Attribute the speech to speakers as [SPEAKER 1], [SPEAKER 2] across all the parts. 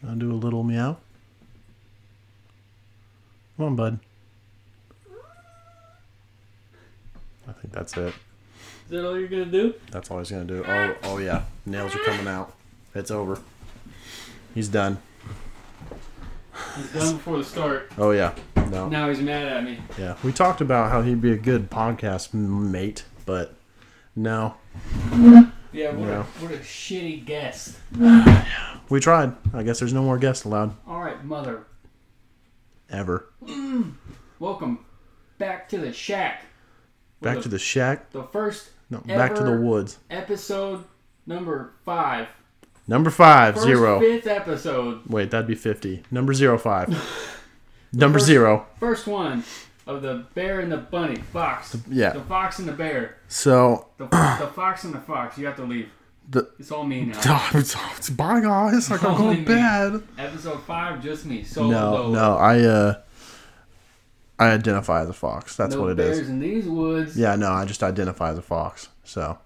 [SPEAKER 1] Gonna do a little meow. Come on, bud. I think that's it.
[SPEAKER 2] Is that all you're gonna do?
[SPEAKER 1] That's all he's gonna do. Oh, oh yeah, nails are coming out. It's over. He's done.
[SPEAKER 2] He's done before the start.
[SPEAKER 1] Oh yeah, no,
[SPEAKER 2] Now he's mad at me.
[SPEAKER 1] yeah. We talked about how he'd be a good podcast m- mate, but no,
[SPEAKER 2] Yeah, what,
[SPEAKER 1] No.
[SPEAKER 2] a, what a shitty guest.
[SPEAKER 1] we tried. I guess there's no more guests allowed
[SPEAKER 2] All right, mother.
[SPEAKER 1] ever.
[SPEAKER 2] Welcome back to the shack.
[SPEAKER 1] Back to the shack.
[SPEAKER 2] The first
[SPEAKER 1] No, back to the
[SPEAKER 2] Ever.
[SPEAKER 1] woods.
[SPEAKER 2] episode number five.
[SPEAKER 1] Number five,
[SPEAKER 2] First
[SPEAKER 1] zero.
[SPEAKER 2] Fifth episode.
[SPEAKER 1] Wait, that'd be fifty. Number zero five. Number
[SPEAKER 2] first-
[SPEAKER 1] zero.
[SPEAKER 2] First one of the bear and the bunny. Fox.
[SPEAKER 1] yeah.
[SPEAKER 2] The fox and the bear.
[SPEAKER 1] So
[SPEAKER 2] The, the fox and the fox. You have to leave.
[SPEAKER 1] the
[SPEAKER 2] It's all me now.
[SPEAKER 1] it's, it's bye guys. I gotta go
[SPEAKER 2] Only
[SPEAKER 1] to
[SPEAKER 2] me.
[SPEAKER 1] bed.
[SPEAKER 2] episode five, just me. Solo.
[SPEAKER 1] No, no, I uh, I identify as a fox. That's
[SPEAKER 2] No
[SPEAKER 1] what it
[SPEAKER 2] bears
[SPEAKER 1] is.
[SPEAKER 2] in these woods.
[SPEAKER 1] Yeah, no, I just identify as a fox. So,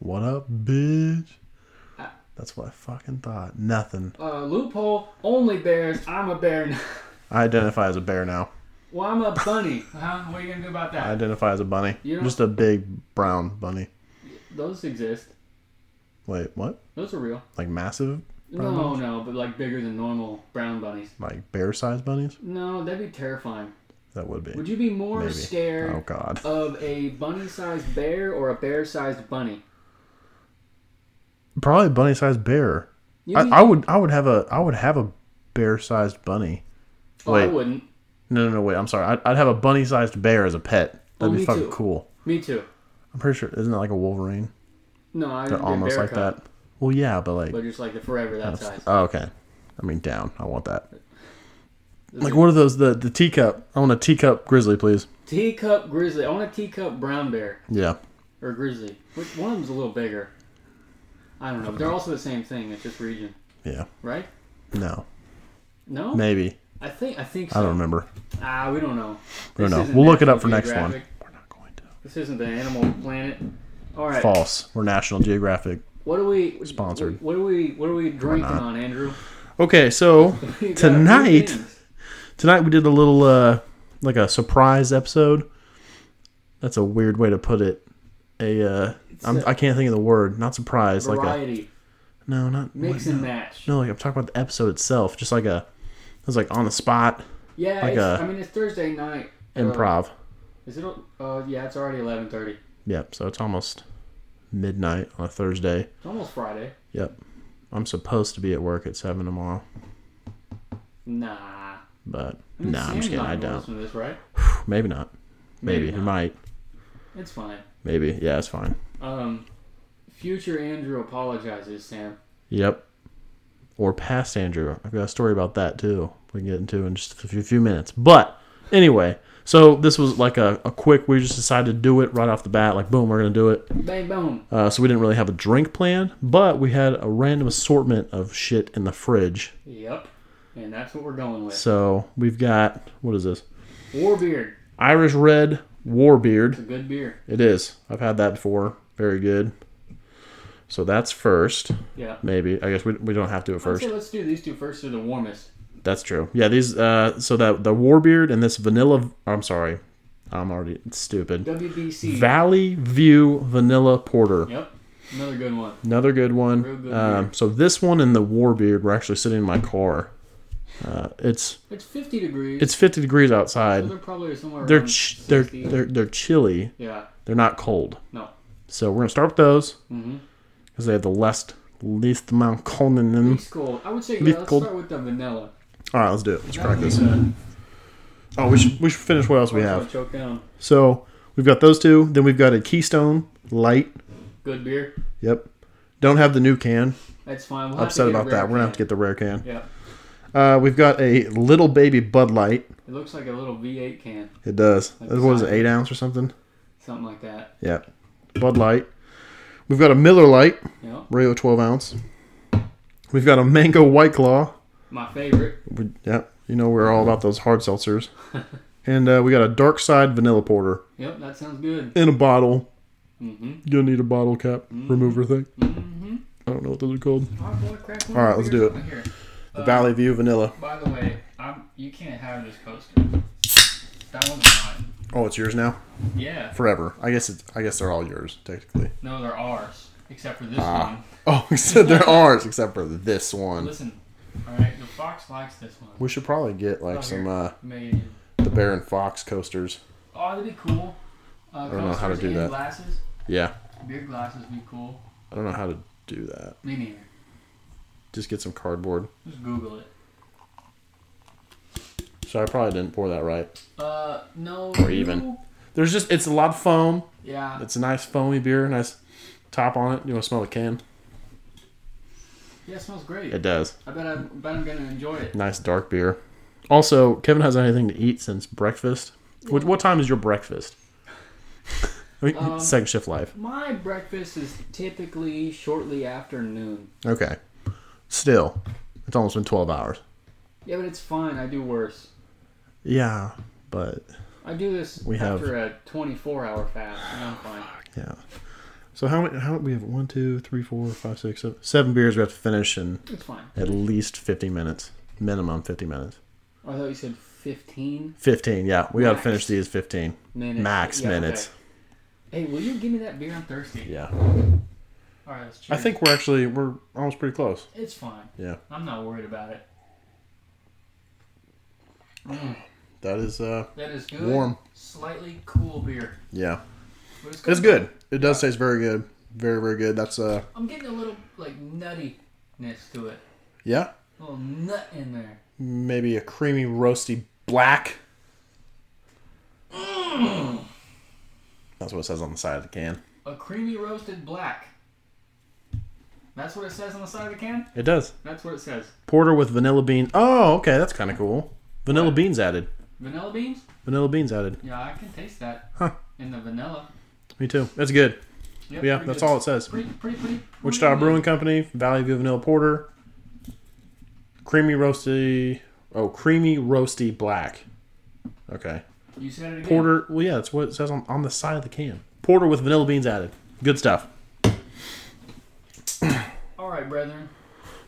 [SPEAKER 1] what up, bitch?
[SPEAKER 2] Ah.
[SPEAKER 1] That's what I fucking thought. Nothing.
[SPEAKER 2] Uh, loophole. Only bears. I'm a bear. Now.
[SPEAKER 1] I identify as a bear now.
[SPEAKER 2] Well, I'm a bunny. huh? Uh-huh. What are you gonna do about
[SPEAKER 1] I
[SPEAKER 2] that?
[SPEAKER 1] identify as a bunny.
[SPEAKER 2] You don't-
[SPEAKER 1] Just a big brown bunny.
[SPEAKER 2] Those exist.
[SPEAKER 1] Wait, what?
[SPEAKER 2] Those are real.
[SPEAKER 1] Like massive? Brown
[SPEAKER 2] no, no, but like bigger than normal brown bunnies.
[SPEAKER 1] Like bear-sized bunnies?
[SPEAKER 2] No, that'd be terrifying.
[SPEAKER 1] That would be.
[SPEAKER 2] Would you be more
[SPEAKER 1] Maybe.
[SPEAKER 2] scared
[SPEAKER 1] Oh God.
[SPEAKER 2] of a bunny-sized bear or a bear-sized bunny?
[SPEAKER 1] Probably a bunny-sized bear.
[SPEAKER 2] You
[SPEAKER 1] I,
[SPEAKER 2] mean-
[SPEAKER 1] I would I would have a I would have a bear-sized bunny.
[SPEAKER 2] oh, I
[SPEAKER 1] wait.
[SPEAKER 2] wouldn't.
[SPEAKER 1] No, no, no, wait. I'm sorry. I'd, I'd have a bunny-sized bear as a pet. That'd
[SPEAKER 2] Oh,
[SPEAKER 1] be
[SPEAKER 2] me
[SPEAKER 1] fucking
[SPEAKER 2] too.
[SPEAKER 1] cool.
[SPEAKER 2] Me too.
[SPEAKER 1] I'm pretty sure isn't it like a wolverine?
[SPEAKER 2] No, I
[SPEAKER 1] They're almost like that. Well, yeah, but like
[SPEAKER 2] But just like the forever that size.
[SPEAKER 1] oh, okay. I mean, down. I want that. Like what are those? The the teacup. I want a teacup grizzly, please.
[SPEAKER 2] Teacup grizzly. I want a teacup brown bear
[SPEAKER 1] Yeah.
[SPEAKER 2] or grizzly. Which one of them's a little bigger? I don't know. But they're also the same thing. It's just region,
[SPEAKER 1] Yeah.
[SPEAKER 2] right?
[SPEAKER 1] No.
[SPEAKER 2] No,
[SPEAKER 1] Maybe.
[SPEAKER 2] I think I think so.
[SPEAKER 1] I don't remember.
[SPEAKER 2] Ah, we don't know.
[SPEAKER 1] We don't
[SPEAKER 2] This
[SPEAKER 1] know.
[SPEAKER 2] isn't
[SPEAKER 1] We'll look it up for
[SPEAKER 2] National
[SPEAKER 1] next one.
[SPEAKER 2] Geographic.
[SPEAKER 1] We're not going to.
[SPEAKER 2] This isn't the Animal Planet. All right.
[SPEAKER 1] False. We're National Geographic.
[SPEAKER 2] What are we
[SPEAKER 1] Sponsored.
[SPEAKER 2] What are we What are we drinking
[SPEAKER 1] not.
[SPEAKER 2] on, Andrew?
[SPEAKER 1] Okay, so
[SPEAKER 2] You got a few
[SPEAKER 1] Tonight-
[SPEAKER 2] things.
[SPEAKER 1] tonight we did a little uh like a surprise episode that's a weird way to put it a uh I'm,
[SPEAKER 2] a-
[SPEAKER 1] i can't think of the word not surprise like
[SPEAKER 2] variety,
[SPEAKER 1] a no not
[SPEAKER 2] mix and match.
[SPEAKER 1] no like i'm talking about the episode itself just like a it was like on the spot
[SPEAKER 2] yeah,
[SPEAKER 1] like
[SPEAKER 2] it's,
[SPEAKER 1] a-
[SPEAKER 2] I mean it's Thursday night. Uh,
[SPEAKER 1] improv
[SPEAKER 2] is it? Uh, yeah, it's already eleven thirty.
[SPEAKER 1] yep so it's almost midnight on a thursday
[SPEAKER 2] It's almost Friday.
[SPEAKER 1] yep i'm supposed to be at work at seven tomorrow
[SPEAKER 2] Nah.
[SPEAKER 1] but
[SPEAKER 2] I mean,
[SPEAKER 1] nah i'm
[SPEAKER 2] Sam's
[SPEAKER 1] just kidding
[SPEAKER 2] not
[SPEAKER 1] i
[SPEAKER 2] gonna
[SPEAKER 1] don't
[SPEAKER 2] listen to this, right?
[SPEAKER 1] maybe not maybe,
[SPEAKER 2] Maybe
[SPEAKER 1] it
[SPEAKER 2] not.
[SPEAKER 1] might
[SPEAKER 2] It's fine.
[SPEAKER 1] maybe yeah it's fine
[SPEAKER 2] Um, future Andrew apologizes, Sam.
[SPEAKER 1] Yep. Or past Andrew. I've got a story about that too. We can get into in just a few, few minutes. But anyway, so this was like a, a quick. We just decided to do it right off the bat. Like boom, we're gonna do it.
[SPEAKER 2] Bang boom.
[SPEAKER 1] Uh, so we didn't really have a drink plan, but we had a random assortment of shit in the fridge.
[SPEAKER 2] Yep. And that's what we're going with.
[SPEAKER 1] So we've got what is this?
[SPEAKER 2] War beard.
[SPEAKER 1] Irish Red Warbeard.
[SPEAKER 2] It's a good beer.
[SPEAKER 1] It is. I've had that before. Very good. So that's first.
[SPEAKER 2] Yeah.
[SPEAKER 1] Maybe I guess we, we don't have to do it
[SPEAKER 2] I'd
[SPEAKER 1] first.
[SPEAKER 2] say let's do these two first. They're the warmest.
[SPEAKER 1] That's true. Yeah, these uh so that the Warbeard and this vanilla I'm sorry. I'm already stupid.
[SPEAKER 2] WBC.
[SPEAKER 1] Valley View Vanilla Porter.
[SPEAKER 2] Yep. Another good one.
[SPEAKER 1] Another good one.
[SPEAKER 2] Real good
[SPEAKER 1] um,
[SPEAKER 2] beer.
[SPEAKER 1] so this one and the Warbeard were actually sitting in my car. Uh, it's
[SPEAKER 2] It's 50 degrees.
[SPEAKER 1] it's 50 degrees
[SPEAKER 2] so
[SPEAKER 1] outside.
[SPEAKER 2] they're probably somewhere
[SPEAKER 1] They're
[SPEAKER 2] around
[SPEAKER 1] ch- they're
[SPEAKER 2] 60.
[SPEAKER 1] they're they're chilly.
[SPEAKER 2] yeah.
[SPEAKER 1] They're not cold.
[SPEAKER 2] No.
[SPEAKER 1] So we're gonna start with those
[SPEAKER 2] Mm-hmm.
[SPEAKER 1] because they have the least least amount of cold in them.
[SPEAKER 2] It's cold. I would say
[SPEAKER 1] Leaf
[SPEAKER 2] yeah, let's
[SPEAKER 1] cold.
[SPEAKER 2] start with the vanilla. uh,
[SPEAKER 1] All right, let's do it. Let's
[SPEAKER 2] That
[SPEAKER 1] crack
[SPEAKER 2] would be
[SPEAKER 1] this.
[SPEAKER 2] the-
[SPEAKER 1] Oh, we should we should finish what else we
[SPEAKER 2] that's what
[SPEAKER 1] have.
[SPEAKER 2] I Choke down.
[SPEAKER 1] So we've got those two. Then we've got a Keystone Light.
[SPEAKER 2] Good beer.
[SPEAKER 1] Yep. Don't have the new can.
[SPEAKER 2] That's fine. We'll
[SPEAKER 1] Upset
[SPEAKER 2] have to get a
[SPEAKER 1] about that.
[SPEAKER 2] rare
[SPEAKER 1] We're gonna have to
[SPEAKER 2] can.
[SPEAKER 1] get the rare can.
[SPEAKER 2] Yeah.
[SPEAKER 1] Uh, we've got a little baby Bud Light.
[SPEAKER 2] It looks like a little V8 can,
[SPEAKER 1] It does.
[SPEAKER 2] Like
[SPEAKER 1] what is it?
[SPEAKER 2] cider.
[SPEAKER 1] Eight ounce or something?
[SPEAKER 2] something like that.
[SPEAKER 1] Yeah. Bud Light. We've got a Miller Light,
[SPEAKER 2] Yep.
[SPEAKER 1] Rayo 12 ounce. We've got a Mango White Claw.
[SPEAKER 2] My favorite.
[SPEAKER 1] We, yeah, you know we're all about those hard seltzers. and uh, we got a Dark Side Vanilla Porter
[SPEAKER 2] Yep, that sounds good.
[SPEAKER 1] in a bottle.
[SPEAKER 2] Mm-hmm.
[SPEAKER 1] You'll need a bottle cap remover thing.
[SPEAKER 2] Mm-hmm.
[SPEAKER 1] I don't know what those are called.
[SPEAKER 2] All
[SPEAKER 1] All right, let's do it.
[SPEAKER 2] Uh,
[SPEAKER 1] The Valley View Vanilla.
[SPEAKER 3] By the way, I'm, you can't have this coaster. That one's mine.
[SPEAKER 1] Oh, it's yours now.
[SPEAKER 3] Yeah.
[SPEAKER 1] Forever. I guess it's. I guess they're all yours technically.
[SPEAKER 3] No, they're ours. Except for this
[SPEAKER 1] Ah. Oh, except they're ours, except for this
[SPEAKER 3] one.
[SPEAKER 1] one.
[SPEAKER 3] Listen, alright, the fox likes this one.
[SPEAKER 1] We should probably get like
[SPEAKER 3] Oh,
[SPEAKER 1] some
[SPEAKER 3] here.
[SPEAKER 1] uh
[SPEAKER 3] Made.
[SPEAKER 1] the Bear and Fox coasters.
[SPEAKER 3] Oh, that'd be cool. Uh,
[SPEAKER 1] don't know how to
[SPEAKER 3] coasters
[SPEAKER 1] do
[SPEAKER 3] and
[SPEAKER 1] that.
[SPEAKER 3] Glasses.
[SPEAKER 1] Yeah,
[SPEAKER 3] Beer glasses would be cool.
[SPEAKER 1] I don't know how to do that.
[SPEAKER 3] Me neither.
[SPEAKER 1] Just get some cardboard.
[SPEAKER 3] Just Google it.
[SPEAKER 1] So I probably didn't pour that right.
[SPEAKER 3] Uh, no.
[SPEAKER 1] Or even. There's just it's a lot of foam.
[SPEAKER 3] Yeah.
[SPEAKER 1] It's a nice foamy beer, nice top on it. You want to smell the can?
[SPEAKER 3] Yeah, it smells great.
[SPEAKER 1] It does.
[SPEAKER 3] I bet I'm, bet I'm gonna enjoy it.
[SPEAKER 1] Nice dark beer. Also, Kevin hasn't had anything to eat since breakfast. What, what time is your breakfast? I mean,
[SPEAKER 2] Um,
[SPEAKER 1] second shift life.
[SPEAKER 2] My breakfast is typically shortly after noon.
[SPEAKER 1] Okay. Still, it's almost been 12 hours.
[SPEAKER 2] Yeah, but it's fine. I do worse.
[SPEAKER 1] Yeah, but
[SPEAKER 2] I do this
[SPEAKER 1] We have-
[SPEAKER 2] after a 24 hour fast, and I'm fine.
[SPEAKER 1] yeah. So how many? How we have one, two, three, four, five, six, seven, seven beers we have to finish in
[SPEAKER 2] It's fine.
[SPEAKER 1] at least 50 minutes, minimum 50 minutes.
[SPEAKER 2] I thought you said 15
[SPEAKER 1] 15. Yeah, we got to
[SPEAKER 2] Max.
[SPEAKER 1] finish these 15
[SPEAKER 2] minutes.
[SPEAKER 1] max
[SPEAKER 2] Yeah, okay.
[SPEAKER 1] minutes.
[SPEAKER 2] Hey, will you give me that beer?
[SPEAKER 3] I'm thirsty.
[SPEAKER 1] Yeah,
[SPEAKER 3] Alright, let's cheers.
[SPEAKER 1] I think we're actually we're almost pretty close.
[SPEAKER 3] It's fine.
[SPEAKER 1] Yeah.
[SPEAKER 3] I'm not worried about it. Mm,
[SPEAKER 1] That is uh
[SPEAKER 3] that is good.
[SPEAKER 1] warm.
[SPEAKER 3] Slightly cool beer.
[SPEAKER 1] Yeah,
[SPEAKER 3] But
[SPEAKER 1] it's good. It does taste very good, very very good. That's uh
[SPEAKER 3] I'm getting a little like nuttiness to it.
[SPEAKER 1] yeah
[SPEAKER 3] A little nut in there.
[SPEAKER 1] maybe a creamy roasty black. That's what it says on the side of the can.
[SPEAKER 3] A creamy roasted black. That's what it says on the side of the can?
[SPEAKER 1] It does
[SPEAKER 3] That's what it says.
[SPEAKER 1] porter with vanilla bean. Oh, okay, that's kind of cool. Vanilla beans added.
[SPEAKER 3] Vanilla beans?
[SPEAKER 1] Vanilla beans added.
[SPEAKER 3] Yeah, I can taste that.
[SPEAKER 1] Huh.
[SPEAKER 3] In the vanilla.
[SPEAKER 1] Me too. That's good.
[SPEAKER 3] Yep,
[SPEAKER 1] Yeah,
[SPEAKER 3] pretty
[SPEAKER 1] that's
[SPEAKER 3] good.
[SPEAKER 1] all it says.
[SPEAKER 3] Pretty, pretty, pretty.
[SPEAKER 1] Wichita
[SPEAKER 3] pretty
[SPEAKER 1] Brewing Company, Valley View Vanilla Porter, creamy roasty. Oh, creamy roasty black. Okay,
[SPEAKER 3] good. You said it again.
[SPEAKER 1] porter. Well, yeah, that's what it says on, on the side of the can. Porter with vanilla beans added. Good stuff.
[SPEAKER 3] All right, brethren.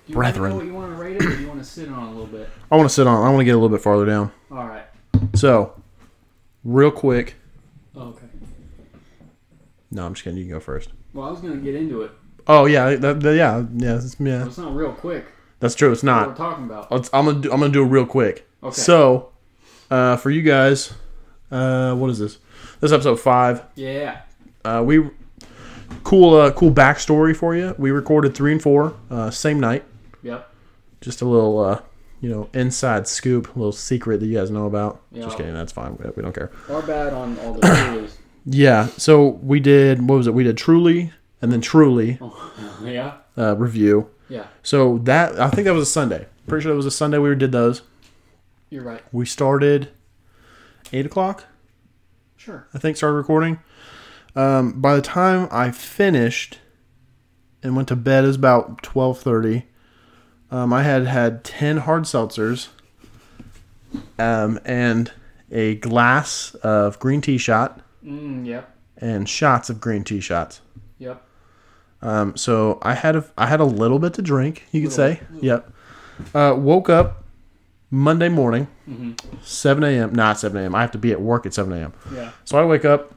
[SPEAKER 2] Do you wanna
[SPEAKER 1] Brethren.
[SPEAKER 2] know what you want to rate it, or do you want to sit on it a little bit?
[SPEAKER 1] I want to sit on. I want to get a little bit farther down.
[SPEAKER 2] All right.
[SPEAKER 1] So, real quick.
[SPEAKER 2] Oh, Okay.
[SPEAKER 1] No, I'm just kidding. You can go first.
[SPEAKER 2] Well, I was gonna get into it.
[SPEAKER 1] Oh yeah, that, that- yeah, yeah, it's-
[SPEAKER 2] But
[SPEAKER 1] yeah.
[SPEAKER 2] it's not real quick.
[SPEAKER 1] That's true. It's
[SPEAKER 2] What
[SPEAKER 1] not.
[SPEAKER 2] we're talking about.
[SPEAKER 1] Let's- I'm gonna do, I'm gonna do it real quick.
[SPEAKER 2] Okay.
[SPEAKER 1] So, uh, for you guys, uh, what is this? This is episode five.
[SPEAKER 2] Yeah.
[SPEAKER 1] Uh, we cool uh, cool backstory for you. We recorded three and four uh, same night.
[SPEAKER 2] Yep.
[SPEAKER 1] Just a little uh, you know inside scoop, a little secret that you guys know about.
[SPEAKER 2] Yeah.
[SPEAKER 1] Just kidding. That's fine. We, we don't care.
[SPEAKER 2] Our bad on all the clues.
[SPEAKER 1] Yeah. So we did what was it? We did truly and then truly
[SPEAKER 2] Oh, yeah.
[SPEAKER 1] uh, review.
[SPEAKER 2] Yeah.
[SPEAKER 1] So that I think that was a Sunday. Pretty sure that was a Sunday we did those.
[SPEAKER 2] You're right.
[SPEAKER 1] We started eight o'clock.
[SPEAKER 2] Sure.
[SPEAKER 1] I think started recording. Um, by the time I finished and went to bed, it was about twelve thirty. Um, I had had ten hard seltzers, um, and a glass of green tea shot
[SPEAKER 2] Mm, yep.
[SPEAKER 1] and shots of green tea shots.
[SPEAKER 2] Yep.
[SPEAKER 1] Um, so I had a I had a little bit to drink, you could say. Yep. Uh, woke up Monday morning, seven a.m. Not seven a.m. I have to be at work at seven a.m.
[SPEAKER 2] Yeah.
[SPEAKER 1] So I wake up.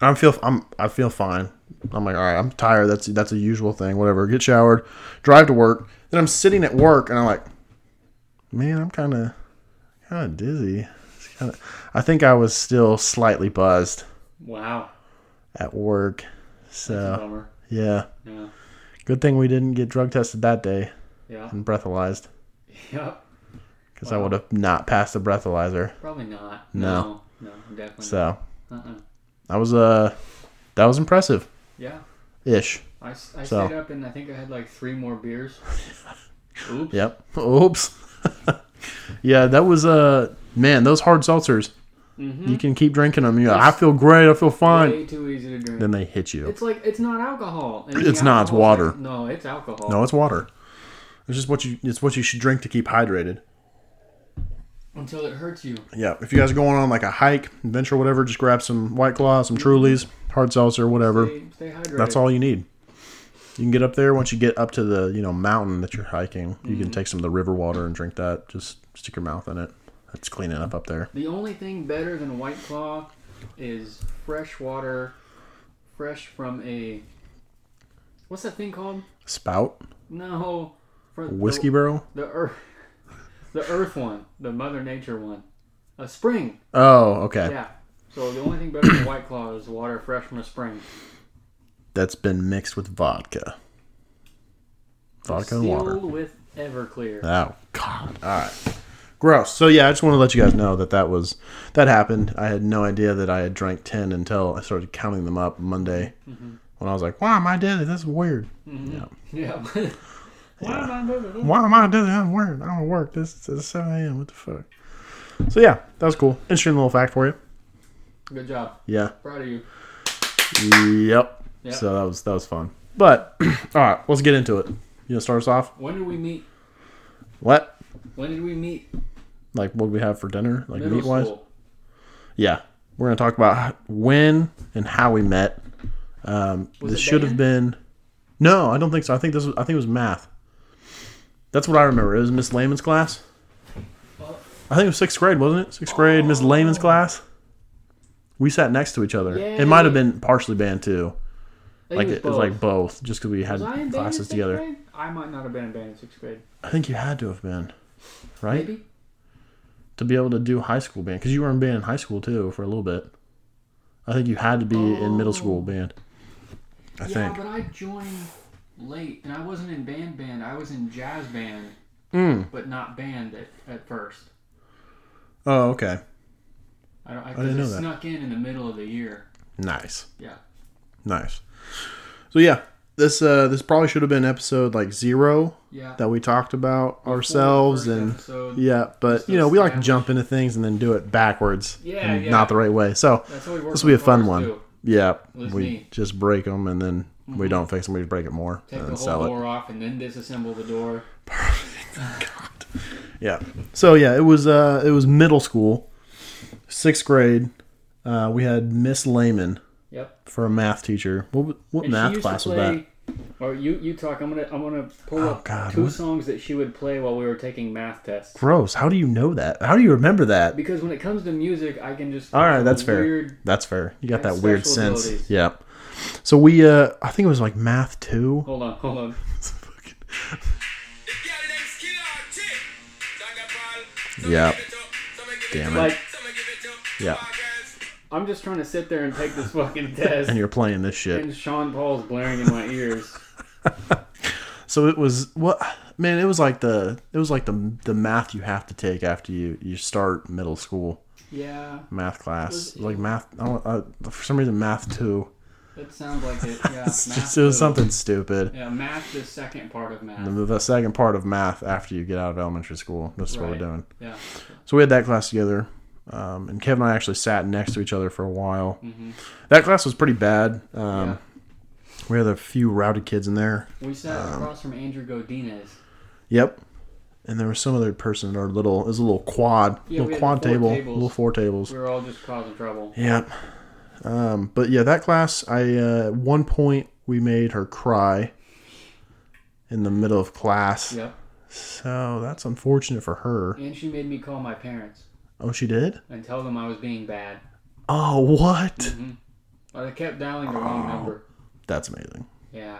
[SPEAKER 1] I feel I'm I feel fine. I'm like, all right, I'm tired. That's that's a usual thing. Whatever. Get showered, drive to work. Then I'm sitting at work and I'm like, man, I'm kind of kind of dizzy. It's kinda, I think I was still slightly buzzed
[SPEAKER 2] Wow.
[SPEAKER 1] at work.
[SPEAKER 2] That's a
[SPEAKER 1] So
[SPEAKER 2] bummer.
[SPEAKER 1] yeah,
[SPEAKER 2] Yeah.
[SPEAKER 1] good thing we didn't get drug tested that day
[SPEAKER 2] Yeah.
[SPEAKER 1] and breathalyzed
[SPEAKER 2] Yep.
[SPEAKER 1] because I would have not passed the breathalyzer.
[SPEAKER 2] Probably not.
[SPEAKER 1] No.
[SPEAKER 2] No. no, definitely.
[SPEAKER 1] So
[SPEAKER 2] not. Uh-uh.
[SPEAKER 1] that was uh that was impressive
[SPEAKER 2] Yeah.
[SPEAKER 1] ish.
[SPEAKER 2] I, s- I
[SPEAKER 1] So-
[SPEAKER 2] stayed up and I think I had like three more beers. Oops.
[SPEAKER 1] Yep. Oops. yeah, that was uh man, those hard seltzers.
[SPEAKER 2] Mm-hmm.
[SPEAKER 1] You can keep drinking them. You know, I feel great. I feel fine.
[SPEAKER 2] Way too easy to drink.
[SPEAKER 1] Then they hit you.
[SPEAKER 2] It's like it's not alcohol. And
[SPEAKER 1] It's
[SPEAKER 2] the
[SPEAKER 1] not, it's
[SPEAKER 2] alcohol's
[SPEAKER 1] water.
[SPEAKER 2] like- no, it's alcohol.
[SPEAKER 1] No, it's water. It's just what you. It's what you should drink to keep hydrated.
[SPEAKER 2] Until it hurts you.
[SPEAKER 1] Yeah. If you guys are going on like a hike, adventure, whatever, just grab some White Claw, some Trulies, hard seltzer, whatever.
[SPEAKER 2] Stay, stay hydrated.
[SPEAKER 1] That's all you need. You can get up there once you get up to the you know mountain that you're hiking. You can take some of the river water and drink that. Just stick your mouth in it. It's clean enough up there.
[SPEAKER 2] The only thing better than White Claw is fresh water, fresh from a. What's that thing called?
[SPEAKER 1] Spout
[SPEAKER 2] No, from
[SPEAKER 1] whiskey barrel.
[SPEAKER 2] The, the earth, the earth one, the Mother Nature one, a spring.
[SPEAKER 1] Oh, okay.
[SPEAKER 2] Yeah. So the only thing better than White Claw is water fresh from a spring.
[SPEAKER 1] That's been mixed with vodka. Vodka and water.
[SPEAKER 2] Sealed with Everclear.
[SPEAKER 1] Oh God! All right, gross. So yeah, I just want to let you guys know that that was that happened. I had no idea that I had drank ten until I started counting them up Monday when I was like, "Why am I doing this? This is weird.
[SPEAKER 2] Yeah. Why am I doing this?
[SPEAKER 1] Why am I doing this? I'm weird. I don't work. This is seven a.m. What the fuck?" So yeah, that was cool. Interesting little fact for you.
[SPEAKER 2] Good job.
[SPEAKER 1] Yeah.
[SPEAKER 2] Proud of you.
[SPEAKER 1] Yep.
[SPEAKER 2] Yeah.
[SPEAKER 1] So that was that was fun. But all right, let's get into it. You gonna start us off?
[SPEAKER 2] When did we meet?
[SPEAKER 1] What?
[SPEAKER 2] When did we meet?
[SPEAKER 1] Like what we have for dinner? Like
[SPEAKER 2] Middle
[SPEAKER 1] meat wise?
[SPEAKER 2] school.
[SPEAKER 1] Yeah, we're gonna talk about h- when and how we met. Um,
[SPEAKER 2] Was
[SPEAKER 1] this
[SPEAKER 2] it
[SPEAKER 1] should have been. No, I don't think so. I think this was. I think it was math. That's what I remember. It was Miss Lehman's class. I think it was sixth grade, wasn't it? Sixth grade, Miss
[SPEAKER 2] Oh.
[SPEAKER 1] Lehman's class. We sat next to each other. It might have
[SPEAKER 2] Yay.
[SPEAKER 1] been partially band too.
[SPEAKER 2] I think
[SPEAKER 1] Like it
[SPEAKER 2] it
[SPEAKER 1] was
[SPEAKER 2] both.
[SPEAKER 1] like both, just because we had
[SPEAKER 2] Was I in band in
[SPEAKER 1] classes
[SPEAKER 2] sixth
[SPEAKER 1] together.
[SPEAKER 2] grade? I might not have been in band in sixth grade.
[SPEAKER 1] I think you had to have been, right,
[SPEAKER 2] Maybe.
[SPEAKER 1] to be able to do high school band because you were in band in high school too for a little bit. I think you had to be in middle school band. Oh. I
[SPEAKER 2] yeah,
[SPEAKER 1] think.
[SPEAKER 2] but I joined late, and I wasn't in band band. I was in jazz band,
[SPEAKER 1] Mm.
[SPEAKER 2] but not band at, at first.
[SPEAKER 1] Oh, okay.
[SPEAKER 2] I don't. I,
[SPEAKER 1] didn't
[SPEAKER 2] 'cause it
[SPEAKER 1] know that.
[SPEAKER 2] snuck in in the middle of the year.
[SPEAKER 1] Nice,
[SPEAKER 2] Yeah.
[SPEAKER 1] nice. So yeah, this uh this probably should have been episode like zero
[SPEAKER 2] Yeah.
[SPEAKER 1] that we talked about ourselves
[SPEAKER 2] First
[SPEAKER 1] and
[SPEAKER 2] episode.
[SPEAKER 1] yeah, but
[SPEAKER 2] Just
[SPEAKER 1] you know we like to
[SPEAKER 2] establish-
[SPEAKER 1] jump into things and then do it backwards,
[SPEAKER 2] Yeah,
[SPEAKER 1] and
[SPEAKER 2] yeah.
[SPEAKER 1] not the right way. So
[SPEAKER 2] That's always
[SPEAKER 1] this will be a fun one. yeah,
[SPEAKER 2] With
[SPEAKER 1] we
[SPEAKER 2] me. Mm-hmm.
[SPEAKER 1] just break them and then we don't fix them, we break it more and
[SPEAKER 2] Take the
[SPEAKER 1] then
[SPEAKER 2] whole
[SPEAKER 1] sell it.
[SPEAKER 2] door off and then disassemble the door.
[SPEAKER 1] Yeah. So yeah, it was uh it was middle school, sixth grade. Uh, we had Miss Lehman
[SPEAKER 2] Yep.
[SPEAKER 1] for a math teacher. What, wa- what
[SPEAKER 2] And she
[SPEAKER 1] math
[SPEAKER 2] used to
[SPEAKER 1] class was that?
[SPEAKER 2] play- Or you, you talk. I'm gonna I'm gonna pull up
[SPEAKER 1] God,
[SPEAKER 2] two
[SPEAKER 1] what-
[SPEAKER 2] songs that she would play while we were taking math tests.
[SPEAKER 1] Gross. How do you know that? How do you remember that?
[SPEAKER 2] Because when it comes to music, I can just
[SPEAKER 1] All right, that's fair.
[SPEAKER 2] weird
[SPEAKER 1] That's fair. You got
[SPEAKER 2] I have
[SPEAKER 1] that weird
[SPEAKER 2] special
[SPEAKER 1] sense.
[SPEAKER 2] abilities.
[SPEAKER 1] Yeah. So we uh I think it was like math 2.
[SPEAKER 2] Hold on, hold on.
[SPEAKER 1] Yep. Damn
[SPEAKER 4] Damn
[SPEAKER 1] it.
[SPEAKER 4] it.
[SPEAKER 2] Like-
[SPEAKER 1] Yep.
[SPEAKER 2] I'm just trying to sit there and take this fucking test,
[SPEAKER 1] And
[SPEAKER 2] and,
[SPEAKER 1] you're playing this shit.
[SPEAKER 2] Sean Paul's blaring in my ears.
[SPEAKER 1] So it was what man, it was like the it was like the the math you have to take after you you start middle school
[SPEAKER 2] Yeah,
[SPEAKER 1] math class.
[SPEAKER 2] Was-
[SPEAKER 1] Like math I don't, uh, for some reason math 2.
[SPEAKER 2] that sounds like it. Yeah,
[SPEAKER 1] It's
[SPEAKER 2] math
[SPEAKER 1] just, it was
[SPEAKER 2] too.
[SPEAKER 1] something Mm-hmm. stupid.
[SPEAKER 2] Yeah, math the second part of math.
[SPEAKER 1] The, the second part of math after you get out of elementary school. That's what we're
[SPEAKER 2] Right.
[SPEAKER 1] doing.
[SPEAKER 2] Yeah,
[SPEAKER 1] So we had that class together. Um, and Kevin and I actually sat next to each other for a while. That class was pretty bad. Um,
[SPEAKER 2] Mm-hmm. Yeah.
[SPEAKER 1] We had a few rowdy kids in there.
[SPEAKER 2] we sat
[SPEAKER 1] Um,
[SPEAKER 2] across from Andrew Godinez.
[SPEAKER 1] Yep. And there was some other person in our little, it was a little quad,
[SPEAKER 2] Yeah, we
[SPEAKER 1] little
[SPEAKER 2] had
[SPEAKER 1] quad
[SPEAKER 2] four
[SPEAKER 1] table,
[SPEAKER 2] tables.
[SPEAKER 1] little four tables.
[SPEAKER 2] We were all just causing trouble.
[SPEAKER 1] Yep. Um, but yeah, that class, I, uh, at one point we made her cry in the middle of class.
[SPEAKER 2] Yep,
[SPEAKER 1] So that's unfortunate for her.
[SPEAKER 2] and she made me call my parents
[SPEAKER 1] Oh, she did?
[SPEAKER 2] and tell them I was being bad.
[SPEAKER 1] Oh, what?
[SPEAKER 2] But I kept dialing the wrong number.
[SPEAKER 1] That's amazing.
[SPEAKER 2] Yeah,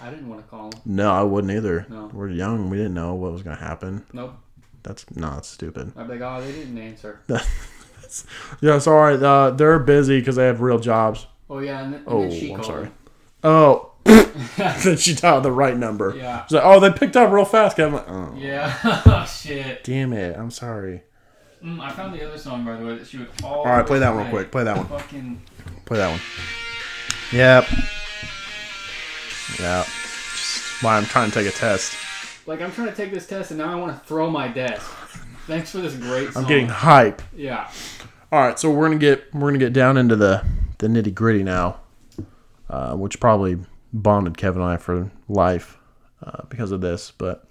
[SPEAKER 2] I didn't want to call them.
[SPEAKER 1] No, I wouldn't either.
[SPEAKER 2] No.
[SPEAKER 1] We're young. We didn't know what was going to happen.
[SPEAKER 2] Nope.
[SPEAKER 1] That's not stupid.
[SPEAKER 2] I'd be like, oh, they didn't answer.
[SPEAKER 1] Yeah, sorry. Uh, they're busy because they have real jobs.
[SPEAKER 2] Oh yeah, and then, and
[SPEAKER 1] Oh,
[SPEAKER 2] then she
[SPEAKER 1] I'm
[SPEAKER 2] called.
[SPEAKER 1] sorry. Oh. then she dialed the right number.
[SPEAKER 2] Yeah.
[SPEAKER 1] She's like, oh, they picked up real fast. Kevin. I'm like, oh,
[SPEAKER 2] Yeah. oh, shit.
[SPEAKER 1] damn it. I'm sorry.
[SPEAKER 2] Mm, I found the other song by the way that she would all.
[SPEAKER 1] All right, play that one real quick. Play that one.
[SPEAKER 2] Fucking.
[SPEAKER 1] Play that one. Yep. Yeah. Just Why I'm trying to take a test.
[SPEAKER 2] Like I'm trying to take this test and now I want to throw my desk. Thanks for this great song.
[SPEAKER 1] I'm getting hype.
[SPEAKER 2] Yeah.
[SPEAKER 1] All right, so we're gonna get we're gonna get down into the the nitty gritty now, uh, which probably bonded Kevin and I for life uh, because of this. But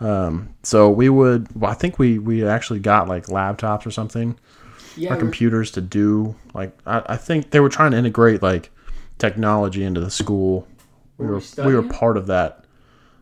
[SPEAKER 1] um, so we would, well, I think we we actually got like laptops or something, or
[SPEAKER 2] Yeah. we were-
[SPEAKER 1] computers to do like I, I think they were trying to integrate like technology into the school We
[SPEAKER 2] Were
[SPEAKER 1] were,
[SPEAKER 2] we
[SPEAKER 1] we were
[SPEAKER 2] studying?
[SPEAKER 1] part of that.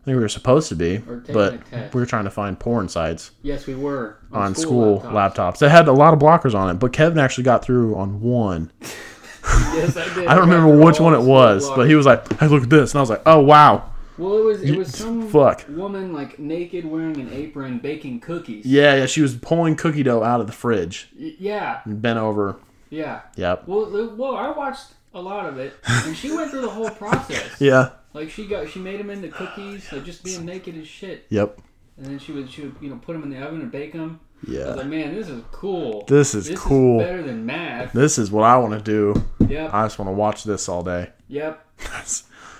[SPEAKER 1] I think we were supposed to be,
[SPEAKER 2] Or taking a
[SPEAKER 1] but
[SPEAKER 2] test.
[SPEAKER 1] we were trying to find porn sites
[SPEAKER 2] Yes, we were
[SPEAKER 1] on school,
[SPEAKER 2] laptops.
[SPEAKER 1] laptops. They had a lot of blockers on it, but Kevin actually got through on one.
[SPEAKER 2] Yes, I did.
[SPEAKER 1] I don't
[SPEAKER 2] Got
[SPEAKER 1] remember
[SPEAKER 2] through
[SPEAKER 1] which
[SPEAKER 2] all
[SPEAKER 1] one
[SPEAKER 2] the
[SPEAKER 1] it
[SPEAKER 2] school
[SPEAKER 1] was, but he
[SPEAKER 2] blockers.
[SPEAKER 1] was like, "Hey, look at this," and I was like, "Oh wow,
[SPEAKER 2] Well, it was it
[SPEAKER 1] You-
[SPEAKER 2] was some
[SPEAKER 1] fuck."
[SPEAKER 2] woman like naked wearing an apron baking cookies.
[SPEAKER 1] yeah, yeah." She was pulling cookie dough out of the fridge
[SPEAKER 2] Y- yeah,
[SPEAKER 1] and bent over.
[SPEAKER 2] yeah.
[SPEAKER 1] Yep.
[SPEAKER 2] Well, the- well, I watched a lot of it, and she went through the whole process.
[SPEAKER 1] Yeah.
[SPEAKER 2] Like she got she made them into cookies, like just being naked as shit,
[SPEAKER 1] Yep.
[SPEAKER 2] and then she would she would you know put them in the oven and bake them. I was
[SPEAKER 1] Yeah.
[SPEAKER 2] like, man, this is cool.
[SPEAKER 1] This is
[SPEAKER 2] this
[SPEAKER 1] cool.
[SPEAKER 2] Is better than math.
[SPEAKER 1] This is what I want to do.
[SPEAKER 2] Yep.
[SPEAKER 1] I just want to watch this all day.
[SPEAKER 2] Yep.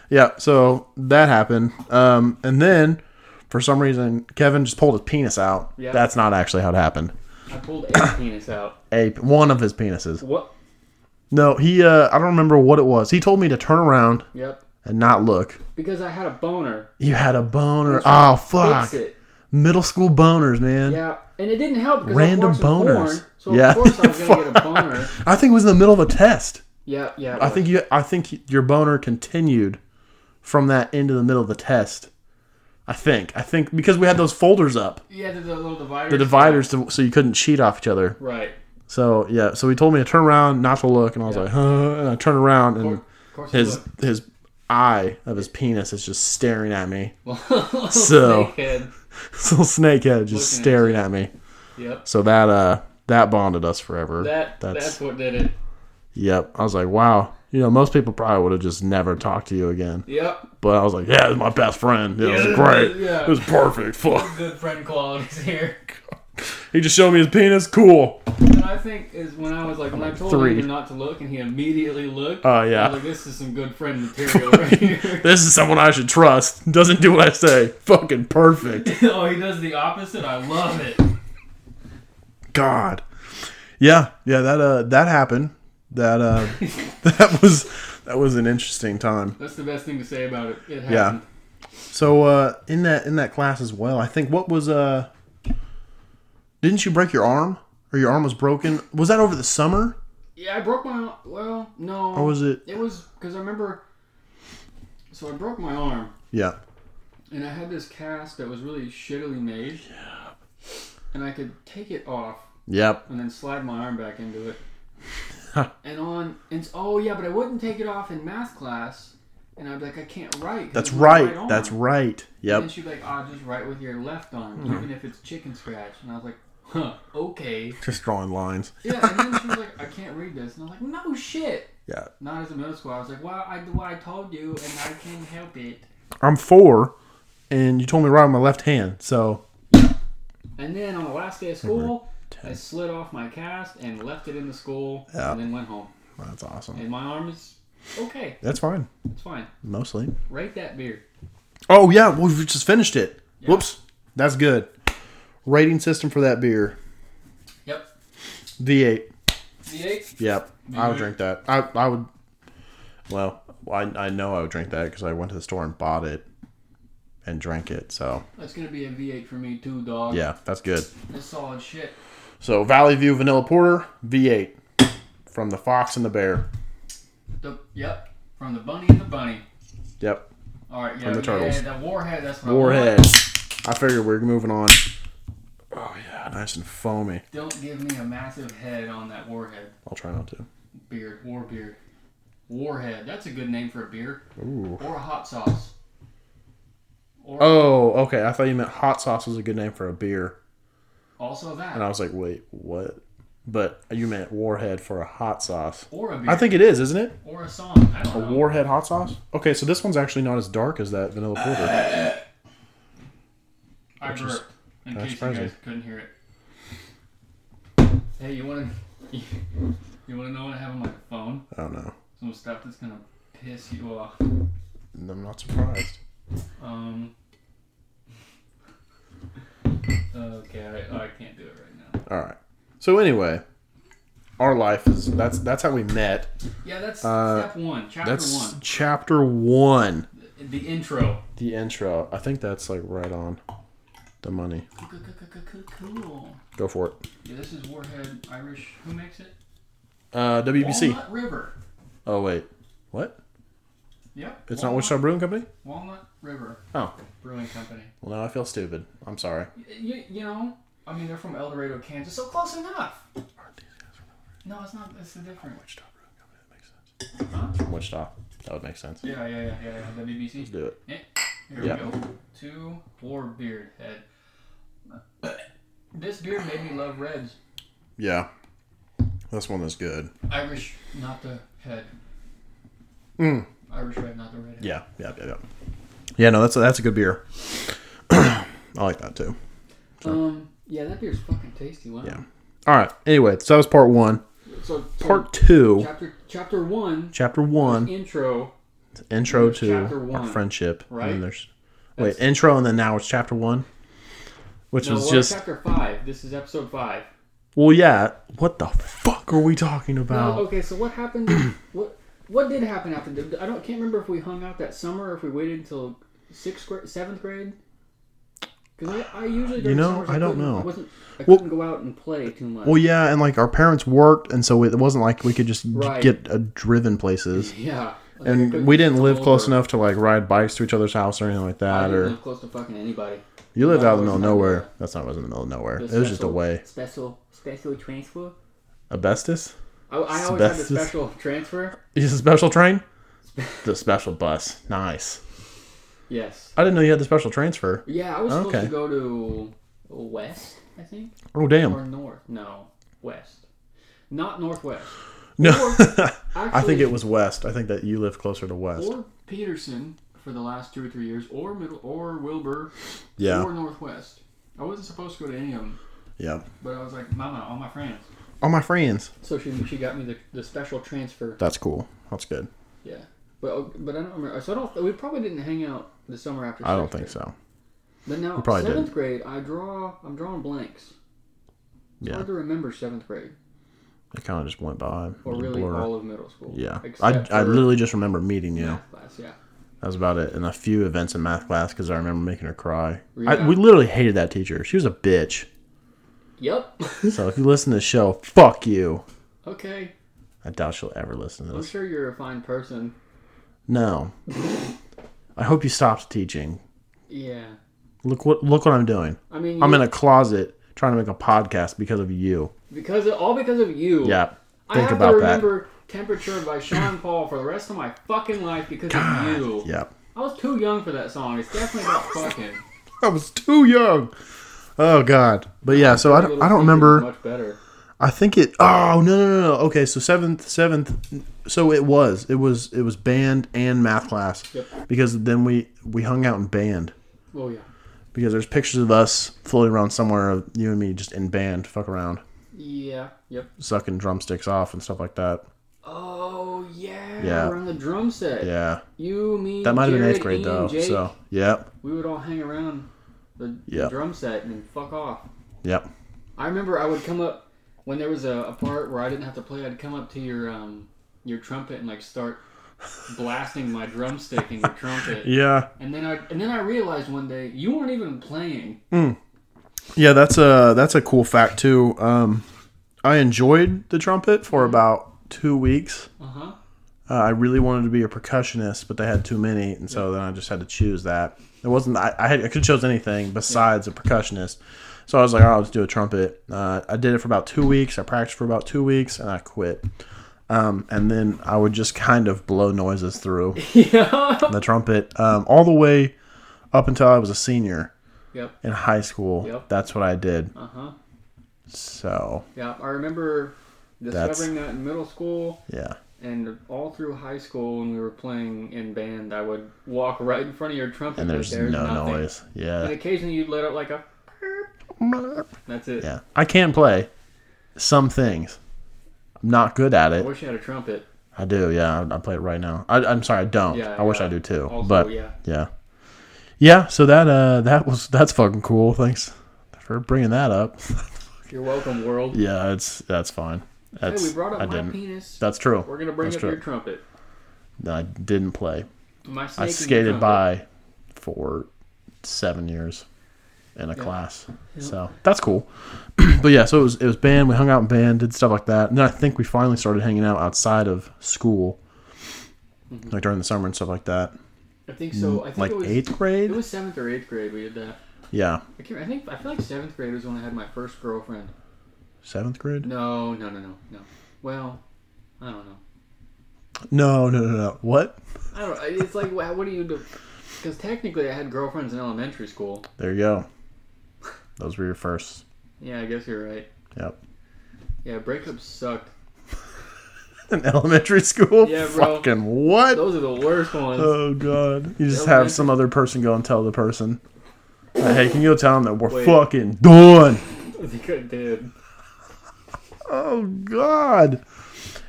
[SPEAKER 1] Yeah, so that happened. Um, and then for some reason, Kevin just pulled his penis out.
[SPEAKER 2] Yeah.
[SPEAKER 1] That's not actually how it happened.
[SPEAKER 2] I pulled a penis out.
[SPEAKER 1] A one of his penises.
[SPEAKER 2] What?
[SPEAKER 1] No, he. Uh, I don't remember what it was. He told me to turn around
[SPEAKER 2] Yep.
[SPEAKER 1] and not look.
[SPEAKER 2] Because I had a boner.
[SPEAKER 1] You had a boner.
[SPEAKER 2] That's right.
[SPEAKER 1] Oh fuck!
[SPEAKER 2] Fix it.
[SPEAKER 1] Middle school boners, man.
[SPEAKER 2] Yeah, and it didn't help because
[SPEAKER 1] Random
[SPEAKER 2] I was watching
[SPEAKER 1] boners.
[SPEAKER 2] Porn, so
[SPEAKER 1] Yeah.
[SPEAKER 2] of course I was gonna get a boner.
[SPEAKER 1] I think it was in the middle of a test.
[SPEAKER 2] Yeah, yeah. it
[SPEAKER 1] I
[SPEAKER 2] was.
[SPEAKER 1] think you. I think your boner continued from that into the middle of the test. I think. I think because we had those folders up,
[SPEAKER 3] Yeah, the, the little dividers.
[SPEAKER 1] the dividers, to, so you couldn't cheat off each other.
[SPEAKER 2] Right.
[SPEAKER 1] So yeah, so he told me to turn around, not to look, and I was
[SPEAKER 2] Yeah.
[SPEAKER 1] like, huh? And I turned around, and
[SPEAKER 3] Of course,
[SPEAKER 1] his
[SPEAKER 3] look.
[SPEAKER 1] his eye of his penis is just staring at me. So-
[SPEAKER 2] so. Snakehead.
[SPEAKER 1] This little snakehead just
[SPEAKER 2] Looking at
[SPEAKER 1] staring at me.
[SPEAKER 2] Yep.
[SPEAKER 1] So that uh that bonded us forever.
[SPEAKER 2] That that's, what did it.
[SPEAKER 1] yep. I was like, wow. You know, most people probably would have just never talked to you again.
[SPEAKER 2] Yep.
[SPEAKER 1] But I was like, yeah, it was my best friend. It
[SPEAKER 3] Yeah,
[SPEAKER 1] was great.
[SPEAKER 2] yeah.
[SPEAKER 1] It was perfect. Fuck.
[SPEAKER 3] Good friend qualities here.
[SPEAKER 1] He just showed me his penis. Cool.
[SPEAKER 2] And I think is when I was like when I told
[SPEAKER 1] three.
[SPEAKER 2] him not to look and he immediately looked.
[SPEAKER 1] Oh,
[SPEAKER 2] I
[SPEAKER 1] yeah.
[SPEAKER 2] was like this is some good friend material right here.
[SPEAKER 1] This is someone I should trust. Doesn't do what I say. Fucking perfect.
[SPEAKER 3] oh, he does the opposite. I love it.
[SPEAKER 1] God. Yeah, yeah, that uh that happened. That uh that was that was an interesting time.
[SPEAKER 2] That's the best thing to say about it. It
[SPEAKER 1] Yeah.
[SPEAKER 2] happened.
[SPEAKER 1] So uh in that in that class as well, I think what was uh didn't you break your arm? Or your arm was broken? Was that over the summer?
[SPEAKER 2] Yeah, I broke my well, no.
[SPEAKER 1] Or was it
[SPEAKER 2] It was because I remember. So I broke my arm.
[SPEAKER 1] Yeah.
[SPEAKER 2] and I had this cast that was really shittily made. Yeah. And I could take it off
[SPEAKER 1] Yep.
[SPEAKER 2] and then slide my arm back into it. and on, and s- oh yeah, but I wouldn't take it off in math class, and I'd be like, I can't write. 'cause
[SPEAKER 1] That's
[SPEAKER 2] it's my
[SPEAKER 1] right.
[SPEAKER 2] arm.
[SPEAKER 1] That's right.
[SPEAKER 2] And then
[SPEAKER 1] Yep. Mm-hmm.
[SPEAKER 2] she'd be like, ah, just write with your left arm, even if it's chicken scratch. And I was like, huh, okay.
[SPEAKER 1] Just drawing lines.
[SPEAKER 2] Yeah. And then she was like, I can't read this, and I was like, no shit.
[SPEAKER 1] Yeah.
[SPEAKER 2] Not as a middle school. I was like, well, I well, I told you, and I can't help it.
[SPEAKER 1] I'm four and you told me right on my left hand, so
[SPEAKER 2] And then on the last day of school, I slid off my cast and left it in the school
[SPEAKER 1] Yeah.
[SPEAKER 2] and then went home.
[SPEAKER 1] that's awesome.
[SPEAKER 2] And my arm is okay.
[SPEAKER 1] That's fine.
[SPEAKER 2] It's fine.
[SPEAKER 1] Mostly.
[SPEAKER 2] Rate that beer.
[SPEAKER 1] Oh yeah, well, we just finished it. Whoops, that's good. Rating system for that beer,
[SPEAKER 3] Yep.
[SPEAKER 1] V eight.
[SPEAKER 3] The eight.
[SPEAKER 1] Yep, I would
[SPEAKER 3] Mhm.
[SPEAKER 1] drink that. I I would. Well, I I know I would drink that because I went to the store and bought it, and drank it. So
[SPEAKER 2] That's going to be a V8 for me too, dog.
[SPEAKER 1] yeah, that's good.
[SPEAKER 2] That's solid shit.
[SPEAKER 1] So Valley View Vanilla Porter V eight from the Fox and the Bear.
[SPEAKER 2] The, yep. From the bunny and the bunny.
[SPEAKER 1] Yep,
[SPEAKER 2] All right. Yeah.
[SPEAKER 1] From the
[SPEAKER 2] yeah,
[SPEAKER 1] turtles.
[SPEAKER 2] The warhead. That's what I want.
[SPEAKER 1] Warhead. I figured we're moving on. Oh yeah, nice and foamy.
[SPEAKER 2] Don't give me a massive head on that warhead
[SPEAKER 1] I'll try not to.
[SPEAKER 2] beard. War beard. Warhead. That's a good name for a beer
[SPEAKER 1] Ooh.
[SPEAKER 2] or a hot sauce. Or
[SPEAKER 1] Oh, okay. I thought you meant hot sauce was a good name for a beer.
[SPEAKER 2] also that.
[SPEAKER 1] And I was like, wait, what? But you meant warhead for a hot sauce.
[SPEAKER 2] Or a beer.
[SPEAKER 1] I think it is, isn't it?
[SPEAKER 2] or a song. I don't
[SPEAKER 1] A
[SPEAKER 2] know.
[SPEAKER 1] warhead hot sauce? Okay, so this one's actually not as dark as that vanilla porter.
[SPEAKER 2] I
[SPEAKER 1] which is
[SPEAKER 2] burped. In
[SPEAKER 1] kinda
[SPEAKER 2] case
[SPEAKER 1] surprising.
[SPEAKER 2] you guys couldn't hear it. Hey, you wanna you, wanna know what I have on my phone?
[SPEAKER 1] I don't know.
[SPEAKER 2] Some stuff that's gonna piss you off.
[SPEAKER 1] I'm not surprised.
[SPEAKER 2] Um. Okay,
[SPEAKER 3] oh,
[SPEAKER 2] I, I can't do it right now.
[SPEAKER 1] All right. So anyway, our life is that's that's how we met.
[SPEAKER 2] Yeah, that's
[SPEAKER 1] Uh,
[SPEAKER 2] step one, chapter
[SPEAKER 1] That's
[SPEAKER 2] one,
[SPEAKER 1] chapter one.
[SPEAKER 2] the intro.
[SPEAKER 1] The intro. I think that's like right on the money.
[SPEAKER 2] Cool.
[SPEAKER 1] Go for it.
[SPEAKER 2] Yeah, this is Warhead Irish. Who makes it?
[SPEAKER 1] Uh, WBC.
[SPEAKER 2] Walnut River.
[SPEAKER 1] Oh wait, what?
[SPEAKER 3] Yep.
[SPEAKER 1] It's not
[SPEAKER 3] Walnut,
[SPEAKER 1] Wichita Brewing Company?
[SPEAKER 3] Walnut River
[SPEAKER 1] Oh.
[SPEAKER 3] Brewing Company.
[SPEAKER 1] Well, now I feel stupid. I'm sorry.
[SPEAKER 3] You, you know, I mean, they're from El Dorado, Kansas, so close enough. No, it's not. It's a different.
[SPEAKER 1] Wichita Brewing Company. That makes sense. From Wichita. That would make sense.
[SPEAKER 3] Yeah, yeah, yeah, yeah. yeah. WBC.
[SPEAKER 1] Let's do it.
[SPEAKER 3] Eh, Here
[SPEAKER 1] Yeah.
[SPEAKER 3] we go. Two more beard head. This beer made me love reds.
[SPEAKER 1] Yeah. That's one that's good.
[SPEAKER 3] Irish, not the head.
[SPEAKER 1] Mm.
[SPEAKER 3] Irish red, not the red head.
[SPEAKER 1] Yeah. Yeah. Yeah. Yeah. Yeah. No, that's a, that's a good beer. I like that too.
[SPEAKER 2] Um, yeah, that beer's fucking tasty. Wow.
[SPEAKER 1] Yeah. All right. Anyway, so that was part one.
[SPEAKER 2] So, so
[SPEAKER 1] Part two,
[SPEAKER 2] chapter chapter one
[SPEAKER 1] chapter one,
[SPEAKER 2] intro.
[SPEAKER 1] intro
[SPEAKER 2] there's
[SPEAKER 1] to
[SPEAKER 2] chapter
[SPEAKER 1] our
[SPEAKER 2] one,
[SPEAKER 1] friendship. And
[SPEAKER 2] right?
[SPEAKER 1] then there's wait intro, and then now it's chapter one, which
[SPEAKER 2] No,
[SPEAKER 1] was
[SPEAKER 2] well,
[SPEAKER 1] just
[SPEAKER 2] chapter five. This is episode five.
[SPEAKER 1] well, yeah. What the fuck are we talking about?
[SPEAKER 2] No, okay, so what happened? what what did happen after? Did- I don't can't remember if we hung out that summer or if we waited until sixth grade, seventh grade. Because I, I usually during
[SPEAKER 1] know,
[SPEAKER 2] summers,
[SPEAKER 1] I don't
[SPEAKER 2] couldn't-
[SPEAKER 1] know.
[SPEAKER 2] I wasn't. I
[SPEAKER 1] Well-
[SPEAKER 2] couldn't go out and play too much.
[SPEAKER 1] Well, yeah, and like our parents worked, and so it wasn't like we could just d-
[SPEAKER 2] Right.
[SPEAKER 1] get uh, driven places.
[SPEAKER 2] yeah, Like, I
[SPEAKER 1] And
[SPEAKER 2] couldn't
[SPEAKER 1] we didn't
[SPEAKER 2] come
[SPEAKER 1] live close
[SPEAKER 2] over.
[SPEAKER 1] enough to like ride bikes to each other's house or anything like
[SPEAKER 2] I
[SPEAKER 1] that.
[SPEAKER 2] didn't
[SPEAKER 1] Or
[SPEAKER 2] live close to fucking anybody.
[SPEAKER 1] you lived
[SPEAKER 2] No,
[SPEAKER 1] out in
[SPEAKER 2] it
[SPEAKER 1] the middle
[SPEAKER 2] was
[SPEAKER 1] of
[SPEAKER 2] not
[SPEAKER 1] nowhere.
[SPEAKER 2] a-
[SPEAKER 1] That's not was in the middle of nowhere.
[SPEAKER 2] The
[SPEAKER 1] It was just a
[SPEAKER 2] special-
[SPEAKER 1] way.
[SPEAKER 2] Special, special transfer.
[SPEAKER 1] Asbestos.
[SPEAKER 2] I, I always had the
[SPEAKER 1] Asbestos.
[SPEAKER 2] special transfer.
[SPEAKER 1] Is a special train? The special bus. Nice.
[SPEAKER 2] Yes.
[SPEAKER 1] I didn't know you had the special transfer.
[SPEAKER 2] Yeah, I was supposed
[SPEAKER 1] Okay.
[SPEAKER 2] to go to west, I think,
[SPEAKER 1] Oh damn.
[SPEAKER 2] or north. No, west. Not northwest.
[SPEAKER 1] No. I think
[SPEAKER 2] Actually-
[SPEAKER 1] it was west. I think that you lived closer to west.
[SPEAKER 3] Or Peterson for the last two or three years, or Middle, or Wilbur,
[SPEAKER 1] Yeah.
[SPEAKER 3] or Northwest. I wasn't supposed to go to any of them,
[SPEAKER 1] Yeah.
[SPEAKER 3] but I was like, Mama, all my friends.
[SPEAKER 1] All my friends.
[SPEAKER 2] So she, she got me the, the special transfer.
[SPEAKER 1] That's cool. That's good.
[SPEAKER 2] Yeah, but but I don't remember. So I don't. We probably didn't hang out the summer after.
[SPEAKER 1] I don't
[SPEAKER 2] sixth
[SPEAKER 1] think so.
[SPEAKER 2] grade. But now
[SPEAKER 1] We probably
[SPEAKER 2] seventh grade, I draw. I'm drawing blanks. It's
[SPEAKER 1] Yeah.
[SPEAKER 2] hard to remember seventh grade
[SPEAKER 1] It kind of just went by. It
[SPEAKER 2] or
[SPEAKER 1] was a
[SPEAKER 2] really
[SPEAKER 1] blur.
[SPEAKER 2] all of middle school.
[SPEAKER 1] Yeah, I,
[SPEAKER 2] Except
[SPEAKER 1] I
[SPEAKER 2] for
[SPEAKER 1] literally just remember meeting you.
[SPEAKER 2] math class. Yeah,
[SPEAKER 1] That was about it, and a few events in math class because I remember making her cry. I,
[SPEAKER 2] Yeah.
[SPEAKER 1] we literally hated that teacher. She was a bitch.
[SPEAKER 2] yep.
[SPEAKER 1] So if you listen to the show, fuck you.
[SPEAKER 2] okay,
[SPEAKER 1] I doubt she'll ever listen to
[SPEAKER 2] I'm
[SPEAKER 1] this.
[SPEAKER 2] sure you're a fine person.
[SPEAKER 1] No. I hope you stopped teaching.
[SPEAKER 2] Yeah,
[SPEAKER 1] Look what look what I'm doing.
[SPEAKER 2] I mean,
[SPEAKER 1] I'm
[SPEAKER 2] you-
[SPEAKER 1] in a closet trying to make a podcast because of you.
[SPEAKER 2] because of, all because of you.
[SPEAKER 1] Yeah.
[SPEAKER 2] I
[SPEAKER 1] Think
[SPEAKER 2] have
[SPEAKER 1] about
[SPEAKER 2] to
[SPEAKER 1] that.
[SPEAKER 2] remember "Temperature" by Sean Paul for the rest of my fucking life because of you.
[SPEAKER 1] Yeah.
[SPEAKER 2] I was too young for that song. It's definitely about fucking.
[SPEAKER 1] I was too young. Oh God. But yeah, so I don't, I don't remember.
[SPEAKER 2] Much better.
[SPEAKER 1] I think it. Oh no no no. no. Okay, so seventh seventh. So it was it was it was band and math class
[SPEAKER 2] Yep.
[SPEAKER 1] because then we we hung out in band
[SPEAKER 2] Oh yeah.
[SPEAKER 1] because there's pictures of us floating around somewhere of you and me just in band fuck around
[SPEAKER 2] Yeah. Yep.
[SPEAKER 1] sucking drumsticks off and stuff like that.
[SPEAKER 2] Oh yeah.
[SPEAKER 1] Yeah.
[SPEAKER 2] We're on the drum set.
[SPEAKER 1] Yeah,
[SPEAKER 2] You, me,
[SPEAKER 1] that might have been eighth
[SPEAKER 2] Jared,
[SPEAKER 1] grade
[SPEAKER 2] Ian,
[SPEAKER 1] though.
[SPEAKER 2] Jake,
[SPEAKER 1] So yep
[SPEAKER 2] we would all hang around the
[SPEAKER 1] Yep.
[SPEAKER 2] drum set and fuck off.
[SPEAKER 1] yep
[SPEAKER 2] I remember I would come up when there was a, a part where I didn't have to play. I'd come up to your um your trumpet and like start blasting my drumstick in your trumpet.
[SPEAKER 1] yeah
[SPEAKER 2] And then I and then I realized one day you weren't even playing.
[SPEAKER 1] yeah. That's a that's a cool fact too. Um, I enjoyed the trumpet for
[SPEAKER 2] Mm-hmm.
[SPEAKER 1] about two weeks.
[SPEAKER 2] Uh huh.
[SPEAKER 1] Uh, I really wanted to be a percussionist, but they had too many, and so then I just had to choose that. It wasn't I, I, had, I could chose anything besides a percussionist, so I was like, "All right, I'll just do a trumpet." Uh, I did it for about two weeks. I practiced for about two weeks, and I quit. Um, and then I would just kind of blow noises through
[SPEAKER 2] yeah.
[SPEAKER 1] the trumpet um, all the way up until I was a senior
[SPEAKER 2] Yep.
[SPEAKER 1] in high school.
[SPEAKER 2] Yep.
[SPEAKER 1] That's what I did.
[SPEAKER 2] Uh huh.
[SPEAKER 1] So
[SPEAKER 2] Yeah. I remember
[SPEAKER 1] That's-
[SPEAKER 2] discovering that in middle school.
[SPEAKER 1] yeah,
[SPEAKER 2] And all through high school, when we were playing in band, I would walk right in front of your trumpet,
[SPEAKER 1] and
[SPEAKER 2] but
[SPEAKER 1] there's, no
[SPEAKER 2] nothing.
[SPEAKER 1] noise.
[SPEAKER 2] And
[SPEAKER 1] Yeah.
[SPEAKER 2] occasionally you'd let out like a. That's it.
[SPEAKER 1] Yeah. I can play some things. I'm not good at
[SPEAKER 2] I
[SPEAKER 1] it.
[SPEAKER 2] wish I had a trumpet.
[SPEAKER 1] I do, yeah. I, I play it right now. I, I'm sorry, I don't.
[SPEAKER 2] Yeah,
[SPEAKER 1] I wish
[SPEAKER 2] yeah.
[SPEAKER 1] I do too.
[SPEAKER 2] Also,
[SPEAKER 1] but yeah.
[SPEAKER 2] yeah.
[SPEAKER 1] yeah, So that uh, that was that's fucking cool. Thanks for bringing that up.
[SPEAKER 2] You're welcome, world.
[SPEAKER 1] yeah, it's that's fine. That's
[SPEAKER 2] hey, we brought up
[SPEAKER 1] I
[SPEAKER 2] my
[SPEAKER 1] didn't.
[SPEAKER 2] penis.
[SPEAKER 1] That's true.
[SPEAKER 2] we're gonna bring
[SPEAKER 1] that's
[SPEAKER 2] up your trumpet.
[SPEAKER 1] No, I didn't play.
[SPEAKER 2] My snake
[SPEAKER 1] I
[SPEAKER 2] and your
[SPEAKER 1] skated
[SPEAKER 2] trumpet.
[SPEAKER 1] by for seven years in a class. So that's cool. but yeah, so it was it was band. We hung out in band, did stuff like that. And then I think we finally started hanging out outside of school. like during the summer and stuff like that.
[SPEAKER 2] I think Mm-hmm. so. I think
[SPEAKER 1] like
[SPEAKER 2] it was
[SPEAKER 1] eighth grade.
[SPEAKER 2] it was seventh or eighth grade we did that.
[SPEAKER 1] yeah,
[SPEAKER 2] I, can't, I think I feel like seventh grade was when I had my first girlfriend.
[SPEAKER 1] seventh grade.
[SPEAKER 2] No, no, no, no, no. Well, I don't know.
[SPEAKER 1] No, no, no, no. What?
[SPEAKER 2] I don't. It's like wha- what do you do? Because technically, I had girlfriends in elementary school.
[SPEAKER 1] There you go. Those were your first.
[SPEAKER 2] Yeah, I guess you're right.
[SPEAKER 1] Yep.
[SPEAKER 2] Yeah, breakups sucked.
[SPEAKER 1] In elementary school.
[SPEAKER 2] Yeah, bro.
[SPEAKER 1] Fucking what?
[SPEAKER 2] Those are the worst ones.
[SPEAKER 1] Oh god. You just
[SPEAKER 2] Elementary-
[SPEAKER 1] have some other person go and tell the person. Hey, can you go tell them that we're
[SPEAKER 2] Wait.
[SPEAKER 1] fucking done?
[SPEAKER 2] they could did.
[SPEAKER 1] Oh god.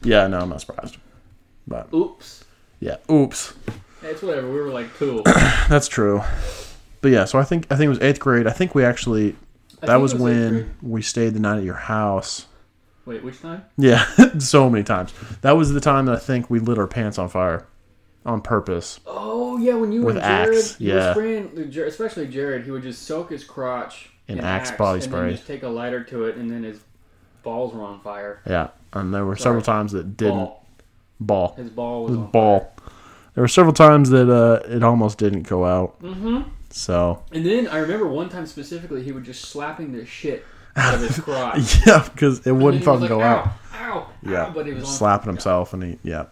[SPEAKER 1] Yeah, no, I'm not surprised. But
[SPEAKER 2] Oops.
[SPEAKER 1] yeah, oops.
[SPEAKER 2] It's whatever. We were like two.
[SPEAKER 1] That's true. But yeah, so I think I think it was eighth grade. I think we actually that
[SPEAKER 2] think
[SPEAKER 1] was,
[SPEAKER 2] it was eighth grade.
[SPEAKER 1] when we stayed the night at your house.
[SPEAKER 2] Wait, which time?
[SPEAKER 1] Yeah, so many times. That was the time that I think we lit our pants on fire on purpose.
[SPEAKER 2] Oh yeah, when you
[SPEAKER 1] With
[SPEAKER 2] and Jared,
[SPEAKER 1] Axe,
[SPEAKER 2] you were
[SPEAKER 1] yeah.
[SPEAKER 2] spraying, Jer- especially Jared, he would just soak his crotch
[SPEAKER 1] In Axe body
[SPEAKER 2] and
[SPEAKER 1] spray.
[SPEAKER 2] then just take a lighter to it, and then his balls were on fire.
[SPEAKER 1] Yeah, and there were
[SPEAKER 2] Sorry.
[SPEAKER 1] several times that didn't
[SPEAKER 2] Ball.
[SPEAKER 1] ball.
[SPEAKER 2] His ball was
[SPEAKER 1] the
[SPEAKER 2] on
[SPEAKER 1] ball. There were several times that uh, it almost didn't go out. Mm-hmm. So
[SPEAKER 2] And then I remember one time specifically, he was just slapping the shit out of his crotch. And
[SPEAKER 1] yeah, because it
[SPEAKER 2] then
[SPEAKER 1] wouldn't
[SPEAKER 2] he was
[SPEAKER 1] fucking
[SPEAKER 2] like,
[SPEAKER 1] go
[SPEAKER 2] ow,
[SPEAKER 1] out.
[SPEAKER 2] Ow,
[SPEAKER 1] Yeah,
[SPEAKER 2] ow, but he was on
[SPEAKER 1] slapping himself and he yeah.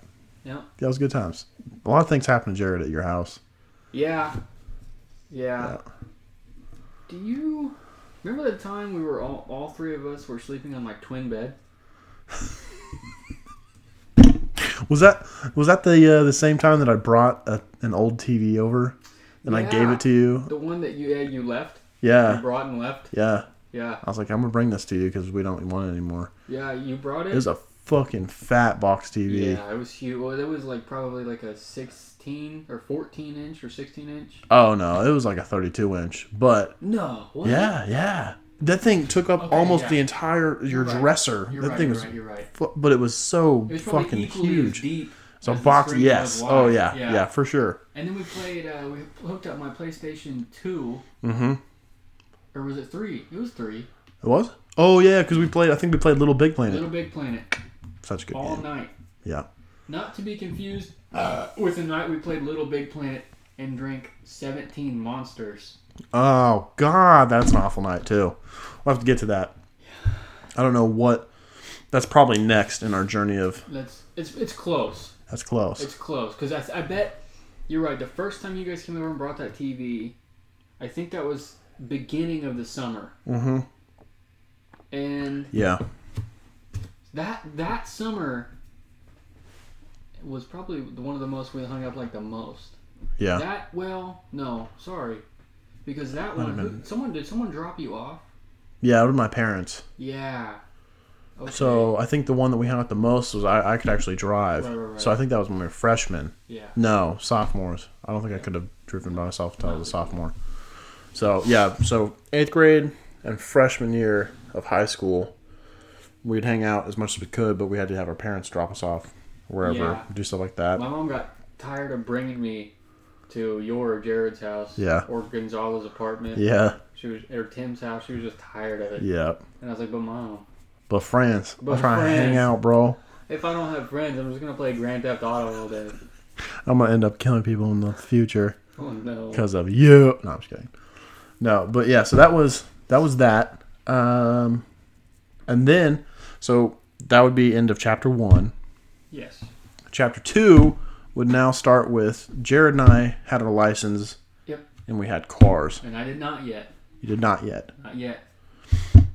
[SPEAKER 2] Yeah,
[SPEAKER 1] That was good times. A lot of things happened to Jared at your house.
[SPEAKER 2] yeah, yeah. Do you remember the time we were all all three of us were sleeping on like twin bed?
[SPEAKER 1] Was that was that the uh, the same time that I brought a, an old TV over and I gave
[SPEAKER 2] Yeah.
[SPEAKER 1] it to you?
[SPEAKER 2] The one that you yeah, you left, you
[SPEAKER 1] Yeah,
[SPEAKER 2] brought and left.
[SPEAKER 1] yeah.
[SPEAKER 2] Yeah,
[SPEAKER 1] I was like, I'm gonna bring this to you because we don't want it anymore.
[SPEAKER 2] yeah, you brought it.
[SPEAKER 1] It was a fucking fat box TV.
[SPEAKER 2] yeah, it was huge. Well, it was like probably like a sixteen or fourteen inch or sixteen inch.
[SPEAKER 1] Oh no, it was like a 32 inch, but
[SPEAKER 2] No, what?
[SPEAKER 1] Yeah, yeah. That thing took up
[SPEAKER 2] Okay,
[SPEAKER 1] almost
[SPEAKER 2] yeah.
[SPEAKER 1] the entire your
[SPEAKER 2] right.
[SPEAKER 1] dresser.
[SPEAKER 2] You're
[SPEAKER 1] that
[SPEAKER 2] right,
[SPEAKER 1] thing
[SPEAKER 2] you're
[SPEAKER 1] was,
[SPEAKER 2] right, you're right.
[SPEAKER 1] fu- but it was so
[SPEAKER 2] It was probably
[SPEAKER 1] fucking
[SPEAKER 2] equally as
[SPEAKER 1] huge.
[SPEAKER 2] deep.
[SPEAKER 1] So
[SPEAKER 2] as the
[SPEAKER 1] box,
[SPEAKER 2] screen
[SPEAKER 1] yes.
[SPEAKER 2] was
[SPEAKER 1] Oh
[SPEAKER 2] wide.
[SPEAKER 1] yeah, yeah, for sure.
[SPEAKER 2] And then we played. Uh, we hooked up my PlayStation Two,
[SPEAKER 1] Mm-hmm. It
[SPEAKER 2] or was it three? It was three.
[SPEAKER 1] was. Oh yeah, because we played. I think we played Little Big Planet.
[SPEAKER 2] Little Big Planet
[SPEAKER 1] Such a good
[SPEAKER 2] all
[SPEAKER 1] game.
[SPEAKER 2] night.
[SPEAKER 1] Yeah.
[SPEAKER 2] Not to be confused uh, with the night we played Little Big Planet and drank seventeen monsters.
[SPEAKER 1] Oh god, that's an awful night too. We'll have to get to that. I don't know what. That's probably next in our journey of.
[SPEAKER 2] That's it's it's close.
[SPEAKER 1] That's close.
[SPEAKER 2] It's close because I, I bet you're right. The first time you guys came over and brought that TV, I think that was beginning of the summer,
[SPEAKER 1] mm-hmm.
[SPEAKER 2] and
[SPEAKER 1] Yeah.
[SPEAKER 2] that that summer was probably one of the most we hung up like the most.
[SPEAKER 1] Yeah.
[SPEAKER 2] That well, no, sorry, because that one.
[SPEAKER 1] have
[SPEAKER 2] Who, someone did someone drop you off?
[SPEAKER 1] Yeah. With my parents.
[SPEAKER 2] Yeah. Okay.
[SPEAKER 1] So I think the one that we hung out the most was I, I could actually drive.
[SPEAKER 2] Right, right, right.
[SPEAKER 1] So I think that was when we were freshmen.
[SPEAKER 2] yeah,
[SPEAKER 1] No, sophomores. I don't think I could have driven by myself until I was a sophomore. So yeah, so eighth grade and freshman year of high school, we'd hang out as much as we could, but we had to have our parents drop us off wherever,
[SPEAKER 2] Yeah.
[SPEAKER 1] do stuff like that.
[SPEAKER 2] my mom got tired of bringing me to your or Jared's house.
[SPEAKER 1] Yeah.
[SPEAKER 2] Or Gonzalo's apartment.
[SPEAKER 1] Yeah,
[SPEAKER 2] She was or Tim's house. She was just tired of it.
[SPEAKER 1] yeah.
[SPEAKER 2] And I was like, but mom,
[SPEAKER 1] But friends,
[SPEAKER 2] But
[SPEAKER 1] I'm trying to hang
[SPEAKER 2] friends.
[SPEAKER 1] out, bro.
[SPEAKER 2] if I don't have friends, I'm just gonna play Grand Theft Auto all day.
[SPEAKER 1] I'm gonna end up killing people in the future.
[SPEAKER 2] Oh no.
[SPEAKER 1] because of you. No, I'm just kidding. No, but yeah, so that was that was that. Um, and then so that would be end of chapter one.
[SPEAKER 2] Yes.
[SPEAKER 1] Chapter two would now start with Jared and I had our license
[SPEAKER 2] Yep.
[SPEAKER 1] and we had cars.
[SPEAKER 2] And I did not yet.
[SPEAKER 1] You did not yet.
[SPEAKER 2] Not yet.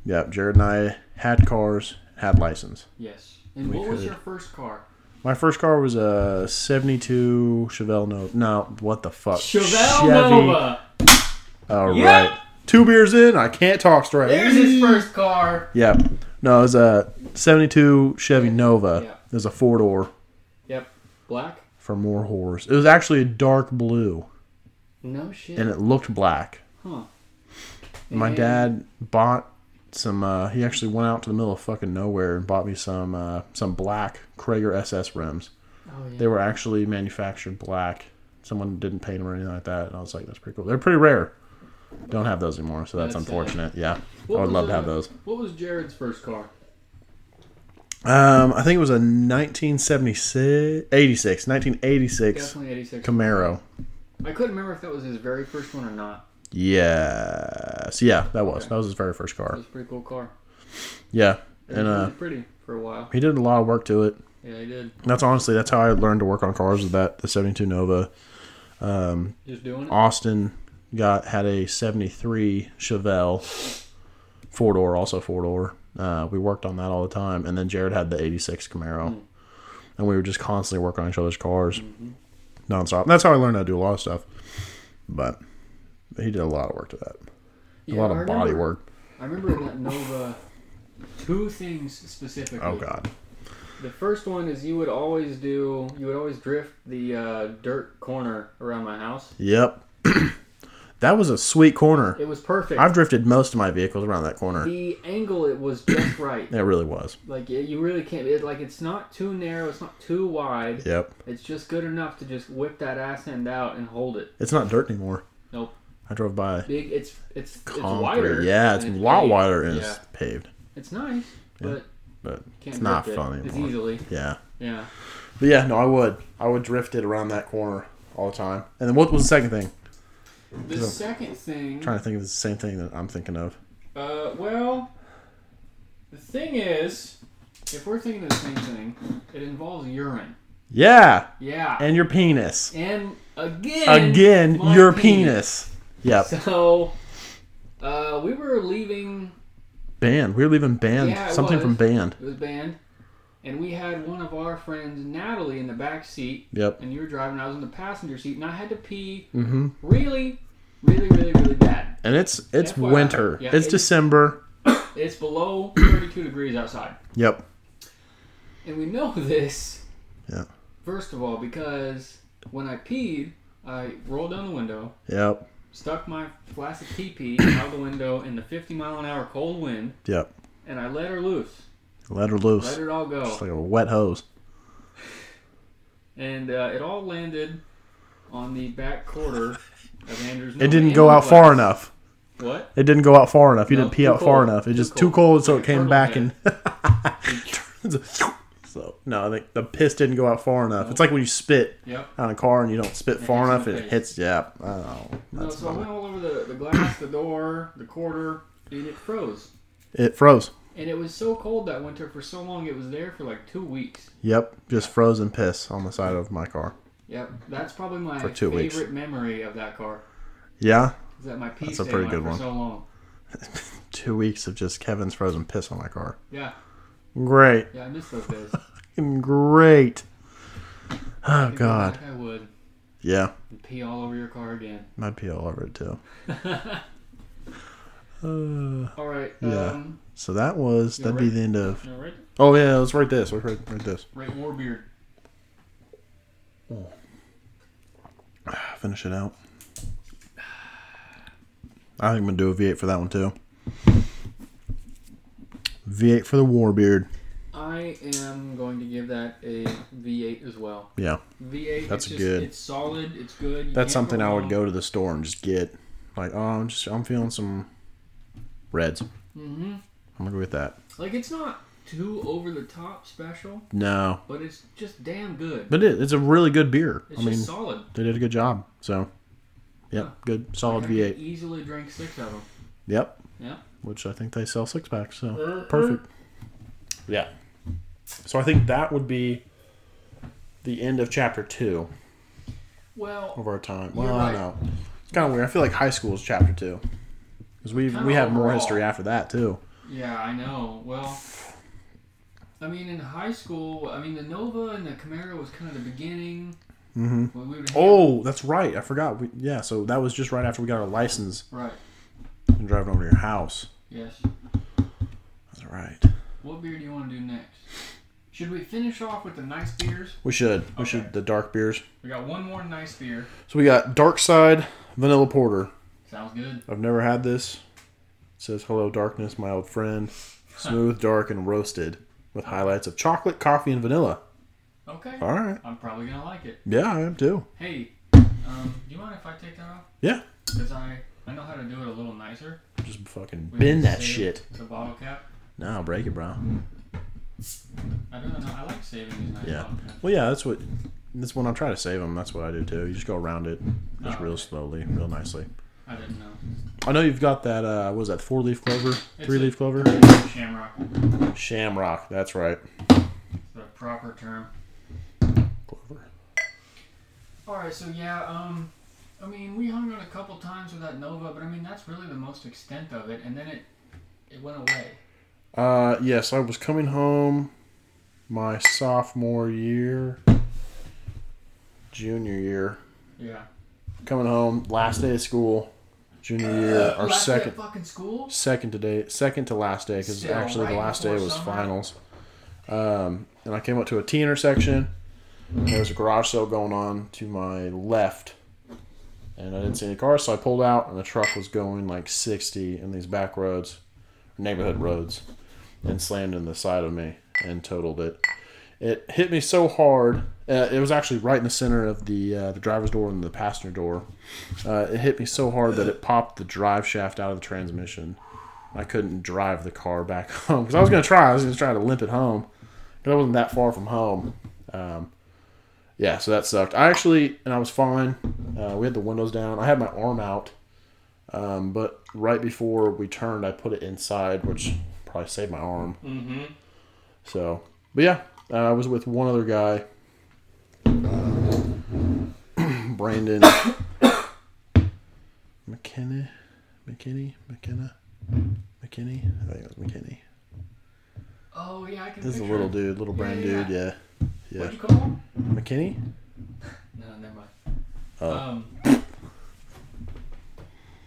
[SPEAKER 1] Yeah, Jared and I had cars, had license.
[SPEAKER 2] Yes. And
[SPEAKER 1] We
[SPEAKER 2] what was
[SPEAKER 1] could.
[SPEAKER 2] your first car?
[SPEAKER 1] My first car was a '72 Chevelle Nova. No, what the fuck?
[SPEAKER 2] Chevelle
[SPEAKER 1] Chevy.
[SPEAKER 2] Nova.
[SPEAKER 1] All
[SPEAKER 2] Yep.
[SPEAKER 1] right. Two beers in, I can't talk straight.
[SPEAKER 2] There's his first car.
[SPEAKER 1] Yeah. No, it was a 72 Chevy Nova.
[SPEAKER 2] Yeah.
[SPEAKER 1] It was a four door
[SPEAKER 2] Yep. Black.
[SPEAKER 1] for more horrors. It was actually a dark blue
[SPEAKER 2] No shit.
[SPEAKER 1] and it looked black.
[SPEAKER 2] huh.
[SPEAKER 1] My
[SPEAKER 2] And-
[SPEAKER 1] dad bought some, uh, he actually went out to the middle of fucking nowhere and bought me some, uh, some black Krager SS rims.
[SPEAKER 2] Oh yeah.
[SPEAKER 1] They were actually manufactured black. Someone didn't paint them or anything like that. And I was like, that's pretty cool. They're pretty rare. Don't have those anymore, so that's,
[SPEAKER 2] That's sad.
[SPEAKER 1] unfortunate. Yeah.
[SPEAKER 2] What
[SPEAKER 1] I would
[SPEAKER 2] was,
[SPEAKER 1] love to have
[SPEAKER 2] uh,
[SPEAKER 1] those.
[SPEAKER 2] What was Jared's first car?
[SPEAKER 1] Um, I think it was a 1976, 86, 1986
[SPEAKER 2] Definitely 86.
[SPEAKER 1] Camaro.
[SPEAKER 2] I couldn't remember if that was his very first one or not.
[SPEAKER 1] Yes, yeah, that was that was his very first
[SPEAKER 2] It
[SPEAKER 1] car.
[SPEAKER 2] was a pretty cool car.
[SPEAKER 1] Yeah,
[SPEAKER 2] It
[SPEAKER 1] and
[SPEAKER 2] was
[SPEAKER 1] uh,
[SPEAKER 2] really pretty for a while.
[SPEAKER 1] he did a lot of work to it.
[SPEAKER 2] Yeah, he did.
[SPEAKER 1] And That's honestly that's how I learned to work on cars. With that the 72 Nova. Um,
[SPEAKER 2] Just doing it.
[SPEAKER 1] Austin got had a '73 Chevelle, four door, also four door. Uh, we worked on that all the time, and then Jared had the '86 Camaro, and we were just constantly working on each other's cars, nonstop. That's how I learned how to do a lot of stuff, but he did a lot of work to that, a
[SPEAKER 2] Yeah,
[SPEAKER 1] lot
[SPEAKER 2] I
[SPEAKER 1] of
[SPEAKER 2] remember-
[SPEAKER 1] body work.
[SPEAKER 2] I remember that Nova. Two things specifically.
[SPEAKER 1] Oh God,
[SPEAKER 2] The first one is you would always do. You would always drift the uh, dirt corner around my house.
[SPEAKER 1] yep, that was a sweet corner.
[SPEAKER 2] It was perfect.
[SPEAKER 1] I've drifted most of my vehicles around that corner.
[SPEAKER 2] the angle it was just right.
[SPEAKER 1] It really was.
[SPEAKER 2] Like y- you really can't. It, like it's not too narrow. It's not too wide.
[SPEAKER 1] Yep,
[SPEAKER 2] It's just good enough to just whip that ass end out and hold it.
[SPEAKER 1] it's not dirt anymore.
[SPEAKER 2] Nope.
[SPEAKER 1] I drove by
[SPEAKER 2] Big. It's it's it's
[SPEAKER 1] concrete.
[SPEAKER 2] wider.
[SPEAKER 1] Yeah, it's a
[SPEAKER 2] and
[SPEAKER 1] lot
[SPEAKER 2] big.
[SPEAKER 1] wider and
[SPEAKER 2] Yeah.
[SPEAKER 1] it's paved,
[SPEAKER 2] It's nice, but
[SPEAKER 1] but
[SPEAKER 2] can't
[SPEAKER 1] it's not
[SPEAKER 2] drift it
[SPEAKER 1] fun
[SPEAKER 2] As
[SPEAKER 1] anymore.
[SPEAKER 2] easily.
[SPEAKER 1] Yeah,
[SPEAKER 2] Yeah.
[SPEAKER 1] but yeah, no, I would, I would drift it around that corner all the time. And then what was the second thing?
[SPEAKER 2] The
[SPEAKER 1] So-
[SPEAKER 2] second thing.
[SPEAKER 1] trying to think of the same thing that I'm thinking of.
[SPEAKER 2] Uh, well, the thing is, if we're thinking of the same thing, it involves urine.
[SPEAKER 1] Yeah,
[SPEAKER 2] Yeah.
[SPEAKER 1] and your penis
[SPEAKER 2] And again.
[SPEAKER 1] again,
[SPEAKER 2] my
[SPEAKER 1] your penis. Yep,
[SPEAKER 2] So, uh, we were leaving.
[SPEAKER 1] band. We were leaving band.
[SPEAKER 2] Yeah, it
[SPEAKER 1] Something from
[SPEAKER 2] was.
[SPEAKER 1] band.
[SPEAKER 2] It was band, and we had one of our friends, Natalie, in the back seat,
[SPEAKER 1] Yep.
[SPEAKER 2] and you were driving. I was in the passenger seat, and I had to pee
[SPEAKER 1] Mm-hmm.
[SPEAKER 2] really, really, really, really bad.
[SPEAKER 1] And it's it's
[SPEAKER 2] FYI.
[SPEAKER 1] winter.
[SPEAKER 2] Yeah,
[SPEAKER 1] it's
[SPEAKER 2] it-
[SPEAKER 1] December.
[SPEAKER 2] It's below 32 degrees outside.
[SPEAKER 1] Yep.
[SPEAKER 2] And we know this.
[SPEAKER 1] Yeah.
[SPEAKER 2] First of all, because when I peed, I rolled down the window,
[SPEAKER 1] Yep.
[SPEAKER 2] stuck my flaccid pee pee out the window in the 50 mile an hour cold wind,
[SPEAKER 1] Yep.
[SPEAKER 2] and I let her loose.
[SPEAKER 1] Let her loose.
[SPEAKER 2] Let it all
[SPEAKER 1] It's
[SPEAKER 2] go.
[SPEAKER 1] like a wet hose.
[SPEAKER 2] And uh, it all landed on the back quarter of Andrew's.
[SPEAKER 1] It didn't go out far enough.
[SPEAKER 2] What?
[SPEAKER 1] It didn't go out far enough. You
[SPEAKER 2] No,
[SPEAKER 1] didn't pee
[SPEAKER 2] too
[SPEAKER 1] out far
[SPEAKER 2] cold.
[SPEAKER 1] enough. It
[SPEAKER 2] Too
[SPEAKER 1] just
[SPEAKER 2] cold.
[SPEAKER 1] too cold, so it
[SPEAKER 2] Like a
[SPEAKER 1] came
[SPEAKER 2] turtle
[SPEAKER 1] back
[SPEAKER 2] head.
[SPEAKER 1] and. so no, I think the piss didn't go out far enough. It's like when you spit
[SPEAKER 2] Yep.
[SPEAKER 1] on a car and you don't spit far
[SPEAKER 2] hits in
[SPEAKER 1] enough,
[SPEAKER 2] the
[SPEAKER 1] it
[SPEAKER 2] face.
[SPEAKER 1] hits. Yeah, I know.
[SPEAKER 2] No,
[SPEAKER 1] That's
[SPEAKER 2] so I
[SPEAKER 1] fine.
[SPEAKER 2] went all over the, the glass, the door, the quarter, and it froze.
[SPEAKER 1] It froze.
[SPEAKER 2] And it was so cold that winter for so long, it was there for like two weeks.
[SPEAKER 1] Yep, just frozen piss on the side of my car.
[SPEAKER 2] Yep, that's probably my
[SPEAKER 1] For two
[SPEAKER 2] favorite
[SPEAKER 1] weeks.
[SPEAKER 2] memory of that car.
[SPEAKER 1] Yeah,
[SPEAKER 2] Is that my pee
[SPEAKER 1] That's a
[SPEAKER 2] stayed
[SPEAKER 1] pretty
[SPEAKER 2] on
[SPEAKER 1] good
[SPEAKER 2] for
[SPEAKER 1] one.
[SPEAKER 2] so long.
[SPEAKER 1] two weeks of just Kevin's frozen piss on my car.
[SPEAKER 2] Yeah,
[SPEAKER 1] Great,
[SPEAKER 2] yeah, I miss those days.
[SPEAKER 1] Oh, great. Oh
[SPEAKER 2] If I
[SPEAKER 1] God.
[SPEAKER 2] could, I would
[SPEAKER 1] Yeah,
[SPEAKER 2] and pee all over your car again.
[SPEAKER 1] might pee all over it too. Uh,
[SPEAKER 2] All right.
[SPEAKER 1] Yeah.
[SPEAKER 2] Um,
[SPEAKER 1] so that was
[SPEAKER 2] Yeah,
[SPEAKER 1] that'd be
[SPEAKER 2] right.
[SPEAKER 1] the end of
[SPEAKER 2] no, right,
[SPEAKER 1] Oh yeah, let's write this. Let's write, write this.
[SPEAKER 2] right, Warbeard.
[SPEAKER 1] Finish it out. I think I'm gonna do a V8 for that one too. V8 for the Warbeard.
[SPEAKER 2] I am going to give that a V8 as well.
[SPEAKER 1] Yeah,
[SPEAKER 2] V8.
[SPEAKER 1] That's
[SPEAKER 2] it's just,
[SPEAKER 1] good.
[SPEAKER 2] It's solid. It's good. you
[SPEAKER 1] that's
[SPEAKER 2] can't
[SPEAKER 1] something I would
[SPEAKER 2] wrong.
[SPEAKER 1] go to the store and just get. Like, oh, I'm just I'm feeling some reds. I'm
[SPEAKER 2] Mhm.
[SPEAKER 1] gonna go with that.
[SPEAKER 2] Like it's not too over the top special,
[SPEAKER 1] No,
[SPEAKER 2] but it's just damn good.
[SPEAKER 1] but it, it's a really good beer.
[SPEAKER 2] It's
[SPEAKER 1] I
[SPEAKER 2] just
[SPEAKER 1] mean,
[SPEAKER 2] solid.
[SPEAKER 1] they did a good job. So, yep,
[SPEAKER 2] Yeah.
[SPEAKER 1] good solid
[SPEAKER 2] I could
[SPEAKER 1] V8.
[SPEAKER 2] Easily drink six of them.
[SPEAKER 1] Yep.
[SPEAKER 2] Yeah.
[SPEAKER 1] Which I think they sell six packs, so
[SPEAKER 2] Mhm.
[SPEAKER 1] perfect. Yeah. So I think that would be the end of chapter two
[SPEAKER 2] Well,
[SPEAKER 1] of our time.
[SPEAKER 2] You're
[SPEAKER 1] Well,
[SPEAKER 2] right.
[SPEAKER 1] no, it's kind of weird. I feel like high school is chapter two because we
[SPEAKER 2] Kinda
[SPEAKER 1] we have more
[SPEAKER 2] overall.
[SPEAKER 1] history after that too.
[SPEAKER 2] yeah, I know. Well, I mean, in high school, I mean, the Nova and the Camaro was kind of the beginning.
[SPEAKER 1] Mm-hmm.
[SPEAKER 2] When we would have-
[SPEAKER 1] Oh, that's right. I forgot. We, yeah, so that was just right after we got our license
[SPEAKER 2] right.
[SPEAKER 1] and driving over to your house.
[SPEAKER 2] Yes.
[SPEAKER 1] That's right.
[SPEAKER 2] What beer do you want to do next? Should we finish off with the nice beers?
[SPEAKER 1] We should we
[SPEAKER 2] Okay.
[SPEAKER 1] should the dark beers.
[SPEAKER 2] We got one more nice beer.
[SPEAKER 1] So we got Dark Side Vanilla Porter.
[SPEAKER 2] Sounds good.
[SPEAKER 1] I've never had this. It says hello darkness, my old friend. Smooth, dark, and roasted with highlights of chocolate, coffee, and vanilla.
[SPEAKER 2] Okay.
[SPEAKER 1] All right.
[SPEAKER 2] I'm probably gonna like it.
[SPEAKER 1] Yeah, I am too.
[SPEAKER 2] Hey, um, do you mind if I take that off?
[SPEAKER 1] Yeah.
[SPEAKER 2] Cause I I know how to do it a little nicer.
[SPEAKER 1] Just fucking
[SPEAKER 2] We
[SPEAKER 1] bend
[SPEAKER 2] can
[SPEAKER 1] that
[SPEAKER 2] save
[SPEAKER 1] shit.
[SPEAKER 2] The bottle cap.
[SPEAKER 3] Mm.
[SPEAKER 1] No, break it, bro.
[SPEAKER 3] I don't know. I like saving these nights
[SPEAKER 1] Yeah.
[SPEAKER 3] off.
[SPEAKER 1] Well, yeah, that's what. That's when I try to save them. That's what I do too. You just go around it, just
[SPEAKER 3] Oh,
[SPEAKER 1] real
[SPEAKER 3] okay.
[SPEAKER 1] slowly, real nicely.
[SPEAKER 3] I didn't know.
[SPEAKER 1] I know you've got that. Uh, what was that four leaf clover,
[SPEAKER 3] It's
[SPEAKER 1] three
[SPEAKER 3] a-
[SPEAKER 1] leaf clover,
[SPEAKER 3] Shamrock,
[SPEAKER 1] shamrock? That's right.
[SPEAKER 3] the proper term.
[SPEAKER 1] Clover.
[SPEAKER 3] All right, so yeah, um, I mean, we hung out a couple times with that Nova, but I mean, that's really the most extent of it, and then it it went away.
[SPEAKER 1] Uh, yes, I was coming home my sophomore year, junior year.
[SPEAKER 3] Yeah.
[SPEAKER 1] Coming home last day of school, junior year, our
[SPEAKER 3] Last day of
[SPEAKER 1] second
[SPEAKER 3] fucking school.
[SPEAKER 1] second to day, second to last day because
[SPEAKER 3] Still
[SPEAKER 1] actually the
[SPEAKER 3] right
[SPEAKER 1] last day
[SPEAKER 3] before
[SPEAKER 1] was
[SPEAKER 3] summer.
[SPEAKER 1] finals. Um, and I came up to a T intersection. and There was a garage sale going on to my left, and I didn't see any cars, so I pulled out, and the truck was going like 60 in these back roads, neighborhood roads, and slammed in the side of me and totaled it. It hit me so hard. Uh, it was actually right in the center of the uh, the driver's door and the passenger door. Uh, it hit me so hard that it popped the drive shaft out of the transmission. I couldn't drive the car back home because I was gonna try. I was gonna try to limp it home because I wasn't that far from home. Um, yeah, so that sucked. I actually and I was fine. Uh, we had the windows down. I had my arm out, um, but right before we turned, I put it inside, which probably saved my arm.
[SPEAKER 3] Mm-hmm.
[SPEAKER 1] So, but yeah, uh, I was with one other guy, uh, Brandon McKinney, McKinney, McKenna, McKinney. I think it was McKinney.
[SPEAKER 3] Oh yeah, I can.
[SPEAKER 1] This is a
[SPEAKER 3] picture
[SPEAKER 1] little
[SPEAKER 3] him.
[SPEAKER 1] dude, little brand
[SPEAKER 3] Yeah, yeah,
[SPEAKER 1] dude. Yeah, yeah.
[SPEAKER 3] What'd you call him?
[SPEAKER 1] McKinney.
[SPEAKER 3] No, never mind.
[SPEAKER 1] Oh.
[SPEAKER 3] Um,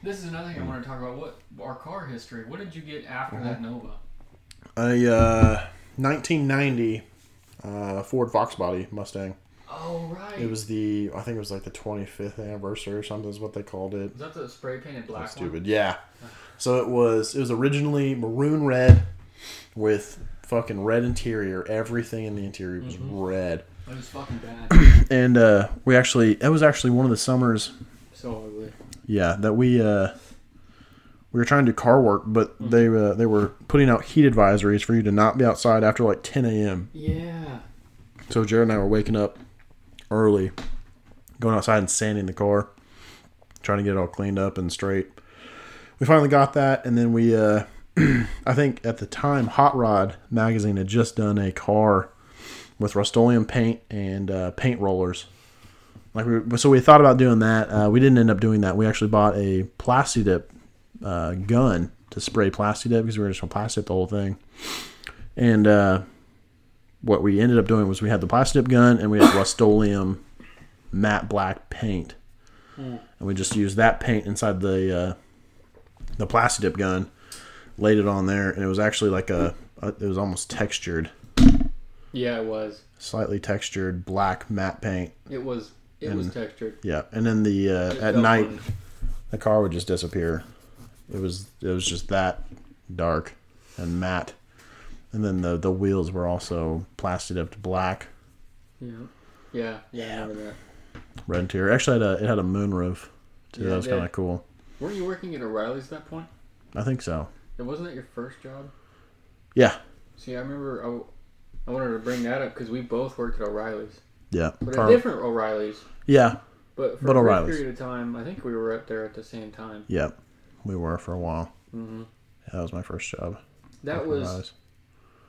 [SPEAKER 3] this is another thing I wanted to talk about. What our car history? What did you get after
[SPEAKER 1] Uh-huh.
[SPEAKER 3] that Nova?
[SPEAKER 1] A uh, 1990 uh, Ford Fox body Mustang.
[SPEAKER 3] Oh right.
[SPEAKER 1] It was the I think it was like the 25th anniversary or something is what they called it.
[SPEAKER 3] Is that the spray painted black
[SPEAKER 1] Stupid, yeah. So it was it was originally maroon red with fucking red interior. Everything in the interior was
[SPEAKER 3] Mm-hmm.
[SPEAKER 1] red.
[SPEAKER 3] one? It was fucking bad.
[SPEAKER 1] And uh, we actually that was actually one of the summers
[SPEAKER 2] So ugly.
[SPEAKER 1] Yeah, that we uh, we were trying to do car work, but they uh, they were putting out heat advisories for you to not be outside after like 10 a.m.
[SPEAKER 2] Yeah.
[SPEAKER 1] So Jared and I were waking up early, going outside and sanding the car, trying to get it all cleaned up and straight. We finally got that, and then we uh, I think at the time Hot Rod magazine had just done a car with Rust-Oleum paint and uh, paint rollers. Like we, so we thought about doing that. Uh, we didn't end up doing that. We actually bought a Plastidip uh, gun to spray Plastidip because we were just gonna Plastidip the whole thing. And uh, what we ended up doing was we had the Plastidip gun and we had Rust-Oleum matte black paint, and we just used that paint inside the uh, the Plastidip gun, laid it on there, and it was actually like a, a it was almost textured
[SPEAKER 2] Yeah, it was.
[SPEAKER 1] slightly textured black matte paint.
[SPEAKER 2] It was. It was
[SPEAKER 1] And-
[SPEAKER 2] textured.
[SPEAKER 1] Yeah, and then the uh,
[SPEAKER 2] It
[SPEAKER 1] at
[SPEAKER 2] felt
[SPEAKER 1] night
[SPEAKER 2] funny.
[SPEAKER 1] the car would just disappear. It was it was just that dark and matte, and then the the wheels were also plastered up to black,
[SPEAKER 2] Yeah. Yeah. Yeah. I remember that.
[SPEAKER 1] red interior. Actually, it had a, it had a moonroof too.
[SPEAKER 2] Yeah,
[SPEAKER 1] that
[SPEAKER 2] it
[SPEAKER 1] was kind of
[SPEAKER 2] did.
[SPEAKER 1] cool.
[SPEAKER 2] Weren't you working at O'Reilly's at that point?
[SPEAKER 1] I think so.
[SPEAKER 2] It wasn't that your first job.
[SPEAKER 1] Yeah,
[SPEAKER 2] See, I remember. I, I wanted to bring that up because we both worked at O'Reilly's,
[SPEAKER 1] yeah,
[SPEAKER 2] but
[SPEAKER 1] Car-
[SPEAKER 2] at different O'Reilly's.
[SPEAKER 1] yeah,
[SPEAKER 2] But for
[SPEAKER 1] But
[SPEAKER 2] a brief
[SPEAKER 1] O'Reilly's.
[SPEAKER 2] period of time, I think we were up there at the same time.
[SPEAKER 1] yeah. We were for a while.
[SPEAKER 2] hmm
[SPEAKER 1] That was my first job.
[SPEAKER 2] That
[SPEAKER 1] Fucking
[SPEAKER 2] was
[SPEAKER 1] lies.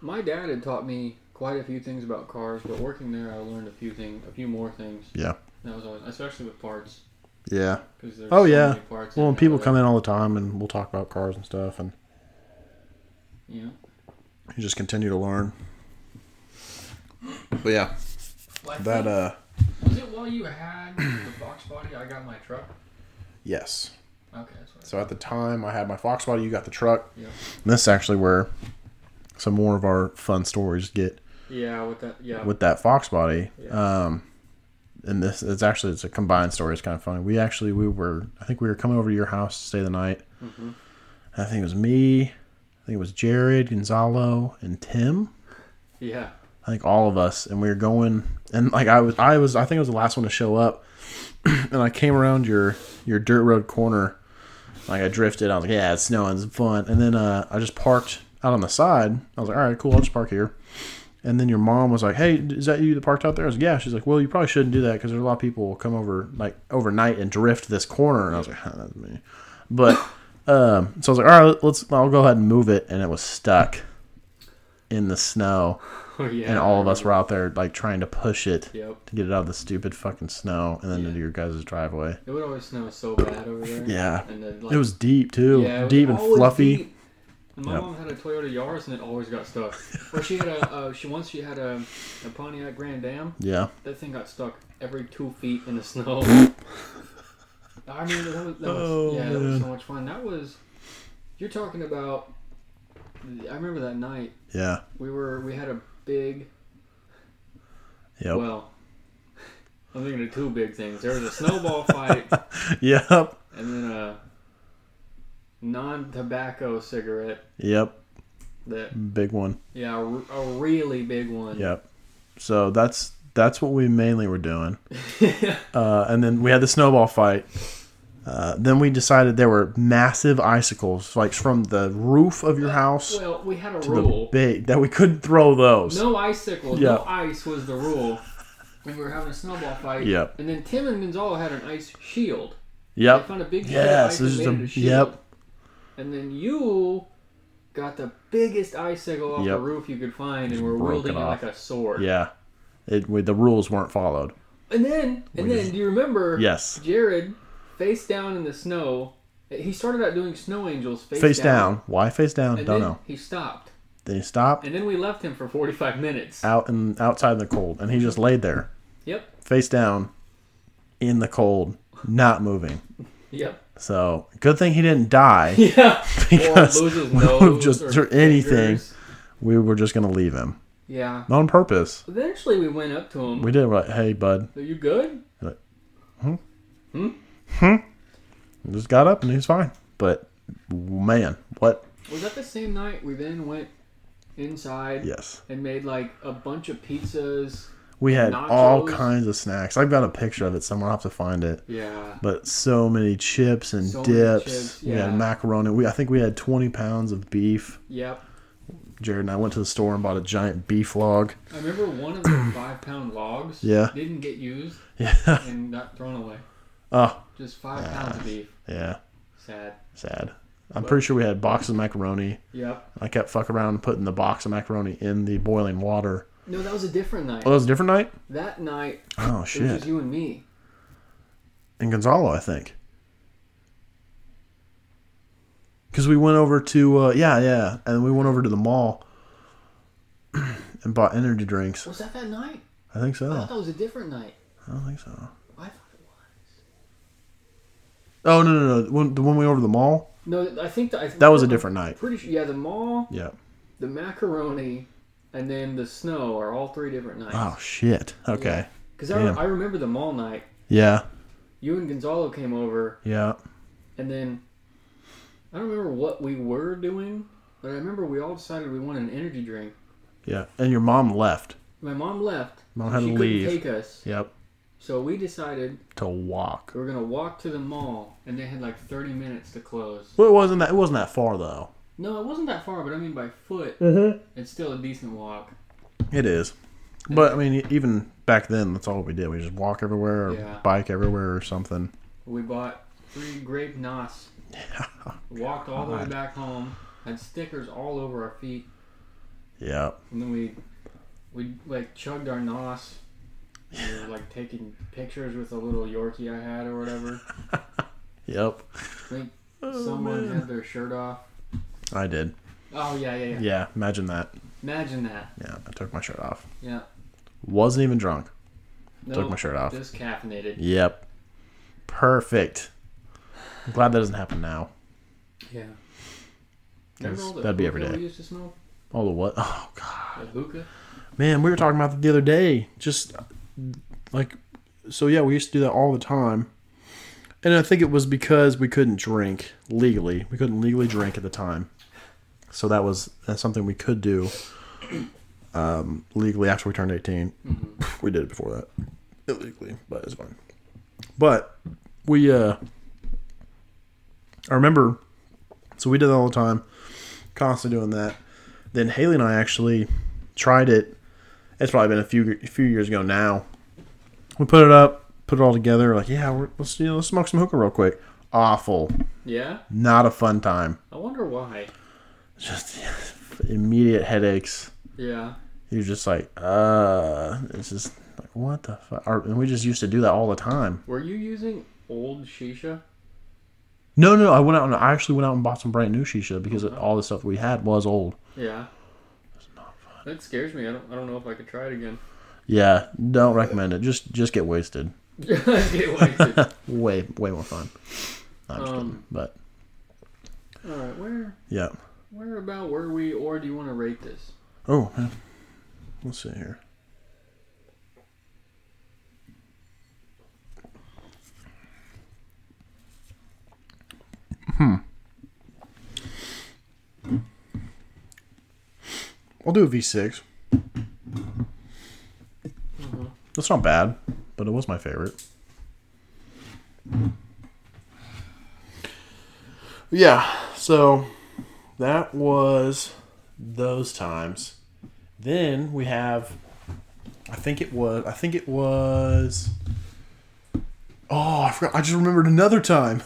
[SPEAKER 2] my dad had taught me quite a few things about cars, but working there, I learned a few things, a few more things.
[SPEAKER 1] Yeah.
[SPEAKER 2] That was always, especially with parts.
[SPEAKER 1] yeah.
[SPEAKER 3] 'cause there's so
[SPEAKER 1] Oh, yeah.
[SPEAKER 3] many parts
[SPEAKER 1] Well,
[SPEAKER 3] in
[SPEAKER 1] and
[SPEAKER 3] there
[SPEAKER 1] people
[SPEAKER 3] that-
[SPEAKER 1] come in all the time, and we'll talk about cars and stuff, and
[SPEAKER 2] Yeah.
[SPEAKER 1] you just continue to learn. But yeah,
[SPEAKER 3] Well, I
[SPEAKER 1] that
[SPEAKER 3] think-
[SPEAKER 1] uh,
[SPEAKER 3] was it while you had the box body? I got my truck.
[SPEAKER 1] yes.
[SPEAKER 3] Okay, that's what. I-
[SPEAKER 1] So at the time, I had my Fox body. You got the truck.
[SPEAKER 3] Yeah.
[SPEAKER 1] And this is actually where some more of our fun stories get
[SPEAKER 2] Yeah. With that. Yeah.
[SPEAKER 1] with that Fox body.
[SPEAKER 2] Yeah.
[SPEAKER 1] Um, and this it's actually it's a combined story. It's kind of funny. We actually we were I think we were coming over to your house to stay the night.
[SPEAKER 2] Mhm.
[SPEAKER 1] I think it was me. I think it was Jared, Gonzalo, and Tim.
[SPEAKER 2] yeah.
[SPEAKER 1] I think all of us, and we were going, and like I was, I was, I think I was the last one to show up, and I came around your your dirt road corner, like I drifted. I was like, yeah, it's snowing, it's fun, and then uh, I just parked out on the side. I was like, all right, cool, I'll just park here. And then your mom was like, hey, is that you that parked out there? I was like, yeah. She's like, well, you probably shouldn't do that because there are a lot of people will come over like overnight and drift this corner. And I was like, huh, that's me. But um, so I was like, all right, let's. I'll go ahead and move it, and it was stuck in the snow,
[SPEAKER 2] Oh yeah.
[SPEAKER 1] and all of us were out there like trying to push it
[SPEAKER 2] Yep.
[SPEAKER 1] to get it out of the stupid fucking snow, and then
[SPEAKER 2] Yeah.
[SPEAKER 1] into your guys' driveway.
[SPEAKER 2] It would always snow so bad over there.
[SPEAKER 1] Yeah.
[SPEAKER 2] And then, like,
[SPEAKER 1] It was deep too,
[SPEAKER 2] Yeah, it was
[SPEAKER 1] deep and
[SPEAKER 2] always
[SPEAKER 1] fluffy.
[SPEAKER 2] deep. And my
[SPEAKER 1] Yep.
[SPEAKER 2] mom had a Toyota Yaris and it always got stuck. Or she had a uh, she once she had a, a Pontiac Grand Am.
[SPEAKER 1] Yeah,
[SPEAKER 2] That thing got stuck every two feet in the snow. I mean, that was, that was
[SPEAKER 1] Oh,
[SPEAKER 2] yeah, that was
[SPEAKER 1] man.
[SPEAKER 2] so much fun. That was you're talking about. I remember that night
[SPEAKER 1] yeah,
[SPEAKER 2] we were we had a big
[SPEAKER 1] yep,
[SPEAKER 2] well. I'm thinking of two big things. There was a snowball fight
[SPEAKER 1] yep,
[SPEAKER 2] and then a non-tobacco cigarette
[SPEAKER 1] yep.
[SPEAKER 2] that
[SPEAKER 1] Big one.
[SPEAKER 2] Yeah, a, r- a really big one.
[SPEAKER 1] Yep. So that's that's what we mainly were doing. uh, and then we had the snowball fight. Uh, then we decided there were massive icicles, like from the roof of your house
[SPEAKER 2] Well, we had a
[SPEAKER 1] to the
[SPEAKER 2] rule.
[SPEAKER 1] bait, that we couldn't throw those.
[SPEAKER 2] No icicles,
[SPEAKER 1] Yeah.
[SPEAKER 2] no ice was the rule. And we were having a snowball fight.
[SPEAKER 1] Yep.
[SPEAKER 2] And then Tim and Gonzalo had an ice shield. They
[SPEAKER 1] Yep.
[SPEAKER 2] found a big sheet
[SPEAKER 1] Yes,
[SPEAKER 2] of
[SPEAKER 1] this
[SPEAKER 2] ice
[SPEAKER 1] is
[SPEAKER 2] and
[SPEAKER 1] a-
[SPEAKER 2] made it a shield.
[SPEAKER 1] yep.
[SPEAKER 2] And then you got the biggest icicle off
[SPEAKER 1] Yep.
[SPEAKER 2] the roof you could find and were
[SPEAKER 1] broke
[SPEAKER 2] wielding
[SPEAKER 1] it
[SPEAKER 2] it
[SPEAKER 1] off.
[SPEAKER 2] like a sword.
[SPEAKER 1] Yeah. It, we, the rules weren't followed.
[SPEAKER 2] And then, and
[SPEAKER 1] We
[SPEAKER 2] then,
[SPEAKER 1] just-
[SPEAKER 2] do you remember?
[SPEAKER 1] Yes.
[SPEAKER 2] Jared, face down in the snow. He started out doing snow angels face,
[SPEAKER 1] Face down. Why face down?
[SPEAKER 2] And
[SPEAKER 1] Don't
[SPEAKER 2] then
[SPEAKER 1] know.
[SPEAKER 2] he stopped.
[SPEAKER 1] They stopped
[SPEAKER 2] And then we left him for 45 minutes.
[SPEAKER 1] out and outside in the cold, and he just laid there,
[SPEAKER 2] Yep.
[SPEAKER 1] face down, in the cold, not moving.
[SPEAKER 2] Yep.
[SPEAKER 1] So good thing he didn't die.
[SPEAKER 2] Yeah.
[SPEAKER 1] Because
[SPEAKER 2] or loses
[SPEAKER 1] we
[SPEAKER 2] nose
[SPEAKER 1] would've just- or anything.
[SPEAKER 2] fingers.
[SPEAKER 1] we were just gonna leave him
[SPEAKER 2] Yeah.
[SPEAKER 1] on purpose.
[SPEAKER 2] Eventually, we went up to him.
[SPEAKER 1] We did like, hey bud,
[SPEAKER 2] Are you good?
[SPEAKER 1] and just got up and he's fine. But man, what?
[SPEAKER 2] Was that the same night we then went inside
[SPEAKER 1] Yes,
[SPEAKER 2] and made like a bunch of pizzas?
[SPEAKER 1] we had all
[SPEAKER 2] Nachos.
[SPEAKER 1] kinds of snacks. I've got a picture of it somewhere. I will have to find it.
[SPEAKER 2] Yeah.
[SPEAKER 1] But so many chips and
[SPEAKER 2] So many
[SPEAKER 1] dips.
[SPEAKER 2] chips,
[SPEAKER 1] We had
[SPEAKER 2] yeah.
[SPEAKER 1] macaroni. We I think we had twenty pounds of beef.
[SPEAKER 2] Yep.
[SPEAKER 1] Jared and I went to the store and bought a giant beef log.
[SPEAKER 2] I remember one of the five pound logs
[SPEAKER 1] Yeah.
[SPEAKER 2] didn't get used
[SPEAKER 1] Yeah.
[SPEAKER 2] and got thrown away.
[SPEAKER 1] Oh
[SPEAKER 2] Just five pounds of beef.
[SPEAKER 1] yeah.
[SPEAKER 2] Sad.
[SPEAKER 1] Sad. I'm pretty sure we had boxes of macaroni.
[SPEAKER 2] Yep.
[SPEAKER 1] I kept fuck around and putting the box of macaroni in the boiling water.
[SPEAKER 2] No, that was a different night.
[SPEAKER 1] Oh, that was a different night.
[SPEAKER 2] That night,
[SPEAKER 1] Oh
[SPEAKER 2] it was
[SPEAKER 1] shit.
[SPEAKER 2] just you and me.
[SPEAKER 1] and Gonzalo, I think. Because we went over to uh, yeah, yeah, and we went over to the mall and bought energy drinks.
[SPEAKER 2] Was that that night?
[SPEAKER 1] I think
[SPEAKER 2] I thought
[SPEAKER 1] so.
[SPEAKER 2] that was a different night.
[SPEAKER 1] I don't think so.
[SPEAKER 2] I thought
[SPEAKER 1] Oh no, no, no! When, the one we over to the mall,
[SPEAKER 2] No, I think that, I,
[SPEAKER 1] that was a different night.
[SPEAKER 2] Pretty sure, yeah. The mall,
[SPEAKER 1] Yeah.
[SPEAKER 2] the macaroni, and then the snow are all three different
[SPEAKER 1] Oh
[SPEAKER 2] nights.
[SPEAKER 1] shit. Okay.
[SPEAKER 2] Because
[SPEAKER 1] damn.
[SPEAKER 2] I, I remember the mall night.
[SPEAKER 1] Yeah.
[SPEAKER 2] You and Gonzalo came over,
[SPEAKER 1] Yeah.
[SPEAKER 2] and then I don't remember what we were doing, but I remember we all decided we wanted an energy drink.
[SPEAKER 1] Yeah. And your mom left.
[SPEAKER 2] My mom left.
[SPEAKER 1] Mom had
[SPEAKER 2] she
[SPEAKER 1] to
[SPEAKER 2] couldn't
[SPEAKER 1] leave.
[SPEAKER 2] Take us,
[SPEAKER 1] Yep.
[SPEAKER 2] so we decided
[SPEAKER 1] To walk.
[SPEAKER 2] we were gonna walk to the mall, and they had like 30 minutes to close.
[SPEAKER 1] Well, it wasn't that. It wasn't that far though.
[SPEAKER 2] No, it wasn't that far, but I mean by foot,
[SPEAKER 1] Mm-hmm.
[SPEAKER 2] it's still a decent walk.
[SPEAKER 1] It is. But I mean, e-, even back then, that's all we did. We just walk everywhere, or
[SPEAKER 2] Yeah.
[SPEAKER 1] bike everywhere, or something.
[SPEAKER 2] We bought three grape nos. Walked all the way
[SPEAKER 1] God.
[SPEAKER 2] back home. Had stickers all over our feet,
[SPEAKER 1] Yeah.
[SPEAKER 2] and then we we like chugged our nos. and We were like taking pictures with a little Yorkie I had or whatever.
[SPEAKER 1] Yep. Oh,
[SPEAKER 2] I think someone
[SPEAKER 1] man.
[SPEAKER 2] had their shirt off.
[SPEAKER 1] I did.
[SPEAKER 2] Oh yeah, yeah, yeah.
[SPEAKER 1] Yeah, imagine that.
[SPEAKER 2] Imagine that.
[SPEAKER 1] Yeah, I took my shirt off.
[SPEAKER 2] Yeah.
[SPEAKER 1] Wasn't even drunk.
[SPEAKER 2] No,
[SPEAKER 1] Took my shirt off.
[SPEAKER 2] Just caffeinated.
[SPEAKER 1] Yep. Perfect. I'm glad that doesn't happen now.
[SPEAKER 2] Yeah.
[SPEAKER 1] Yes,
[SPEAKER 2] Remember all the
[SPEAKER 1] that'd be every
[SPEAKER 2] hookah
[SPEAKER 1] day.
[SPEAKER 2] We used to smoke
[SPEAKER 1] All the what? Oh god.
[SPEAKER 2] the hookah.
[SPEAKER 1] Man, we were talking about that the other day. Just like so yeah, we used to do that all the time. And I think it was because we couldn't drink legally. We couldn't legally drink at the time. So that was that's something we could do um, legally after we turned 18. We did it before that illegally, but it's fine. But we uh I remember so we did that all the time, constantly doing that. then Haley and I actually tried it. It's probably been a few a few years ago now. We put it up, put it all together. Like, yeah, we're, let's you know, let's smoke some hookah real quick. Awful,
[SPEAKER 2] Yeah,
[SPEAKER 1] not a fun time.
[SPEAKER 2] I wonder why.
[SPEAKER 1] Just immediate headaches.
[SPEAKER 2] Yeah,
[SPEAKER 1] You're just like, uh, it's just like what the fuck. And we just used to do that all the time.
[SPEAKER 2] were you using old shisha?
[SPEAKER 1] No, no, I went out and I actually went out and bought some brand new shisha because all the stuff we had was old.
[SPEAKER 2] Yeah. That scares me. I don't. I don't know if I could try it again.
[SPEAKER 1] Yeah, don't recommend it. Just just get wasted.
[SPEAKER 2] Get wasted.
[SPEAKER 1] way way more fun. Not just kidding,
[SPEAKER 2] Um,
[SPEAKER 1] but
[SPEAKER 2] All right, where
[SPEAKER 1] yeah.
[SPEAKER 2] where about were we, or do you want to rate this?
[SPEAKER 1] Oh, man. let's see here. Hmm. I'll do a V6. That's not bad, but it was my favorite. Yeah, so that was those times. Then we have, I think it was, I think it was. Oh, I forgot. I just remembered another time.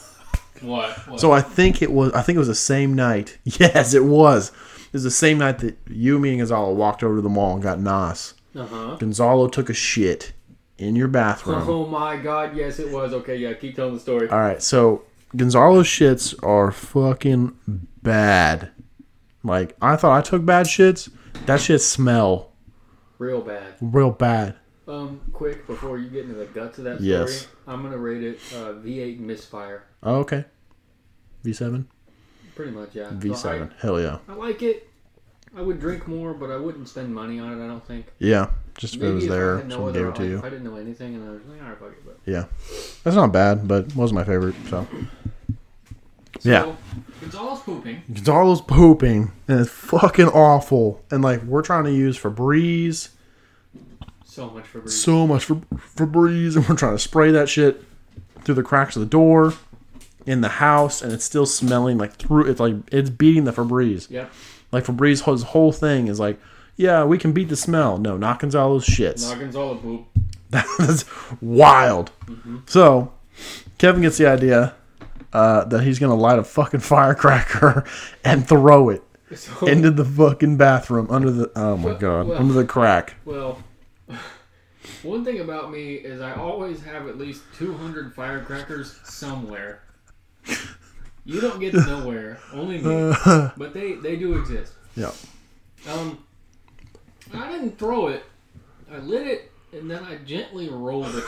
[SPEAKER 3] What? what?
[SPEAKER 1] So I think it was. I think it was the same night. Yes, it was. It was the same night that you, me, and Gonzalo walked over to the mall and got Nas.
[SPEAKER 2] Uh
[SPEAKER 1] Uh-huh.
[SPEAKER 2] huh.
[SPEAKER 1] Gonzalo took a shit in your bathroom.
[SPEAKER 3] Uh-huh.
[SPEAKER 2] Oh my God! Yes, it was. Okay, yeah. Keep telling the story.
[SPEAKER 1] All right, so Gonzalo's shits are fucking bad. Like I thought I took bad shits. That shit smell
[SPEAKER 2] Real bad.
[SPEAKER 1] real bad.
[SPEAKER 2] Um, quick before you get into the guts of that story,
[SPEAKER 1] Yes.
[SPEAKER 2] I'm gonna rate it uh, V8 misfire.
[SPEAKER 1] Oh, okay. V7?
[SPEAKER 2] Pretty much, yeah. So
[SPEAKER 1] V7. Hell yeah.
[SPEAKER 2] I, I like it. I would drink more, but I wouldn't spend money on it. I don't think.
[SPEAKER 1] Yeah. Just if it was
[SPEAKER 2] I
[SPEAKER 1] there,
[SPEAKER 2] had no
[SPEAKER 1] someone
[SPEAKER 2] other
[SPEAKER 1] gave it to
[SPEAKER 2] op-
[SPEAKER 1] you.
[SPEAKER 2] I didn't know anything, and I was like, all right, fuck it. But
[SPEAKER 1] That's not bad, but it wasn't my favorite. So yeah.
[SPEAKER 3] Gonzalo's pooping.
[SPEAKER 1] Gonzalo's pooping, and it's fucking awful. And like we're trying to use Febreze,
[SPEAKER 2] so much for breathing.
[SPEAKER 1] so much for Febreze, and we're trying to spray that shit through the cracks of the door, in the house, and it's still smelling like through. It's like it's beating the Febreze.
[SPEAKER 2] Yep.
[SPEAKER 1] Like Febreze, his whole thing is like, yeah, we can beat the smell. No, not Gonzalo's shits.
[SPEAKER 2] Not Gonzalo poop.
[SPEAKER 1] That's wild.
[SPEAKER 2] Mm-hmm.
[SPEAKER 1] So, Kevin gets the idea uh, that he's going to light a fucking firecracker and throw it
[SPEAKER 2] So,
[SPEAKER 1] into the fucking bathroom under the oh my
[SPEAKER 2] Well,
[SPEAKER 1] god
[SPEAKER 2] well.
[SPEAKER 1] under the crack.
[SPEAKER 2] well, one thing about me is I always have at least 200 firecrackers somewhere. You don't get to nowhere, only me. But they they do exist.
[SPEAKER 1] Yeah.
[SPEAKER 2] Um, I didn't throw it. I lit it and then I gently rolled it.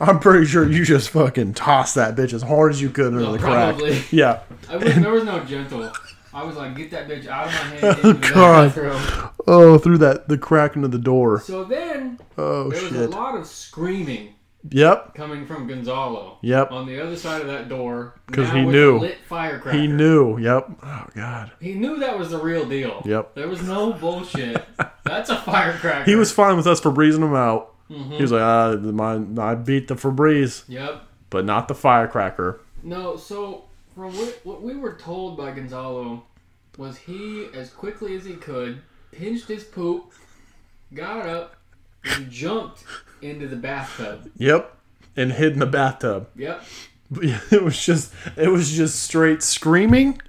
[SPEAKER 1] I'm pretty sure you just fucking tossed that bitch as hard as you could under
[SPEAKER 2] No,
[SPEAKER 1] the
[SPEAKER 2] probably.
[SPEAKER 1] crack. Yeah.
[SPEAKER 2] I was, there was no gentle. I was like, get that bitch out of my hand. Into the
[SPEAKER 1] God.
[SPEAKER 2] bathroom.
[SPEAKER 1] Oh, through that the crack into the door.
[SPEAKER 2] So then
[SPEAKER 1] Oh
[SPEAKER 2] there was a
[SPEAKER 1] shit.
[SPEAKER 2] lot of screaming
[SPEAKER 1] Yep.
[SPEAKER 2] coming from Gonzalo.
[SPEAKER 1] Yep.
[SPEAKER 2] On the other side of that door,
[SPEAKER 1] 'Cause
[SPEAKER 2] now
[SPEAKER 1] he
[SPEAKER 2] with
[SPEAKER 1] knew.
[SPEAKER 2] lit firecracker.
[SPEAKER 1] He knew. Yep. Oh god.
[SPEAKER 2] He knew that was the real deal.
[SPEAKER 1] Yep.
[SPEAKER 2] There was no bullshit. That's a firecracker.
[SPEAKER 1] He was fine with us for breezing him out. He was like, ah, my, I beat the Febreze,
[SPEAKER 2] Yep.
[SPEAKER 1] but not the firecracker.
[SPEAKER 2] No. So from what, what we were told by Gonzalo was he, as quickly as he could, pinched his poop, got up, and jumped into the bathtub.
[SPEAKER 1] Yep. And hid in the bathtub.
[SPEAKER 2] Yep.
[SPEAKER 1] But yeah, It was just it was just straight screaming,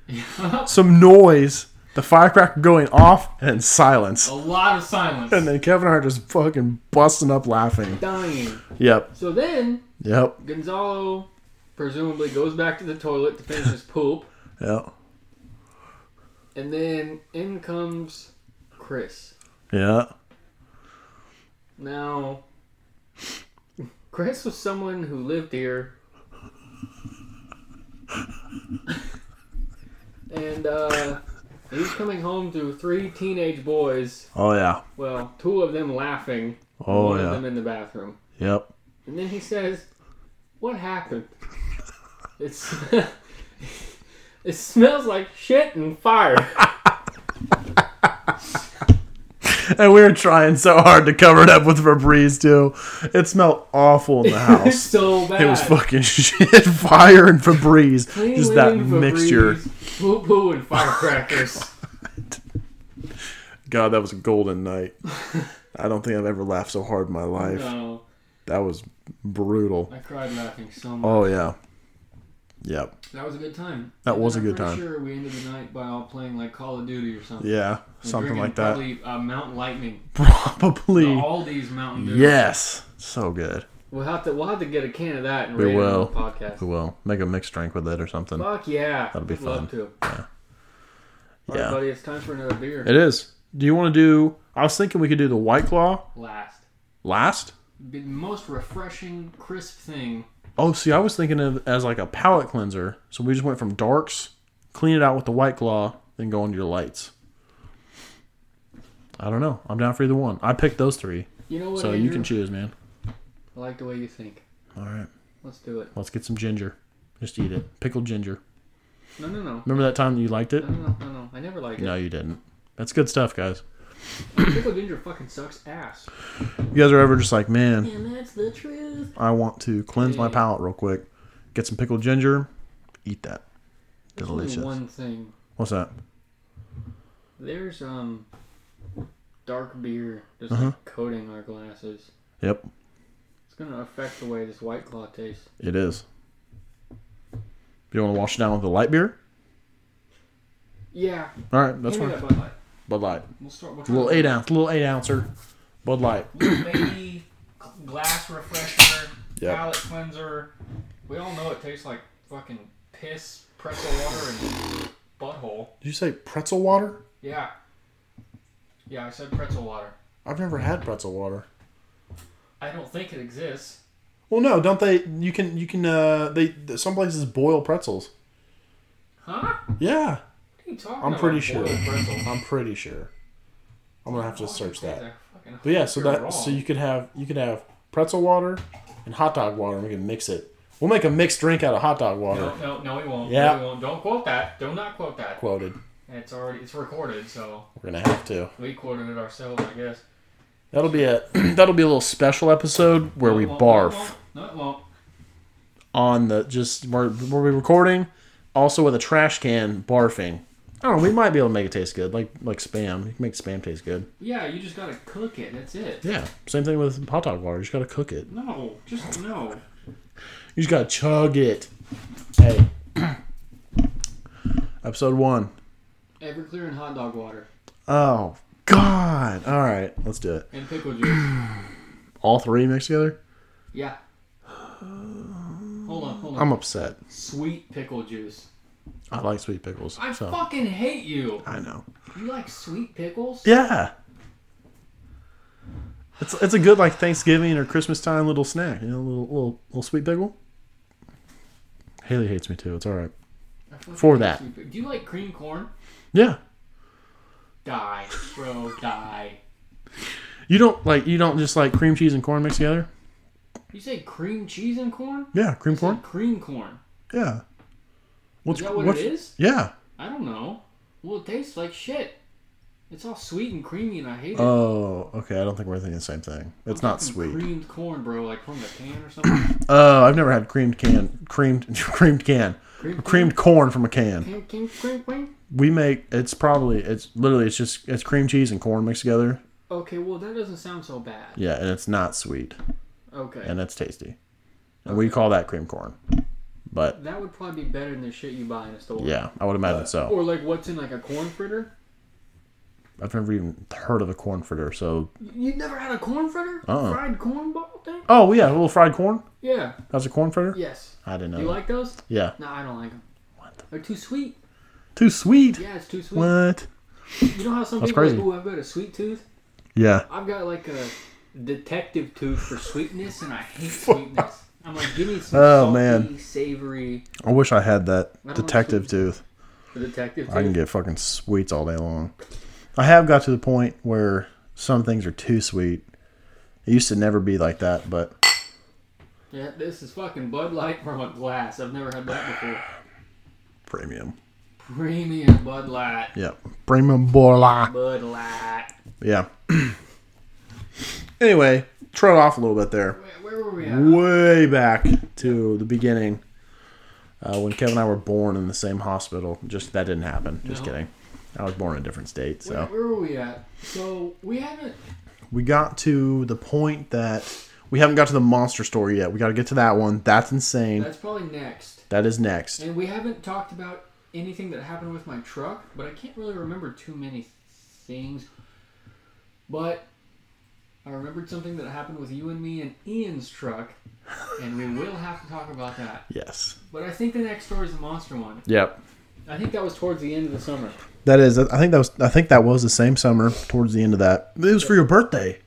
[SPEAKER 1] some noise, the firecracker going off, and silence.
[SPEAKER 2] A lot of silence.
[SPEAKER 1] And then Kevin Hart just fucking busting up laughing.
[SPEAKER 2] dying.
[SPEAKER 1] Yep.
[SPEAKER 2] So then
[SPEAKER 1] Yep.
[SPEAKER 2] Gonzalo presumably goes back to the toilet to finish his poop,
[SPEAKER 1] Yep.
[SPEAKER 2] and then in comes Chris.
[SPEAKER 1] Yeah.
[SPEAKER 2] Now, Chris was someone who lived here. and uh, he was coming home to three teenage boys.
[SPEAKER 1] Oh yeah.
[SPEAKER 2] Well, two of them laughing, and
[SPEAKER 1] Oh,
[SPEAKER 2] one
[SPEAKER 1] yeah.
[SPEAKER 2] of them in the bathroom.
[SPEAKER 1] Yep.
[SPEAKER 2] And then he says, "What happened? It's it smells like shit and fire."
[SPEAKER 1] And we were trying so hard to cover it up with Febreze too. It smelled awful in the
[SPEAKER 2] it's
[SPEAKER 1] house.
[SPEAKER 2] so bad.
[SPEAKER 1] It was fucking shit, fire and Febreze,
[SPEAKER 2] Clean
[SPEAKER 1] just that
[SPEAKER 2] linen, Febreze,
[SPEAKER 1] mixture.
[SPEAKER 2] Poo poo and firecrackers.
[SPEAKER 1] God, that was a golden night. I don't think I've ever laughed so hard in my life.
[SPEAKER 2] No,
[SPEAKER 1] That was brutal.
[SPEAKER 2] I cried laughing so much.
[SPEAKER 1] Oh yeah. Yep.
[SPEAKER 2] That was a good time.
[SPEAKER 1] That
[SPEAKER 2] And
[SPEAKER 1] was
[SPEAKER 2] I'm
[SPEAKER 1] a good
[SPEAKER 2] pretty
[SPEAKER 1] time.
[SPEAKER 2] Sure, we ended the night by all playing like Call of Duty or something.
[SPEAKER 1] Yeah.
[SPEAKER 2] And
[SPEAKER 1] Something
[SPEAKER 2] drinking
[SPEAKER 1] like that.
[SPEAKER 2] Probably uh, Mount Lightning.
[SPEAKER 1] Probably.
[SPEAKER 2] All these Mountain Dew.
[SPEAKER 1] Yes. So good.
[SPEAKER 2] We'll have to we'll have to get a can of that and
[SPEAKER 1] We
[SPEAKER 2] rate it
[SPEAKER 1] will.
[SPEAKER 2] on the podcast.
[SPEAKER 1] We will make a mixed drink with it or something.
[SPEAKER 2] Fuck yeah. That'd
[SPEAKER 1] be
[SPEAKER 2] I'd Love
[SPEAKER 1] fun.
[SPEAKER 2] to. All right,
[SPEAKER 1] Yeah.
[SPEAKER 2] buddy, it's time for another beer.
[SPEAKER 1] It is. Do you want to do? I was thinking we could do the White Claw
[SPEAKER 2] Last.
[SPEAKER 1] last.
[SPEAKER 2] Be the most refreshing, crisp thing.
[SPEAKER 1] Oh, see, I was thinking of as like a palate cleanser. So we just went from darks, clean it out with the White Claw, then go into your lights. I don't know. I'm down for either one. I picked those three,
[SPEAKER 2] You know what?
[SPEAKER 1] so
[SPEAKER 2] Andrew?
[SPEAKER 1] you can choose, man.
[SPEAKER 2] I like the way you think.
[SPEAKER 1] All right,
[SPEAKER 2] Let's do it.
[SPEAKER 1] let's get some ginger. Just eat it. Pickled ginger.
[SPEAKER 2] No, no, no.
[SPEAKER 1] Remember that time that you liked it?
[SPEAKER 2] No, no, no, no. I never like it.
[SPEAKER 1] No, you didn't. That's good stuff, guys.
[SPEAKER 2] Pickled ginger fucking sucks ass.
[SPEAKER 1] You guys are ever just like, man,
[SPEAKER 2] And that's the truth.
[SPEAKER 1] I want to cleanse my
[SPEAKER 2] Yeah.
[SPEAKER 1] palate real quick. Get some pickled ginger, eat that.
[SPEAKER 2] There's only
[SPEAKER 1] Delicious.
[SPEAKER 2] one thing.
[SPEAKER 1] What's that?
[SPEAKER 2] There's um dark beer just
[SPEAKER 1] Uh-huh.
[SPEAKER 2] like coating our glasses.
[SPEAKER 1] Yep,
[SPEAKER 2] It's gonna affect the way this white claw tastes.
[SPEAKER 1] it is. You want to wash it down with a light beer?
[SPEAKER 2] Yeah.
[SPEAKER 1] All right, that's
[SPEAKER 2] hand me
[SPEAKER 1] fine.
[SPEAKER 2] that Bud Light.
[SPEAKER 1] Bud Light,
[SPEAKER 2] We'll start with
[SPEAKER 1] little eight ounce, little eight ouncer, Bud Light.
[SPEAKER 3] Little baby glass refresher,
[SPEAKER 1] Yep.
[SPEAKER 3] palate cleanser.
[SPEAKER 2] We all know it tastes like fucking piss, pretzel water, and
[SPEAKER 3] Butthole.
[SPEAKER 1] Did you say pretzel water?
[SPEAKER 2] yeah.
[SPEAKER 3] Yeah, I said pretzel water.
[SPEAKER 1] I've never had pretzel water.
[SPEAKER 2] I don't think it exists.
[SPEAKER 1] Well, no, don't they? You can, you can. uh They some places boil pretzels.
[SPEAKER 2] Huh? What are
[SPEAKER 1] Yeah,
[SPEAKER 2] you talking
[SPEAKER 1] I'm
[SPEAKER 2] about?
[SPEAKER 1] pretty sure.
[SPEAKER 2] Boiled pretzel. Oh,
[SPEAKER 1] I'm pretty sure. I'm gonna have to search that.
[SPEAKER 2] They're fucking-
[SPEAKER 1] But yeah, so
[SPEAKER 2] You're
[SPEAKER 1] that
[SPEAKER 2] wrong.
[SPEAKER 1] so you could have you could have pretzel water and hot dog water, and we can mix it. We'll make a mixed drink out of hot dog water.
[SPEAKER 2] No, no, no, we won't.
[SPEAKER 1] Yeah.
[SPEAKER 2] No, we won't. Don't quote that. Do not quote that.
[SPEAKER 1] Quoted.
[SPEAKER 2] It's already it's recorded, so
[SPEAKER 1] We're gonna have to.
[SPEAKER 2] we quoted it ourselves, I guess.
[SPEAKER 1] That'll be a that'll be a little special episode where
[SPEAKER 2] No,
[SPEAKER 1] we
[SPEAKER 2] it won't. No, it
[SPEAKER 1] barf
[SPEAKER 2] won't. No, it won't.
[SPEAKER 1] on the just we're we'll be recording, also with a trash can barfing. I don't know. We might be able to make it taste good, like like spam. You can make spam taste good.
[SPEAKER 2] Yeah, you just gotta cook it. That's it.
[SPEAKER 1] Yeah. Same thing with hot dog water. You just gotta cook it.
[SPEAKER 2] No, just no.
[SPEAKER 1] You just gotta chug it. Hey. Episode one.
[SPEAKER 2] Everclear and hot dog water
[SPEAKER 1] Oh God! All right, let's do it.
[SPEAKER 2] and pickle juice.
[SPEAKER 1] All three mixed together.
[SPEAKER 2] Yeah. Hold on, hold on.
[SPEAKER 1] I'm upset.
[SPEAKER 2] Sweet pickle juice.
[SPEAKER 1] I like sweet pickles.
[SPEAKER 2] I
[SPEAKER 1] so
[SPEAKER 2] fucking hate you.
[SPEAKER 1] I know.
[SPEAKER 2] You like sweet pickles?
[SPEAKER 1] Yeah. It's it's a good like Thanksgiving or Christmas time little snack. You know, little little little sweet pickle. Haley hates me too. It's all right.
[SPEAKER 2] I fucking
[SPEAKER 1] For
[SPEAKER 2] hate
[SPEAKER 1] that.
[SPEAKER 2] sweet pic- Do you like cream corn?
[SPEAKER 1] Yeah.
[SPEAKER 2] Die, bro, die.
[SPEAKER 1] You don't like you don't just like cream cheese and corn mixed together.
[SPEAKER 2] You say cream cheese and corn?
[SPEAKER 1] Yeah, cream
[SPEAKER 2] I said
[SPEAKER 1] corn.
[SPEAKER 2] Cream corn.
[SPEAKER 1] Yeah. What's
[SPEAKER 2] Is that what
[SPEAKER 1] what's-
[SPEAKER 2] it is?
[SPEAKER 1] Yeah.
[SPEAKER 2] I don't know. Well, it tastes like shit. It's all sweet and creamy, and I hate it.
[SPEAKER 1] Oh, okay. I don't think we're thinking the same thing. It's not
[SPEAKER 2] Fucking
[SPEAKER 1] sweet.
[SPEAKER 2] Creamed corn, bro, like from the can or something.
[SPEAKER 1] Oh, I've never had creamed can creamed creamed can
[SPEAKER 2] Creamed
[SPEAKER 1] creamed corn from a can.
[SPEAKER 2] Cream, cream, cream, cream.
[SPEAKER 1] We make it's probably it's literally it's just it's cream cheese and corn mixed together.
[SPEAKER 2] Okay, well that doesn't sound so bad.
[SPEAKER 1] Yeah, and it's not sweet
[SPEAKER 2] Okay,
[SPEAKER 1] and it's tasty, and we call that cream corn. But
[SPEAKER 2] that would probably be better than the shit you buy in a store.
[SPEAKER 1] yeah, I would imagine so.
[SPEAKER 2] Or like what's in like a corn fritter?
[SPEAKER 1] I've never even heard of a corn fritter. So
[SPEAKER 2] You've never had a corn fritter?
[SPEAKER 1] Uh-uh.
[SPEAKER 2] Fried corn ball thing?
[SPEAKER 1] oh yeah, a little fried corn.
[SPEAKER 2] Yeah.
[SPEAKER 1] That's a corn fritter.
[SPEAKER 2] Yes.
[SPEAKER 1] I didn't know.
[SPEAKER 2] You
[SPEAKER 1] that.
[SPEAKER 2] like those?
[SPEAKER 1] yeah,
[SPEAKER 2] No, I don't like them.
[SPEAKER 1] What the-
[SPEAKER 2] They're too sweet.
[SPEAKER 1] too sweet.
[SPEAKER 2] Yeah, it's too sweet.
[SPEAKER 1] What?
[SPEAKER 2] You know how some
[SPEAKER 1] That's
[SPEAKER 2] people are like,
[SPEAKER 1] crazy.
[SPEAKER 2] ooh, I've got a sweet tooth?
[SPEAKER 1] Yeah,
[SPEAKER 2] I've got like a detective tooth for sweetness, and I hate sweetness. I'm like, give me some
[SPEAKER 1] Oh,
[SPEAKER 2] salty,
[SPEAKER 1] man.
[SPEAKER 2] savory.
[SPEAKER 1] I wish I had that
[SPEAKER 2] don't like
[SPEAKER 1] detective
[SPEAKER 2] sweet.
[SPEAKER 1] tooth.
[SPEAKER 2] The detective tooth.
[SPEAKER 1] I can get fucking sweets all day long. I have got to the point where some things are too sweet. It used to never be like that, but
[SPEAKER 2] Yeah, this is fucking Bud Light from a glass. I've never had that before.
[SPEAKER 1] premium.
[SPEAKER 2] Premium Bud Light.
[SPEAKER 1] Yeah, premium bola.
[SPEAKER 2] Bud Light.
[SPEAKER 1] Yeah. anyway, trot off a little bit there.
[SPEAKER 2] Where, where were we at?
[SPEAKER 1] Way back to the beginning, uh, when Kevin and I were born in the same hospital. Just that didn't happen. Just
[SPEAKER 2] No.
[SPEAKER 1] kidding. I was born in a different state, so.
[SPEAKER 2] Where, where were we at? So we haven't.
[SPEAKER 1] we got to the point that we haven't got to the monster story yet. We got to get to that one. That's insane.
[SPEAKER 2] That's probably next.
[SPEAKER 1] That is next.
[SPEAKER 2] And we haven't talked about anything that happened with my truck, but I can't really remember too many things. But I remembered something that happened with you and me and Ian's truck, and we will have to talk about that.
[SPEAKER 1] Yes.
[SPEAKER 2] But I think the next story is the monster one.
[SPEAKER 1] Yep.
[SPEAKER 2] I think that was towards the end of the summer.
[SPEAKER 1] That is. I think that was. I think that was the same summer towards the end of that. It was for your birthday.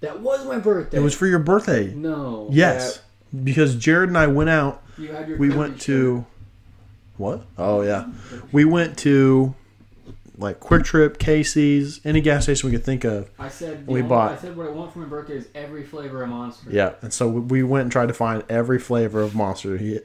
[SPEAKER 2] That was my birthday.
[SPEAKER 1] It was for your birthday.
[SPEAKER 2] no.
[SPEAKER 1] Yes. Because Jared and I went out.
[SPEAKER 2] that- you had your
[SPEAKER 1] We
[SPEAKER 2] country
[SPEAKER 1] went
[SPEAKER 2] shirt.
[SPEAKER 1] to. What? Oh yeah. We went to, like Quick Trip, Casey's, any gas station we could think of.
[SPEAKER 2] I said
[SPEAKER 1] we
[SPEAKER 2] we
[SPEAKER 1] bought-
[SPEAKER 2] I said what I want for my birthday is every flavor of monster.
[SPEAKER 1] Yeah, and so we went and tried to find every flavor of monster. He,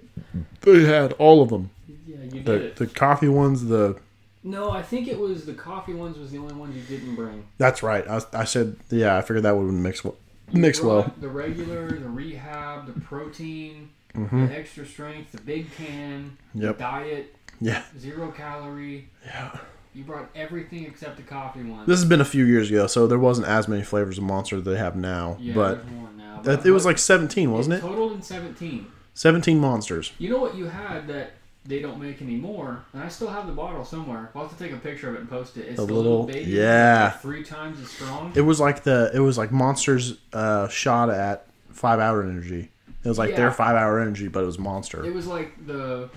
[SPEAKER 1] they had all of them.
[SPEAKER 2] Yeah, you did
[SPEAKER 1] The
[SPEAKER 2] it.
[SPEAKER 1] the coffee ones. The
[SPEAKER 2] No, I think it was the coffee ones was the only ones you didn't bring.
[SPEAKER 1] that's right. I, I said yeah. I figured that would mix well.
[SPEAKER 2] You
[SPEAKER 1] Mix
[SPEAKER 2] brought
[SPEAKER 1] well.
[SPEAKER 2] The regular, the rehab, the protein, the extra strength, the big can,
[SPEAKER 1] Mm-hmm. Yep.
[SPEAKER 2] the diet,
[SPEAKER 1] Yeah.
[SPEAKER 2] zero calorie.
[SPEAKER 1] Yeah.
[SPEAKER 2] You brought everything except the coffee one.
[SPEAKER 1] This has been a few years ago, so there wasn't as many flavors of monster that they have now.
[SPEAKER 2] yeah,
[SPEAKER 1] but
[SPEAKER 2] there's more now.
[SPEAKER 1] that, it was like seventeen, wasn't it?
[SPEAKER 2] Totaled in seventeen.
[SPEAKER 1] Seventeen monsters.
[SPEAKER 2] You know what you had that they don't make anymore, and I still have the bottle somewhere. I'll have to take a picture of it and post it. It's
[SPEAKER 1] The
[SPEAKER 2] the, little,
[SPEAKER 1] little-
[SPEAKER 2] baby,
[SPEAKER 1] yeah.
[SPEAKER 2] like three times as strong.
[SPEAKER 1] It was like the it was like monsters uh, shot at five hour energy. It was like
[SPEAKER 2] Yeah.
[SPEAKER 1] their five hour energy, but it was monster.
[SPEAKER 2] It was like the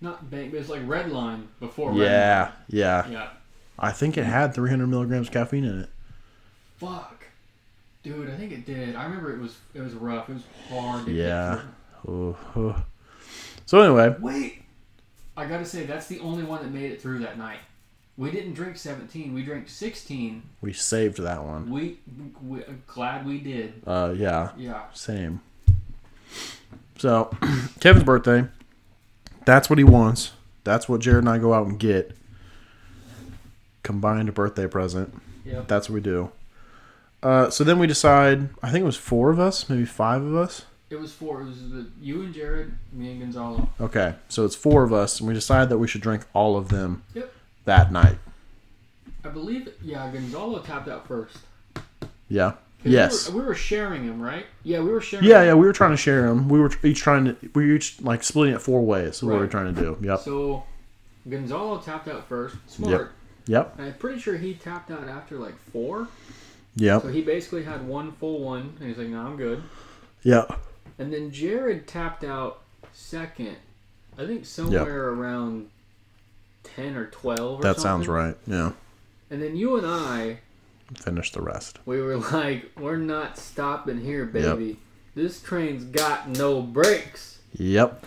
[SPEAKER 2] not bank, but it was like red line before.
[SPEAKER 1] yeah, yeah.
[SPEAKER 2] Red line. Yeah.
[SPEAKER 1] I think it had three hundred milligrams caffeine in it.
[SPEAKER 2] Fuck, dude, I think it did. I remember it was it was rough. It was hard. To get
[SPEAKER 1] Yeah.
[SPEAKER 2] through.
[SPEAKER 1] Ooh, ooh. So anyway,
[SPEAKER 2] Wait, I gotta say that's the only one that made it through that night. We didn't drink 17. We drank 16.
[SPEAKER 1] we saved that one.
[SPEAKER 2] We, we I'm glad we did.
[SPEAKER 1] Uh, yeah,
[SPEAKER 2] Yeah.
[SPEAKER 1] same. So Kevin's birthday. That's what he wants. That's what Jared and I go out and get. Combined birthday present.
[SPEAKER 2] Yep.
[SPEAKER 1] That's what we do. Uh, so then we decide. I think it was four of us, maybe five of us.
[SPEAKER 2] It was four. It was the, you and Jared, me and Gonzalo.
[SPEAKER 1] Okay, so it's four of us, and we decide that we should drink all of them
[SPEAKER 2] Yep.
[SPEAKER 1] that night.
[SPEAKER 2] I believe. Yeah, Gonzalo tapped out first. 'Cause
[SPEAKER 1] Yeah.
[SPEAKER 2] we
[SPEAKER 1] Yes.
[SPEAKER 2] were- We were, sharing him, right? Yeah, we were sharing.
[SPEAKER 1] Yeah, yeah, we were trying to share them. We were each trying to, we were each like splitting it four ways. Is what we were
[SPEAKER 2] Right.
[SPEAKER 1] trying to do. Yep.
[SPEAKER 2] So Gonzalo tapped out first. Smart.
[SPEAKER 1] Yep.
[SPEAKER 2] And I'm pretty sure he tapped out after like four.
[SPEAKER 1] Yep.
[SPEAKER 2] So he basically had one full one, and he's like, "No, I'm good."
[SPEAKER 1] Yep.
[SPEAKER 2] And then Jared tapped out second. I think somewhere around ten or twelve. Or
[SPEAKER 1] That sounds
[SPEAKER 2] something.
[SPEAKER 1] right. Yeah.
[SPEAKER 2] And then you and I,
[SPEAKER 1] Finish the rest.
[SPEAKER 2] we were like, "We're not stopping here, baby. This train's got no brakes."
[SPEAKER 1] Yep.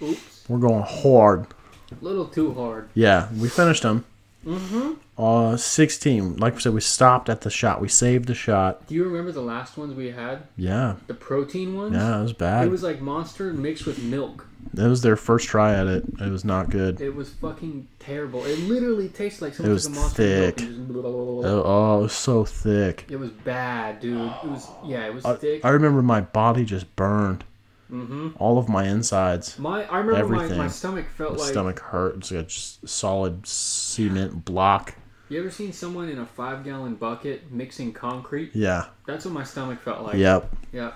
[SPEAKER 2] Oops,
[SPEAKER 1] We're going hard.
[SPEAKER 2] a little too hard.
[SPEAKER 1] Yeah, we finished them.
[SPEAKER 2] Mm-hmm.
[SPEAKER 1] Uh, 16. Like we said, we stopped at the shot. We saved the shot.
[SPEAKER 2] Do you remember the last ones we had?
[SPEAKER 1] Yeah.
[SPEAKER 2] The protein ones.
[SPEAKER 1] Yeah, it was bad.
[SPEAKER 2] It was like monster mixed with milk.
[SPEAKER 1] that was their first try at it. It was not good.
[SPEAKER 2] It was fucking terrible. It literally tastes like someone
[SPEAKER 1] It was
[SPEAKER 2] took a monster milk
[SPEAKER 1] thick.
[SPEAKER 2] and just blah, blah, blah, blah.
[SPEAKER 1] Oh, oh, it was so thick.
[SPEAKER 2] It was bad, dude. It was yeah, it was
[SPEAKER 1] I,
[SPEAKER 2] thick.
[SPEAKER 1] I remember my body just burned.
[SPEAKER 2] mm-hmm.
[SPEAKER 1] All of my insides.
[SPEAKER 2] My I remember my, my
[SPEAKER 1] Everything.
[SPEAKER 2] stomach felt
[SPEAKER 1] My
[SPEAKER 2] like.
[SPEAKER 1] stomach hurt. It's like a just solid cement block.
[SPEAKER 2] You ever seen someone in a five gallon bucket mixing concrete?
[SPEAKER 1] Yeah.
[SPEAKER 2] That's what my stomach felt like.
[SPEAKER 1] Yep.
[SPEAKER 2] Yeah.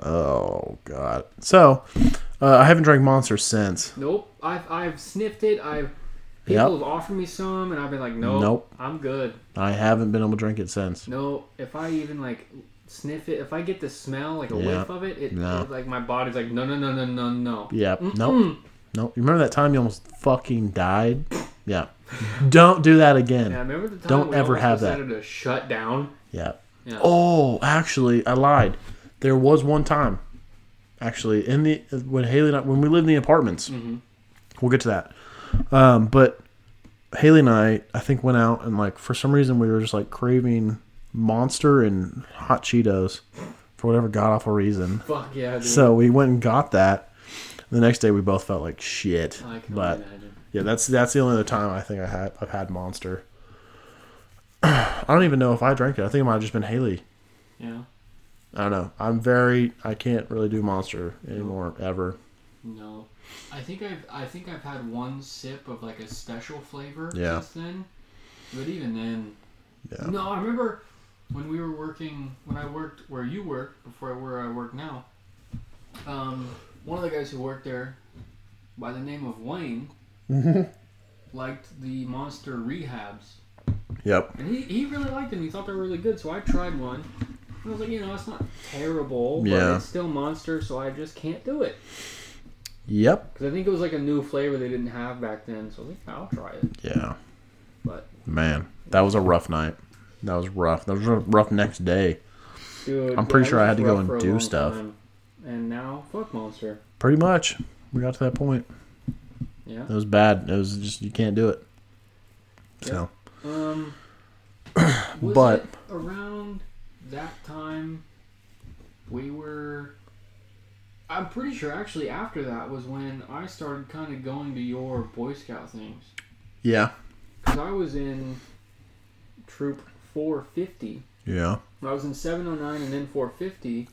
[SPEAKER 1] Oh God. So, uh, I haven't drank Monster since.
[SPEAKER 2] Nope. I've I've sniffed it. I've people
[SPEAKER 1] Yep.
[SPEAKER 2] have offered me some, and I've been like, nope.
[SPEAKER 1] Nope.
[SPEAKER 2] I'm good.
[SPEAKER 1] I haven't been able to drink it since.
[SPEAKER 2] No. If I even like sniff it, if I get the smell, like a
[SPEAKER 1] Yeah.
[SPEAKER 2] whiff of it, it,
[SPEAKER 1] No.
[SPEAKER 2] it, like my body's like, no, no, no, no, no, no.
[SPEAKER 1] Yeah. Nope. Nope. You remember that time you almost fucking died? Yeah. Don't do that again.
[SPEAKER 2] Yeah,
[SPEAKER 1] Yeah.
[SPEAKER 2] remember the time
[SPEAKER 1] Don't
[SPEAKER 2] we
[SPEAKER 1] ever
[SPEAKER 2] almost
[SPEAKER 1] have
[SPEAKER 2] decided to shut down? Yeah.
[SPEAKER 1] Oh, actually, I lied. There was one time, actually, in the when Haley and I, when we lived in the apartments.
[SPEAKER 2] Mm-hmm.
[SPEAKER 1] We'll get to that. Um, but Haley and I, I think, went out and like for some reason we were just like craving Monster and hot Cheetos for whatever god awful reason.
[SPEAKER 2] Fuck yeah, dude.
[SPEAKER 1] So we went and got that. The next day we both felt like shit.
[SPEAKER 2] I can
[SPEAKER 1] But
[SPEAKER 2] only imagine.
[SPEAKER 1] yeah, that's that's the only other time I think I had I've had Monster. I don't even know if I drank it. I think it might have just been Haley.
[SPEAKER 2] Yeah.
[SPEAKER 1] I don't know. I'm very I can't really do Monster anymore ever.
[SPEAKER 2] No. I think I've I think I've had one sip of like a special flavor
[SPEAKER 1] Yeah.
[SPEAKER 2] since then. But even then,
[SPEAKER 1] Yeah.
[SPEAKER 2] no, I remember when we were working when I worked where you work before where I work now. Um, one of the guys who worked there, by the name of Wayne, liked the Monster Rehabs,
[SPEAKER 1] Yep.
[SPEAKER 2] and he, he really liked them. He thought they were really good, so I tried one. I was like, you know, it's not terrible, but
[SPEAKER 1] Yeah.
[SPEAKER 2] it's still Monster, so I just can't do it.
[SPEAKER 1] Yep.
[SPEAKER 2] Because I think it was like a new flavor they didn't have back then, so I was like, I'll try it.
[SPEAKER 1] Yeah.
[SPEAKER 2] But
[SPEAKER 1] Man, that was a rough night. That was rough. That was a rough next day.
[SPEAKER 2] dude,
[SPEAKER 1] I'm pretty
[SPEAKER 2] yeah,
[SPEAKER 1] sure I
[SPEAKER 2] it
[SPEAKER 1] had to
[SPEAKER 2] was
[SPEAKER 1] go
[SPEAKER 2] rough
[SPEAKER 1] and
[SPEAKER 2] for a
[SPEAKER 1] do
[SPEAKER 2] long
[SPEAKER 1] stuff.
[SPEAKER 2] time. And now, fuck Monster.
[SPEAKER 1] Pretty much. We got to that point.
[SPEAKER 2] Yeah.
[SPEAKER 1] It was bad. It was just you can't do it. So
[SPEAKER 2] Um. was
[SPEAKER 1] But-
[SPEAKER 2] it around that time, we were. I'm pretty sure actually after that was when I started kind of going to your Boy Scout things.
[SPEAKER 1] Yeah.
[SPEAKER 2] Because I was in Troop 450.
[SPEAKER 1] Yeah.
[SPEAKER 2] I was in 709 and then 450,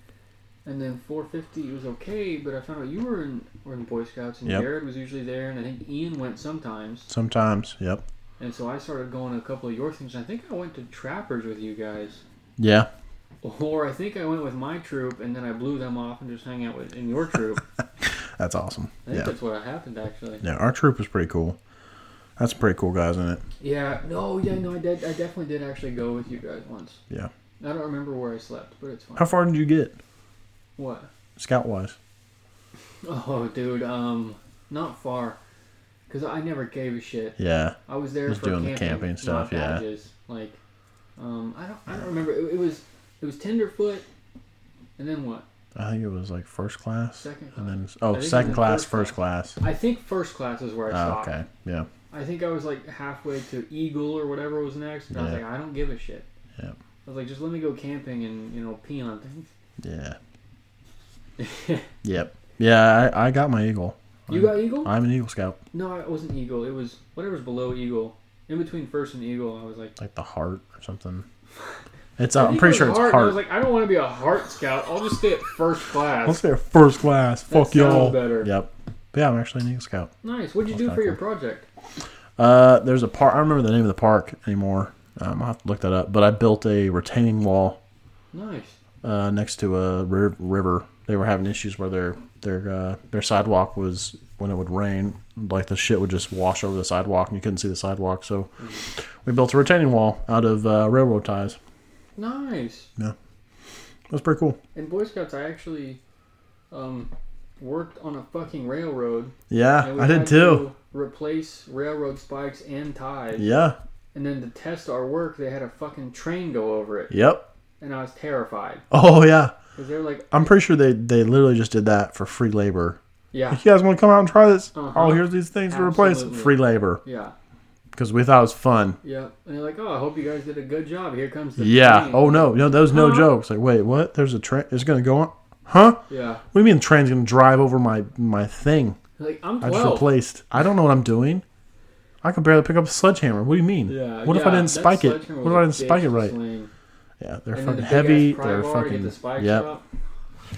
[SPEAKER 2] and then 450 was okay, but I found out you were in were in Boy Scouts and
[SPEAKER 1] Yep.
[SPEAKER 2] Jared was usually there, and I think Ian went sometimes,
[SPEAKER 1] Sometimes. Yep.
[SPEAKER 2] and so I started going to a couple of your things. I think I went to Trappers with you guys,
[SPEAKER 1] Yeah.
[SPEAKER 2] or I think I went with my troop, and then I blew them off and just hung out with in your troop.
[SPEAKER 1] That's awesome.
[SPEAKER 2] I think
[SPEAKER 1] Yeah.
[SPEAKER 2] that's what happened actually.
[SPEAKER 1] Yeah. Our troop was pretty cool. That's some pretty cool guys in it.
[SPEAKER 2] Yeah, no, yeah, no, I did, I definitely did actually go with you guys once.
[SPEAKER 1] Yeah.
[SPEAKER 2] I don't remember where I slept, but it's fine.
[SPEAKER 1] How far did you get,
[SPEAKER 2] What?
[SPEAKER 1] scout wise?
[SPEAKER 2] Oh, dude, um, not far. Because I never gave a shit.
[SPEAKER 1] Yeah.
[SPEAKER 2] I was there
[SPEAKER 1] Just
[SPEAKER 2] for
[SPEAKER 1] doing the
[SPEAKER 2] camping,
[SPEAKER 1] camping
[SPEAKER 2] not
[SPEAKER 1] stuff, yeah.
[SPEAKER 2] badges. Like, um, I don't, I don't remember. It, it was, it was Tenderfoot, and then what?
[SPEAKER 1] I think it was like first class.
[SPEAKER 2] Second
[SPEAKER 1] And then
[SPEAKER 2] I
[SPEAKER 1] oh,
[SPEAKER 2] think it
[SPEAKER 1] second
[SPEAKER 2] was
[SPEAKER 1] class,
[SPEAKER 2] first
[SPEAKER 1] first class.
[SPEAKER 2] I think first class is where I
[SPEAKER 1] Oh,
[SPEAKER 2] stopped.
[SPEAKER 1] okay. Yeah.
[SPEAKER 2] I think I was like halfway to Eagle or whatever was next, and I was
[SPEAKER 1] Yeah.
[SPEAKER 2] like, I don't give a shit.
[SPEAKER 1] Yeah.
[SPEAKER 2] I was like, just let me go camping and you know pee on things.
[SPEAKER 1] Yeah. Yep. Yeah, I, I got my eagle.
[SPEAKER 2] you
[SPEAKER 1] I'm-
[SPEAKER 2] got Eagle?
[SPEAKER 1] I'm an Eagle Scout.
[SPEAKER 2] no, it wasn't Eagle. It was whatever's below Eagle. In between first and Eagle, I was like,
[SPEAKER 1] Like the heart or something. It's
[SPEAKER 2] I
[SPEAKER 1] uh, I'm
[SPEAKER 2] think
[SPEAKER 1] pretty
[SPEAKER 2] it
[SPEAKER 1] sure
[SPEAKER 2] was
[SPEAKER 1] it's
[SPEAKER 2] heart,
[SPEAKER 1] heart.
[SPEAKER 2] and I was like, I don't want to be a heart scout. I'll just stay at first class.
[SPEAKER 1] Let's say first class.
[SPEAKER 2] That
[SPEAKER 1] Fuck
[SPEAKER 2] sounds
[SPEAKER 1] y'all.
[SPEAKER 2] better.
[SPEAKER 1] Yep. But yeah, I'm actually an Eagle Scout.
[SPEAKER 2] Nice. What'd you
[SPEAKER 1] That's
[SPEAKER 2] do for
[SPEAKER 1] kinda
[SPEAKER 2] your project?
[SPEAKER 1] Uh, there's a park. I don't remember the name of the park anymore. Um, I'll have to look that up. But I built a retaining wall
[SPEAKER 2] Nice.
[SPEAKER 1] uh, next to a ri- river. They were having issues where their their uh, their sidewalk was when it would rain, like the shit would just wash over the sidewalk, and you couldn't see the sidewalk. So we built a retaining wall out of uh, railroad ties.
[SPEAKER 2] Nice.
[SPEAKER 1] It was pretty cool.
[SPEAKER 2] In Boy Scouts, I actually um, worked on a fucking railroad.
[SPEAKER 1] Yeah,
[SPEAKER 2] and we
[SPEAKER 1] I did
[SPEAKER 2] had
[SPEAKER 1] too.
[SPEAKER 2] to replace railroad spikes and ties.
[SPEAKER 1] Yeah.
[SPEAKER 2] And then to test our work, they had a fucking train go over it.
[SPEAKER 1] Yep.
[SPEAKER 2] And I was terrified.
[SPEAKER 1] Oh yeah.
[SPEAKER 2] Because they were like,
[SPEAKER 1] I'm pretty sure they they literally just did that for free labor.
[SPEAKER 2] yeah,
[SPEAKER 1] Like, you guys want to come out and try this?
[SPEAKER 2] Uh-huh.
[SPEAKER 1] Oh, here's these things to replace
[SPEAKER 2] Absolutely.
[SPEAKER 1] free labor
[SPEAKER 2] yeah,
[SPEAKER 1] because we thought it was fun.
[SPEAKER 2] yeah. And they're like, oh, I hope you guys did a good job. Here comes the
[SPEAKER 1] yeah.
[SPEAKER 2] train."
[SPEAKER 1] Oh no, no, that was no
[SPEAKER 2] Huh?
[SPEAKER 1] jokes. Like, wait, what? There's a train. It's gonna go on. Huh?
[SPEAKER 2] Yeah.
[SPEAKER 1] What do you mean the train's gonna drive over my my thing?
[SPEAKER 2] Like, I'm
[SPEAKER 1] I
[SPEAKER 2] 12.
[SPEAKER 1] just replaced. I don't know what I'm doing. I can barely pick up a sledgehammer. What do you mean?
[SPEAKER 2] Yeah,
[SPEAKER 1] what if I
[SPEAKER 2] yeah,
[SPEAKER 1] didn't
[SPEAKER 2] that
[SPEAKER 1] spike it?
[SPEAKER 2] sledgehammer
[SPEAKER 1] What
[SPEAKER 2] was
[SPEAKER 1] if I
[SPEAKER 2] a
[SPEAKER 1] didn't spike
[SPEAKER 2] bitch
[SPEAKER 1] it
[SPEAKER 2] to
[SPEAKER 1] right?
[SPEAKER 2] sling.
[SPEAKER 1] Yeah, they're
[SPEAKER 2] And
[SPEAKER 1] fucking
[SPEAKER 2] then the big-ass
[SPEAKER 1] heavy.
[SPEAKER 2] pry
[SPEAKER 1] They're
[SPEAKER 2] bar to get
[SPEAKER 1] fucking
[SPEAKER 2] the spikes
[SPEAKER 1] yep.
[SPEAKER 2] up.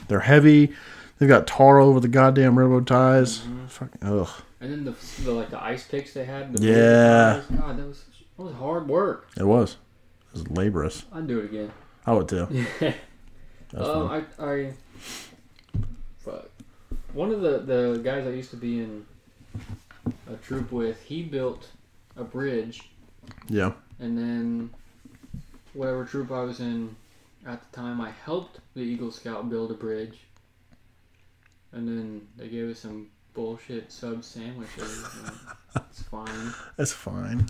[SPEAKER 1] They're heavy. They've got tar over the goddamn railroad ties.
[SPEAKER 2] Mm-hmm.
[SPEAKER 1] Fucking ugh.
[SPEAKER 2] And then the, the like the ice picks they had. The
[SPEAKER 1] Yeah.
[SPEAKER 2] God, that was that was hard work.
[SPEAKER 1] It was. It was laborious.
[SPEAKER 2] I'd do it again.
[SPEAKER 1] I would too. That's fun.
[SPEAKER 2] um, I, I, fuck. One of the the guys I used to be in a troop with, he built a bridge,
[SPEAKER 1] Yeah.
[SPEAKER 2] and then whatever troop I was in at the time, I helped the Eagle Scout build a bridge, and then they gave us some bullshit sub sandwiches. and it's fine.
[SPEAKER 1] That's fine.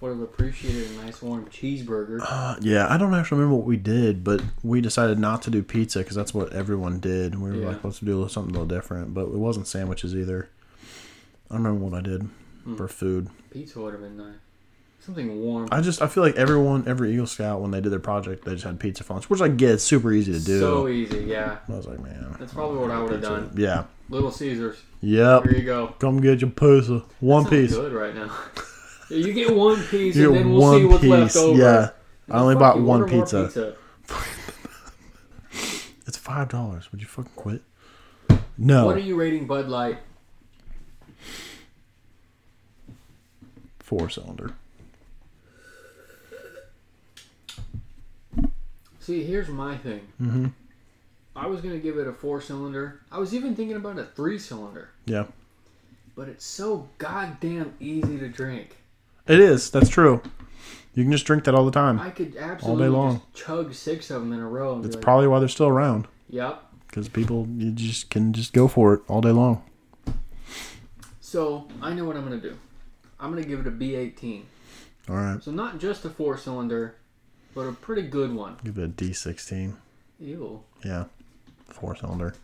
[SPEAKER 2] Would have appreciated a nice warm cheeseburger.
[SPEAKER 1] Uh, yeah, I don't actually remember what we did, but we decided not to do pizza because that's what everyone did. We were
[SPEAKER 2] Yeah.
[SPEAKER 1] like, let's do something a little different, but it wasn't sandwiches either. I don't remember what I did
[SPEAKER 2] Hmm.
[SPEAKER 1] for food.
[SPEAKER 2] Pizza would have been nice. Something warm.
[SPEAKER 1] I just I feel like everyone, every Eagle Scout, when they did their project, they just had pizza for lunch, which I get it's super easy to do.
[SPEAKER 2] So easy, yeah.
[SPEAKER 1] I was like, man,
[SPEAKER 2] That's probably what I would have done.
[SPEAKER 1] yeah,
[SPEAKER 2] Little Caesars.
[SPEAKER 1] yep.
[SPEAKER 2] Here you go.
[SPEAKER 1] Come get your pizza, one
[SPEAKER 2] Sounds
[SPEAKER 1] piece.
[SPEAKER 2] Good right now. Yeah, you get one piece,
[SPEAKER 1] You
[SPEAKER 2] and
[SPEAKER 1] get
[SPEAKER 2] then we'll see what's left over.
[SPEAKER 1] Yeah,
[SPEAKER 2] And
[SPEAKER 1] I only
[SPEAKER 2] fuck
[SPEAKER 1] bought
[SPEAKER 2] you,
[SPEAKER 1] one
[SPEAKER 2] order more
[SPEAKER 1] pizza. It's five dollars. Would you fucking quit? No. Oh.
[SPEAKER 2] What are you rating Bud Light?
[SPEAKER 1] Four cylinder.
[SPEAKER 2] See, here's my thing.
[SPEAKER 1] Mhm.
[SPEAKER 2] I was gonna give it a four cylinder. I was even thinking about a three cylinder,
[SPEAKER 1] Yeah.
[SPEAKER 2] but it's so goddamn easy to drink.
[SPEAKER 1] It is. That's true. You can just drink that all the time.
[SPEAKER 2] I could absolutely
[SPEAKER 1] long.
[SPEAKER 2] just chug six of them in a row. And
[SPEAKER 1] It's
[SPEAKER 2] be like,
[SPEAKER 1] probably why they're still around
[SPEAKER 2] yep.
[SPEAKER 1] because people you just can just go for it all day long.
[SPEAKER 2] So I know what I'm gonna do. I'm gonna give it a B18.
[SPEAKER 1] All right.
[SPEAKER 2] So not just a four cylinder, but a pretty good one.
[SPEAKER 1] Give it a D16.
[SPEAKER 2] Ew.
[SPEAKER 1] Yeah. Four cylinder.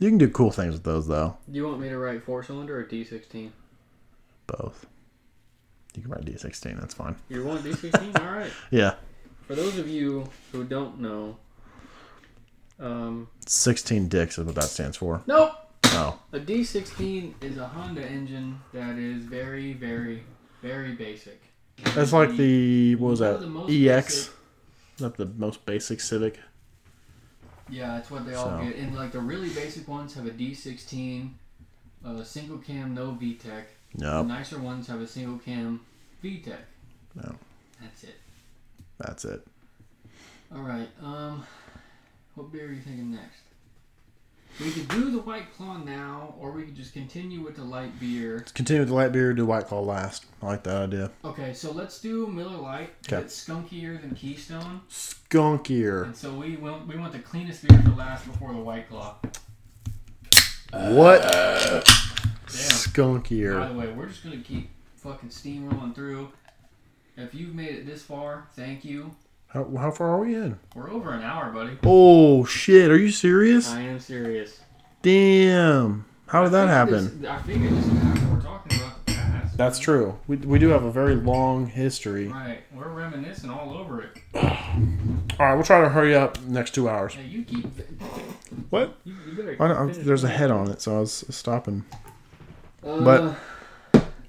[SPEAKER 1] You can do cool things with those though.
[SPEAKER 2] Do you want me to write four cylinder or D16?
[SPEAKER 1] Both. You can write D16. That's fine.
[SPEAKER 2] You want D16? All right.
[SPEAKER 1] Yeah.
[SPEAKER 2] For those of you who don't know, um,
[SPEAKER 1] 16 dicks is what that stands for.
[SPEAKER 2] nope.
[SPEAKER 1] Oh.
[SPEAKER 2] A D16 is a Honda engine that is very, very, very basic.
[SPEAKER 1] That's like the what was
[SPEAKER 2] One
[SPEAKER 1] that?
[SPEAKER 2] of the most
[SPEAKER 1] EX.
[SPEAKER 2] basic-
[SPEAKER 1] Is that the most basic Civic?
[SPEAKER 2] Yeah, that's what they all
[SPEAKER 1] So.
[SPEAKER 2] get. And like the really basic ones have a D16, a single cam, no VTEC. The
[SPEAKER 1] No.
[SPEAKER 2] nicer ones have a single cam VTEC.
[SPEAKER 1] No.
[SPEAKER 2] That's it.
[SPEAKER 1] That's it.
[SPEAKER 2] All right. Um, what beer are you thinking next? We could do the White Claw now, or we could just continue with the light beer.
[SPEAKER 1] Let's continue with the light beer. Do White Claw last. I like that idea.
[SPEAKER 2] Okay, so let's do Miller Light. 'cause
[SPEAKER 1] Okay.
[SPEAKER 2] It's skunkier than Keystone,
[SPEAKER 1] Skunkier.
[SPEAKER 2] and so we want we want the cleanest beer for last before the White Claw.
[SPEAKER 1] what?
[SPEAKER 2] Damn. By
[SPEAKER 1] Skunkier.
[SPEAKER 2] the way, we're just gonna keep fucking steamrolling through. If you've made it this far, thank you.
[SPEAKER 1] How, how far are we in?
[SPEAKER 2] We're over an hour, buddy.
[SPEAKER 1] Oh shit! Are you serious?
[SPEAKER 2] I am serious.
[SPEAKER 1] Damn. How did that
[SPEAKER 2] I think
[SPEAKER 1] happen?
[SPEAKER 2] this- I think it just happened. We're talking about the past.
[SPEAKER 1] That's true. We, we do have a very long history.
[SPEAKER 2] Right, we're reminiscing all over it.
[SPEAKER 1] All right, we'll try to hurry up next two hours.
[SPEAKER 2] Hey, you keep.
[SPEAKER 1] What?
[SPEAKER 2] You, you better.
[SPEAKER 1] I don't,
[SPEAKER 2] finish
[SPEAKER 1] there's a
[SPEAKER 2] that.
[SPEAKER 1] head on it, so I was stopping.
[SPEAKER 2] Uh,
[SPEAKER 1] but-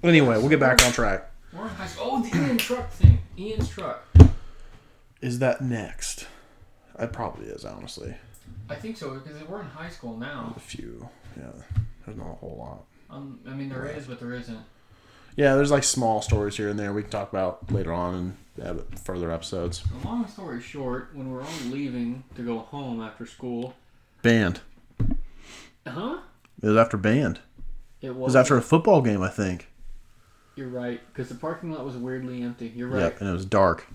[SPEAKER 1] Anyway, we'll get back on track.
[SPEAKER 2] we're in high school. Oh, the Ian truck thing. Ian's truck.
[SPEAKER 1] Is that next? It probably is, honestly.
[SPEAKER 2] I think so because we're in high school now.
[SPEAKER 1] A few. Yeah, there's not a whole lot.
[SPEAKER 2] Um, I mean, there is, but there isn't.
[SPEAKER 1] Yeah, there's like small stories here and there we can talk about later on in uh, further episodes.
[SPEAKER 2] So long story short, when we're all leaving to go home after school,
[SPEAKER 1] Band. Uh-huh.
[SPEAKER 2] huh?
[SPEAKER 1] It was after band.
[SPEAKER 2] It
[SPEAKER 1] It
[SPEAKER 2] was.
[SPEAKER 1] was after a football game, I think.
[SPEAKER 2] You're right, because the parking lot was weirdly empty. You're right.
[SPEAKER 1] Yep, and it was dark.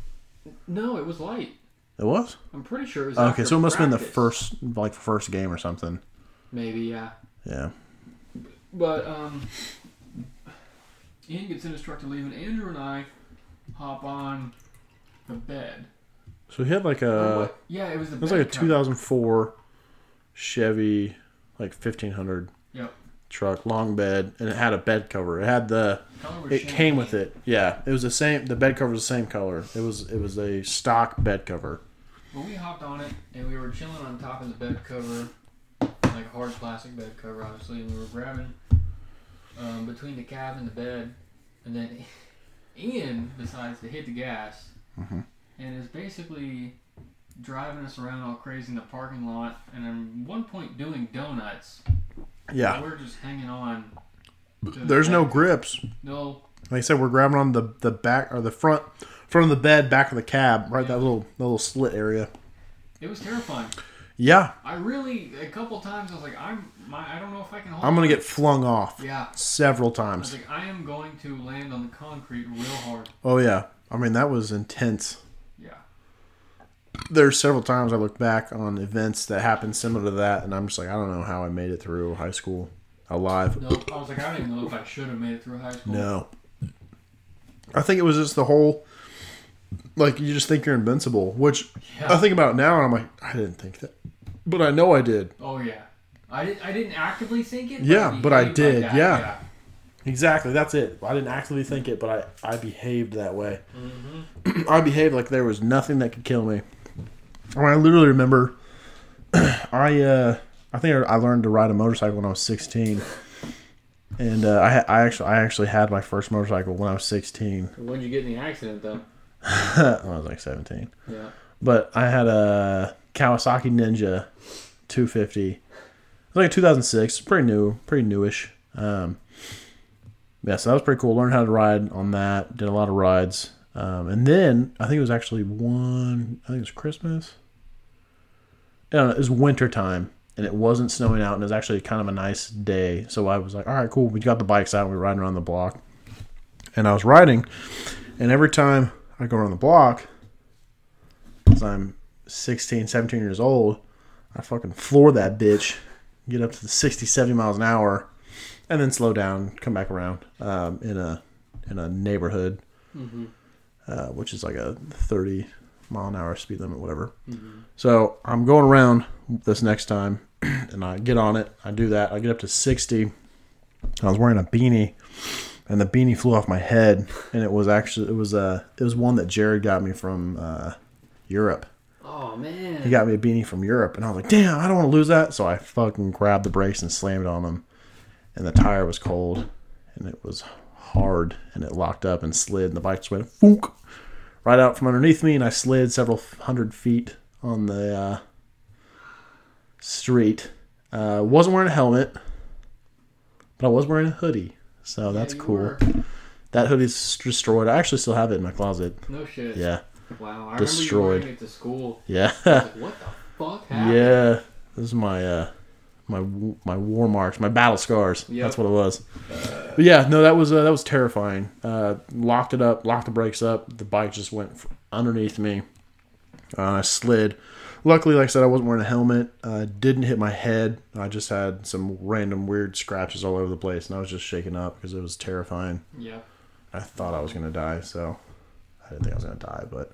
[SPEAKER 2] No, it was light.
[SPEAKER 1] It was?
[SPEAKER 2] I'm pretty sure it was.
[SPEAKER 1] Okay,
[SPEAKER 2] after
[SPEAKER 1] so it must have been the
[SPEAKER 2] practice.
[SPEAKER 1] first, like, first game or something.
[SPEAKER 2] Maybe, yeah.
[SPEAKER 1] Yeah.
[SPEAKER 2] But um, Ian gets in his truck to leave, and Andrew and I hop on the bed.
[SPEAKER 1] So he had like a
[SPEAKER 2] yeah, it was the.
[SPEAKER 1] Uh, it was like a 2004 Chevy like 1500
[SPEAKER 2] Yep.
[SPEAKER 1] truck long bed and it had a bed cover. It had the it came with it. Yeah, it was the same. The bed cover was the same color. It was it was a stock bed cover.
[SPEAKER 2] But we hopped on it, and we were chilling on top of the bed cover, like hard plastic bed cover, obviously, and we were grabbing um, between the cab and the bed, and then Ian decides to hit the gas,
[SPEAKER 1] Mm-hmm.
[SPEAKER 2] and is basically driving us around all crazy in the parking lot, and at one point doing donuts.
[SPEAKER 1] Yeah,
[SPEAKER 2] We're just hanging on. to the
[SPEAKER 1] there's no
[SPEAKER 2] back.
[SPEAKER 1] grips.
[SPEAKER 2] no.
[SPEAKER 1] Like I said, we're grabbing on the the back or the front front of the bed, back of the cab, right that little that little slit area.
[SPEAKER 2] It was terrifying.
[SPEAKER 1] Yeah,
[SPEAKER 2] I really a couple times I was like, I'm my I don't know if I can hold.
[SPEAKER 1] I'm gonna
[SPEAKER 2] it.
[SPEAKER 1] get flung off
[SPEAKER 2] Yeah.
[SPEAKER 1] several
[SPEAKER 2] I was
[SPEAKER 1] times.
[SPEAKER 2] like, I am going to land on the concrete real hard.
[SPEAKER 1] Oh yeah, I mean that was intense.
[SPEAKER 2] Yeah.
[SPEAKER 1] there's several times I look back on events that happened similar to that, and I'm just like, I don't know how I made it through high school alive.
[SPEAKER 2] No, I was like, I don't even know if I should have made it through high school.
[SPEAKER 1] No. I think it was just the whole, like, you just think you're invincible, which I
[SPEAKER 2] Yeah.
[SPEAKER 1] think about now, and I'm like, I didn't think that. But I know I did.
[SPEAKER 2] Oh yeah. I didn't. I didn't actively think it.
[SPEAKER 1] Yeah, but I
[SPEAKER 2] behaved
[SPEAKER 1] did,
[SPEAKER 2] that,
[SPEAKER 1] yeah. Exactly. That's it. I didn't actually think it, but I, I behaved that way. I behaved like there was nothing that could kill me. I, mean, I literally remember I uh, I think I learned to ride a motorcycle when I was 16. And uh, I, ha- I actually I actually had my first motorcycle when I was 16.
[SPEAKER 2] When'd you get in the accident though?
[SPEAKER 1] I was like 17.
[SPEAKER 2] Yeah.
[SPEAKER 1] But I had a Kawasaki Ninja 250. It was like 2006, pretty new, pretty newish. Um, yeah, so that was pretty cool. Learned how to ride on that. Did a lot of rides. Um, and then I think it was actually one. I think it was Christmas. Uh, it was winter time, and it wasn't snowing out, and it was actually kind of a nice day. So I was like, "All right, cool." We got the bikes out. and We were riding around the block, and I was riding, and every time I go around the block, as I'm 16, 17 years old, I fucking floor that bitch, get up to the 60, 70 miles an hour, and then slow down, come back around um, in a in a neighborhood, uh, which is like a 30 mile an hour speed limit, whatever. So I'm going around this next time, and I get on it. I do that. I get up to 60. I was wearing a beanie, and the beanie flew off my head, and it was actually it was uh, it was one that Jared got me from uh, Europe
[SPEAKER 2] Oh man.
[SPEAKER 1] he got me a beanie from Europe, and I was like, "Damn, I don't want to lose that." So I fucking grabbed the brakes and slammed on them, and the tire was cold, and it was hard, and it locked up and slid, and the bike just went foonk right out from underneath me, and I slid several hundred feet on the uh, street. Uh, wasn't wearing a helmet, but I was wearing a hoodie, so that's
[SPEAKER 2] you
[SPEAKER 1] cool.
[SPEAKER 2] were.
[SPEAKER 1] That hoodie's s- destroyed. I actually still have it in my closet.
[SPEAKER 2] No shit.
[SPEAKER 1] Yeah,
[SPEAKER 2] Wow. I remember you
[SPEAKER 1] Destroyed.
[SPEAKER 2] wearing it to school. I
[SPEAKER 1] yeah.
[SPEAKER 2] was like, what the fuck happened?
[SPEAKER 1] Yeah, this is my uh, my w- my war marks, my battle scars.
[SPEAKER 2] Yep.
[SPEAKER 1] That's what it was. But yeah, no, that was uh, that was terrifying. Uh, locked it up, locked the brakes up. The bike just went f- underneath me. Uh, I slid. Luckily, like I said, I wasn't wearing a helmet. Uh, didn't hit my head. I just had some random weird scratches all over the place, and I was just shaken up because it was terrifying.
[SPEAKER 2] Yeah.
[SPEAKER 1] I thought I was gonna die, so I didn't think I was gonna die, but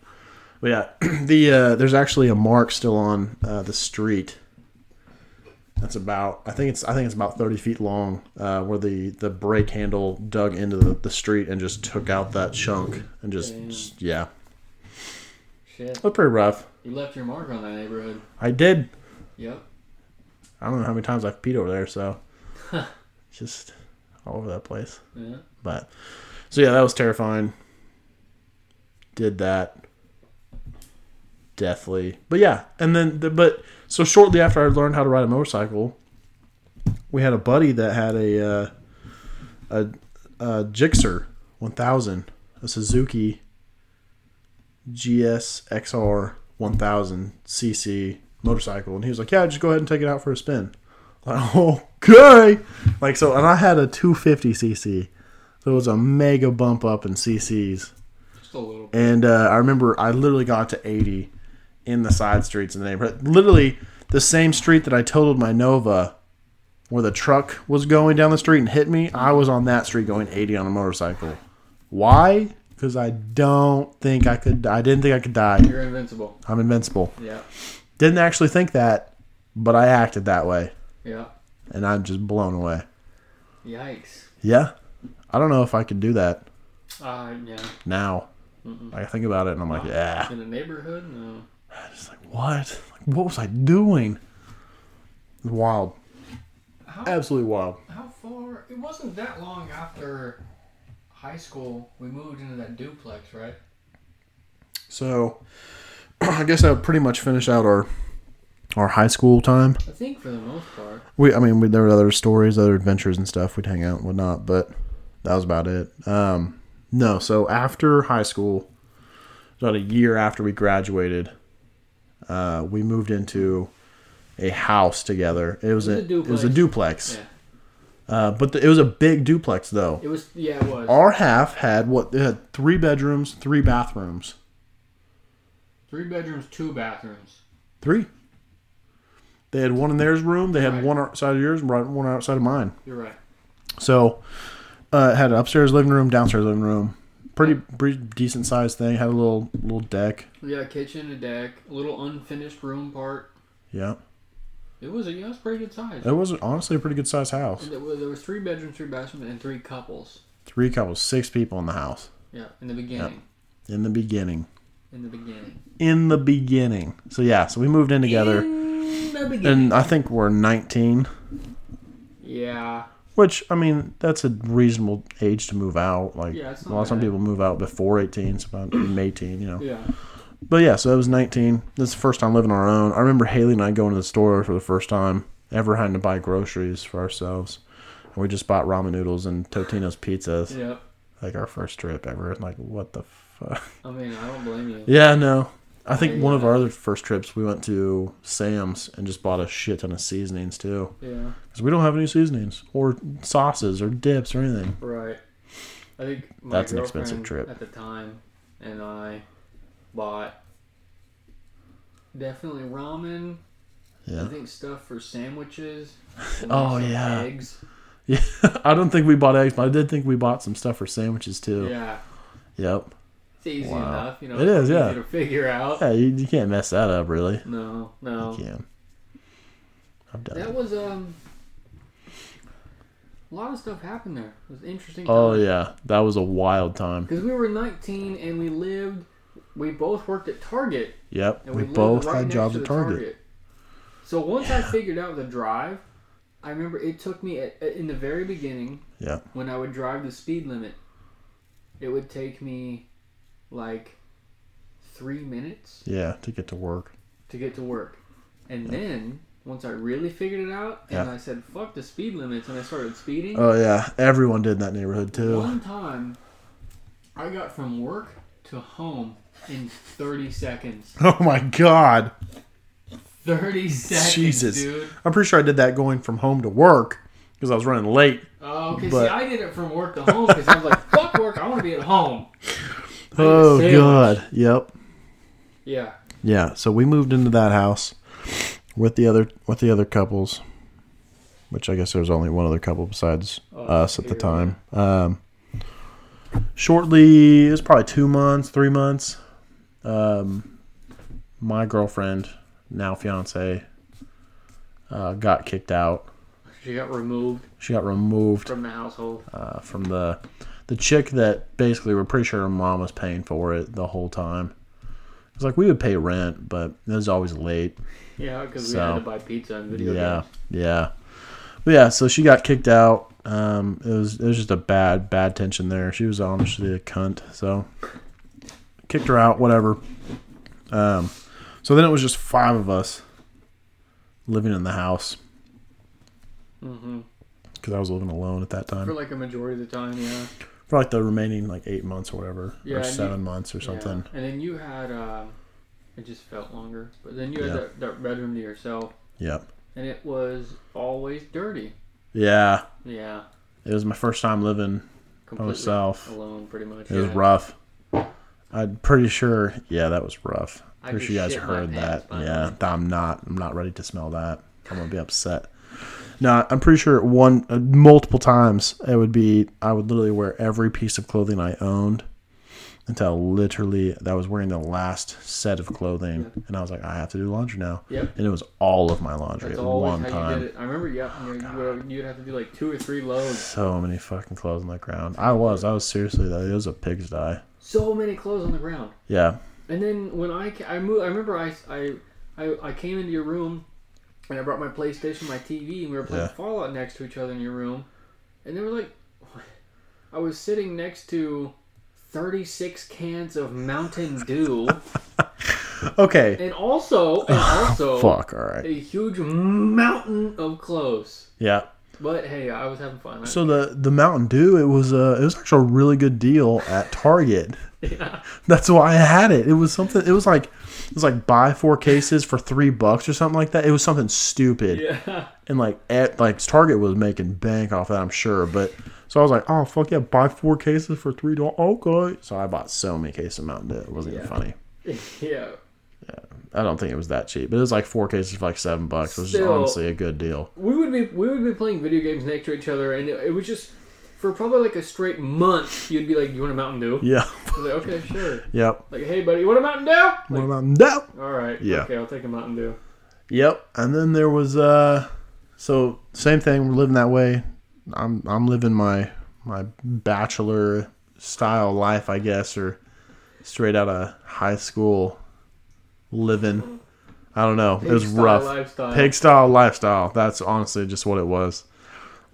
[SPEAKER 1] but yeah, the uh, there's actually a mark still on uh, the street. That's about I think it's I think it's about thirty feet long, uh, where the the brake handle dug into the, the street and just took out that chunk and just,
[SPEAKER 2] Damn.
[SPEAKER 1] just yeah,
[SPEAKER 2] Shit.
[SPEAKER 1] it was pretty rough.
[SPEAKER 2] You left your mark on that neighborhood.
[SPEAKER 1] I did
[SPEAKER 2] Yep.
[SPEAKER 1] I don't know how many times I've peed over there, so it's just all over that place.
[SPEAKER 2] Yeah.
[SPEAKER 1] But so yeah, that was terrifying. Did that deathly, but yeah, and then the, but so shortly after I learned how to ride a motorcycle, we had a buddy that had a uh, a, a Gixxer 1000, a Suzuki GSXR 1000 cc motorcycle, and he was like, "Yeah, just go ahead and take it out for a spin." Like, okay, like so, and I had a 250 cc. So it was a mega bump up in CCs.
[SPEAKER 2] Just a little. bit.
[SPEAKER 1] And uh, I remember I literally got to 80 in the side streets in the neighborhood. Literally the same street that I totaled my Nova where the truck was going down the street and hit me. I was on that street going 80 on a motorcycle. Why? Because I don't think I could. I didn't think I could die.
[SPEAKER 2] You're invincible.
[SPEAKER 1] I'm invincible.
[SPEAKER 2] Yeah.
[SPEAKER 1] Didn't actually think that, but I acted that way,
[SPEAKER 2] Yeah.
[SPEAKER 1] and I'm just blown away.
[SPEAKER 2] Yikes.
[SPEAKER 1] Yeah, I don't know if I could do that
[SPEAKER 2] Uh, yeah.
[SPEAKER 1] now. I think about it and I'm like, yeah.
[SPEAKER 2] In the neighborhood? No.
[SPEAKER 1] It's like what? Like, what was I doing? It was Wild,
[SPEAKER 3] How,
[SPEAKER 1] absolutely wild.
[SPEAKER 3] how far? It wasn't that long after high school we moved into that duplex, right?
[SPEAKER 1] So, I guess that would pretty much finish out our our high school time.
[SPEAKER 2] I think for the most part.
[SPEAKER 1] We, I mean, we, there were other stories, other adventures and stuff. We'd hang out and whatnot, but that was about it. Um, no, so after high school, about a year after we graduated, uh, we moved into a house together. It was,
[SPEAKER 2] It was
[SPEAKER 1] a,
[SPEAKER 2] a
[SPEAKER 1] it was a
[SPEAKER 2] duplex.
[SPEAKER 1] duplex,
[SPEAKER 2] Yeah.
[SPEAKER 1] uh, but the, it was a big duplex though.
[SPEAKER 2] It was. Yeah, it was.
[SPEAKER 1] our half had what it had three bedrooms, three bathrooms,
[SPEAKER 2] Three bedrooms, two bathrooms.
[SPEAKER 1] three. They had one in theirs room. They had
[SPEAKER 2] Right.
[SPEAKER 1] one outside of yours, and right- one outside of mine.
[SPEAKER 2] You're right.
[SPEAKER 1] So, uh, it had an upstairs living room, downstairs living room. Pretty, pretty decent sized thing. Had a little little deck.
[SPEAKER 2] Yeah, kitchen, a deck, a little unfinished room part.
[SPEAKER 1] Yeah,
[SPEAKER 2] It was a yeah, it was pretty good size.
[SPEAKER 1] it was honestly a pretty good sized house.
[SPEAKER 2] And There was, there was three bedrooms, three bathrooms, and three couples.
[SPEAKER 1] Three couples, six people in the house
[SPEAKER 2] Yeah, in the beginning.
[SPEAKER 1] in the beginning.
[SPEAKER 2] In the beginning.
[SPEAKER 1] In the beginning. So yeah, so we moved in together,
[SPEAKER 2] In the beginning.
[SPEAKER 1] and I think we're 19.
[SPEAKER 2] yeah.
[SPEAKER 1] Which I mean, that's a reasonable age to move out. Like
[SPEAKER 2] Yeah, it's
[SPEAKER 1] a
[SPEAKER 2] not
[SPEAKER 1] lot of some
[SPEAKER 2] bad.
[SPEAKER 1] people move out before eighteen, so about I'm eighteen, you know.
[SPEAKER 2] Yeah.
[SPEAKER 1] But yeah, so it was nineteen. This is the first time living on our own. I remember Haley and I going to the store for the first time ever, having to buy groceries for ourselves. We just bought ramen noodles and Totino's pizzas.
[SPEAKER 2] Yep.
[SPEAKER 1] Like our first trip ever. Like what the fuck?
[SPEAKER 2] I mean, I don't blame you.
[SPEAKER 1] Yeah, no. I think
[SPEAKER 2] Yeah,
[SPEAKER 1] one of
[SPEAKER 2] yeah.
[SPEAKER 1] our other first trips, we went to Sam's and just bought a shit ton of seasonings too,
[SPEAKER 2] Yeah.
[SPEAKER 1] because we don't have any seasonings or sauces or dips or anything.
[SPEAKER 2] Right. I think my
[SPEAKER 1] That's an expensive
[SPEAKER 2] girlfriend
[SPEAKER 1] trip.
[SPEAKER 2] at the time, and I bought definitely ramen. I
[SPEAKER 1] Yeah,
[SPEAKER 2] think stuff for sandwiches.
[SPEAKER 1] Oh,
[SPEAKER 2] some
[SPEAKER 1] yeah.
[SPEAKER 2] Eggs.
[SPEAKER 1] yeah. I don't think we bought eggs, but I did think we bought some stuff for sandwiches too.
[SPEAKER 2] Yeah.
[SPEAKER 1] Yep.
[SPEAKER 2] It's easy
[SPEAKER 1] Wow.
[SPEAKER 2] enough, you know.
[SPEAKER 1] It is,
[SPEAKER 2] easy
[SPEAKER 1] yeah.
[SPEAKER 2] To figure out.
[SPEAKER 1] Yeah, you, you can't mess that up, really.
[SPEAKER 2] No, no.
[SPEAKER 1] You can. I've done.
[SPEAKER 2] That
[SPEAKER 1] it.
[SPEAKER 2] was um. A lot of stuff happened there. It was interesting.
[SPEAKER 1] Oh yeah, that was a wild time.
[SPEAKER 2] Because we were 19 and we lived. We both worked at Target.
[SPEAKER 1] Yep,
[SPEAKER 2] And
[SPEAKER 1] we,
[SPEAKER 2] lived
[SPEAKER 1] both
[SPEAKER 2] right
[SPEAKER 1] had
[SPEAKER 2] next
[SPEAKER 1] jobs
[SPEAKER 2] to
[SPEAKER 1] at
[SPEAKER 2] the
[SPEAKER 1] Target.
[SPEAKER 2] So once I figured out the drive, I remember it took me at, at- in the very beginning
[SPEAKER 1] Yeah.
[SPEAKER 2] when I would drive the speed limit. It would take me like three minutes
[SPEAKER 1] Yeah, to get to work.
[SPEAKER 2] to get to work, and then once I really figured it out, and
[SPEAKER 1] Yeah.
[SPEAKER 2] I said "fuck the speed limits" and I started speeding.
[SPEAKER 1] Oh yeah, everyone did in that neighborhood too.
[SPEAKER 2] One time, I got from work to home in 30 seconds.
[SPEAKER 1] Oh my god.
[SPEAKER 2] 30 seconds,
[SPEAKER 1] Jesus.
[SPEAKER 2] dude.
[SPEAKER 1] I'm pretty sure I did that going from home to work because I was running late.
[SPEAKER 2] Oh, okay.
[SPEAKER 1] But-
[SPEAKER 2] see, I did it from work to home because I was like, "Fuck work, I want to be at home." need a
[SPEAKER 1] Oh
[SPEAKER 2] sandwich.
[SPEAKER 1] god. Yep.
[SPEAKER 2] Yeah,
[SPEAKER 1] Yeah. So we moved into that house with the other with the other couples, which I guess there was only one other couple besides
[SPEAKER 2] Oh,
[SPEAKER 1] us at the
[SPEAKER 2] here.
[SPEAKER 1] time. Um, shortly, it was probably two months, three months. Um, my girlfriend, now fiance, uh, got kicked out.
[SPEAKER 2] she got removed
[SPEAKER 1] She got removed
[SPEAKER 2] from the household.
[SPEAKER 1] uh, from the the chick that basically we're pretty sure her mom was paying for it the whole time. It's like we would pay rent, but it was always late.
[SPEAKER 2] Yeah, because we
[SPEAKER 1] So-
[SPEAKER 2] had to buy pizza and video
[SPEAKER 1] yeah,
[SPEAKER 2] games.
[SPEAKER 1] yeah, but yeah. So she got kicked out. Um, it was it was just a bad bad tension there. She was honestly a cunt. So kicked her out. Whatever. Um, so then it was just five of us living in the house
[SPEAKER 2] hmm
[SPEAKER 1] because I was living alone at that time.
[SPEAKER 2] For like a majority of the time, yeah.
[SPEAKER 1] for like the remaining like eight months or whatever,
[SPEAKER 2] Yeah,
[SPEAKER 1] or
[SPEAKER 2] and you-
[SPEAKER 1] seven months or something.
[SPEAKER 2] Yeah. And then you had, uh, it just felt longer. But then you had
[SPEAKER 1] Yeah.
[SPEAKER 2] that, that bedroom to yourself,
[SPEAKER 1] Yep.
[SPEAKER 2] and it was always dirty.
[SPEAKER 1] Yeah,
[SPEAKER 2] Yeah,
[SPEAKER 1] it was my first time living by
[SPEAKER 2] completely
[SPEAKER 1] myself.
[SPEAKER 2] alone, pretty much.
[SPEAKER 1] It was
[SPEAKER 2] yeah.
[SPEAKER 1] rough. I'm pretty sure. Yeah, that was rough.
[SPEAKER 2] I
[SPEAKER 1] pretty
[SPEAKER 2] just
[SPEAKER 1] sure you guys
[SPEAKER 2] shit my
[SPEAKER 1] heard
[SPEAKER 2] pants
[SPEAKER 1] that.
[SPEAKER 2] by
[SPEAKER 1] Yeah, I'm not. I'm not ready to smell that. I'm gonna be upset. No, I'm pretty sure one uh, multiple times it would be. I would literally wear every piece of clothing I owned until literally I was wearing the last set of clothing, and I was like, I have to do laundry now.
[SPEAKER 2] Yep.
[SPEAKER 1] And it was all of my laundry
[SPEAKER 2] That's
[SPEAKER 1] at
[SPEAKER 2] always
[SPEAKER 1] one
[SPEAKER 2] how
[SPEAKER 1] time.
[SPEAKER 2] you did it. I remember, yeah, you, you, would, you would have to do like two or three loads.
[SPEAKER 1] So many fucking clothes on the ground. I was. I was seriously though. It was a pigsty.
[SPEAKER 2] So many clothes on the ground.
[SPEAKER 1] Yeah.
[SPEAKER 2] And then when I, ca- I moved, I remember I, I, I, I came into your room and I brought my PlayStation, my TV, and we were playing
[SPEAKER 1] Yeah.
[SPEAKER 2] Fallout next to each other in your room. And they were like, I was sitting next to 36 cans of Mountain Dew
[SPEAKER 1] Okay.
[SPEAKER 2] and also, and also
[SPEAKER 1] Fuck. All right.
[SPEAKER 2] a huge mountain of clothes.
[SPEAKER 1] Yeah.
[SPEAKER 2] But hey, I was having fun.
[SPEAKER 1] So the the Mountain Dew, it was a it was actually a really good deal at Target.
[SPEAKER 2] yeah.
[SPEAKER 1] That's why I had it. It was something. It was like it was like buy four cases for three bucks or something like that. It was something stupid.
[SPEAKER 2] yeah.
[SPEAKER 1] And like at like Target was making bank off that, I'm sure. But so I was like, oh fuck yeah, buy four cases for three dollars. Okay. So I bought so many cases of Mountain Dew. It wasn't even
[SPEAKER 2] Yeah.
[SPEAKER 1] funny.
[SPEAKER 2] Yeah.
[SPEAKER 1] I don't think it was that cheap, but it was like four cases for like seven bucks, which is
[SPEAKER 2] Still-
[SPEAKER 1] honestly a good deal.
[SPEAKER 2] we would be we would be playing video games next to each other, and it, it was just for probably like a straight month. You'd be like, "You want a Mountain Dew?"
[SPEAKER 1] Yeah.
[SPEAKER 2] I was like, "Okay, sure."
[SPEAKER 1] yep.
[SPEAKER 2] Like, "Hey, buddy, you want a Mountain Dew?"
[SPEAKER 1] What
[SPEAKER 2] Like,
[SPEAKER 1] about no?
[SPEAKER 2] all right,
[SPEAKER 1] Yeah.
[SPEAKER 2] okay, I'll take a Mountain Dew.
[SPEAKER 1] Yep. And then there was uh, so same thing. We're living that way. I'm I'm living my my bachelor style life, I guess, or straight out of high school living. I don't know. it was
[SPEAKER 2] Pig-style
[SPEAKER 1] rough.
[SPEAKER 2] lifestyle.
[SPEAKER 1] Pig style lifestyle. That's honestly just what it was.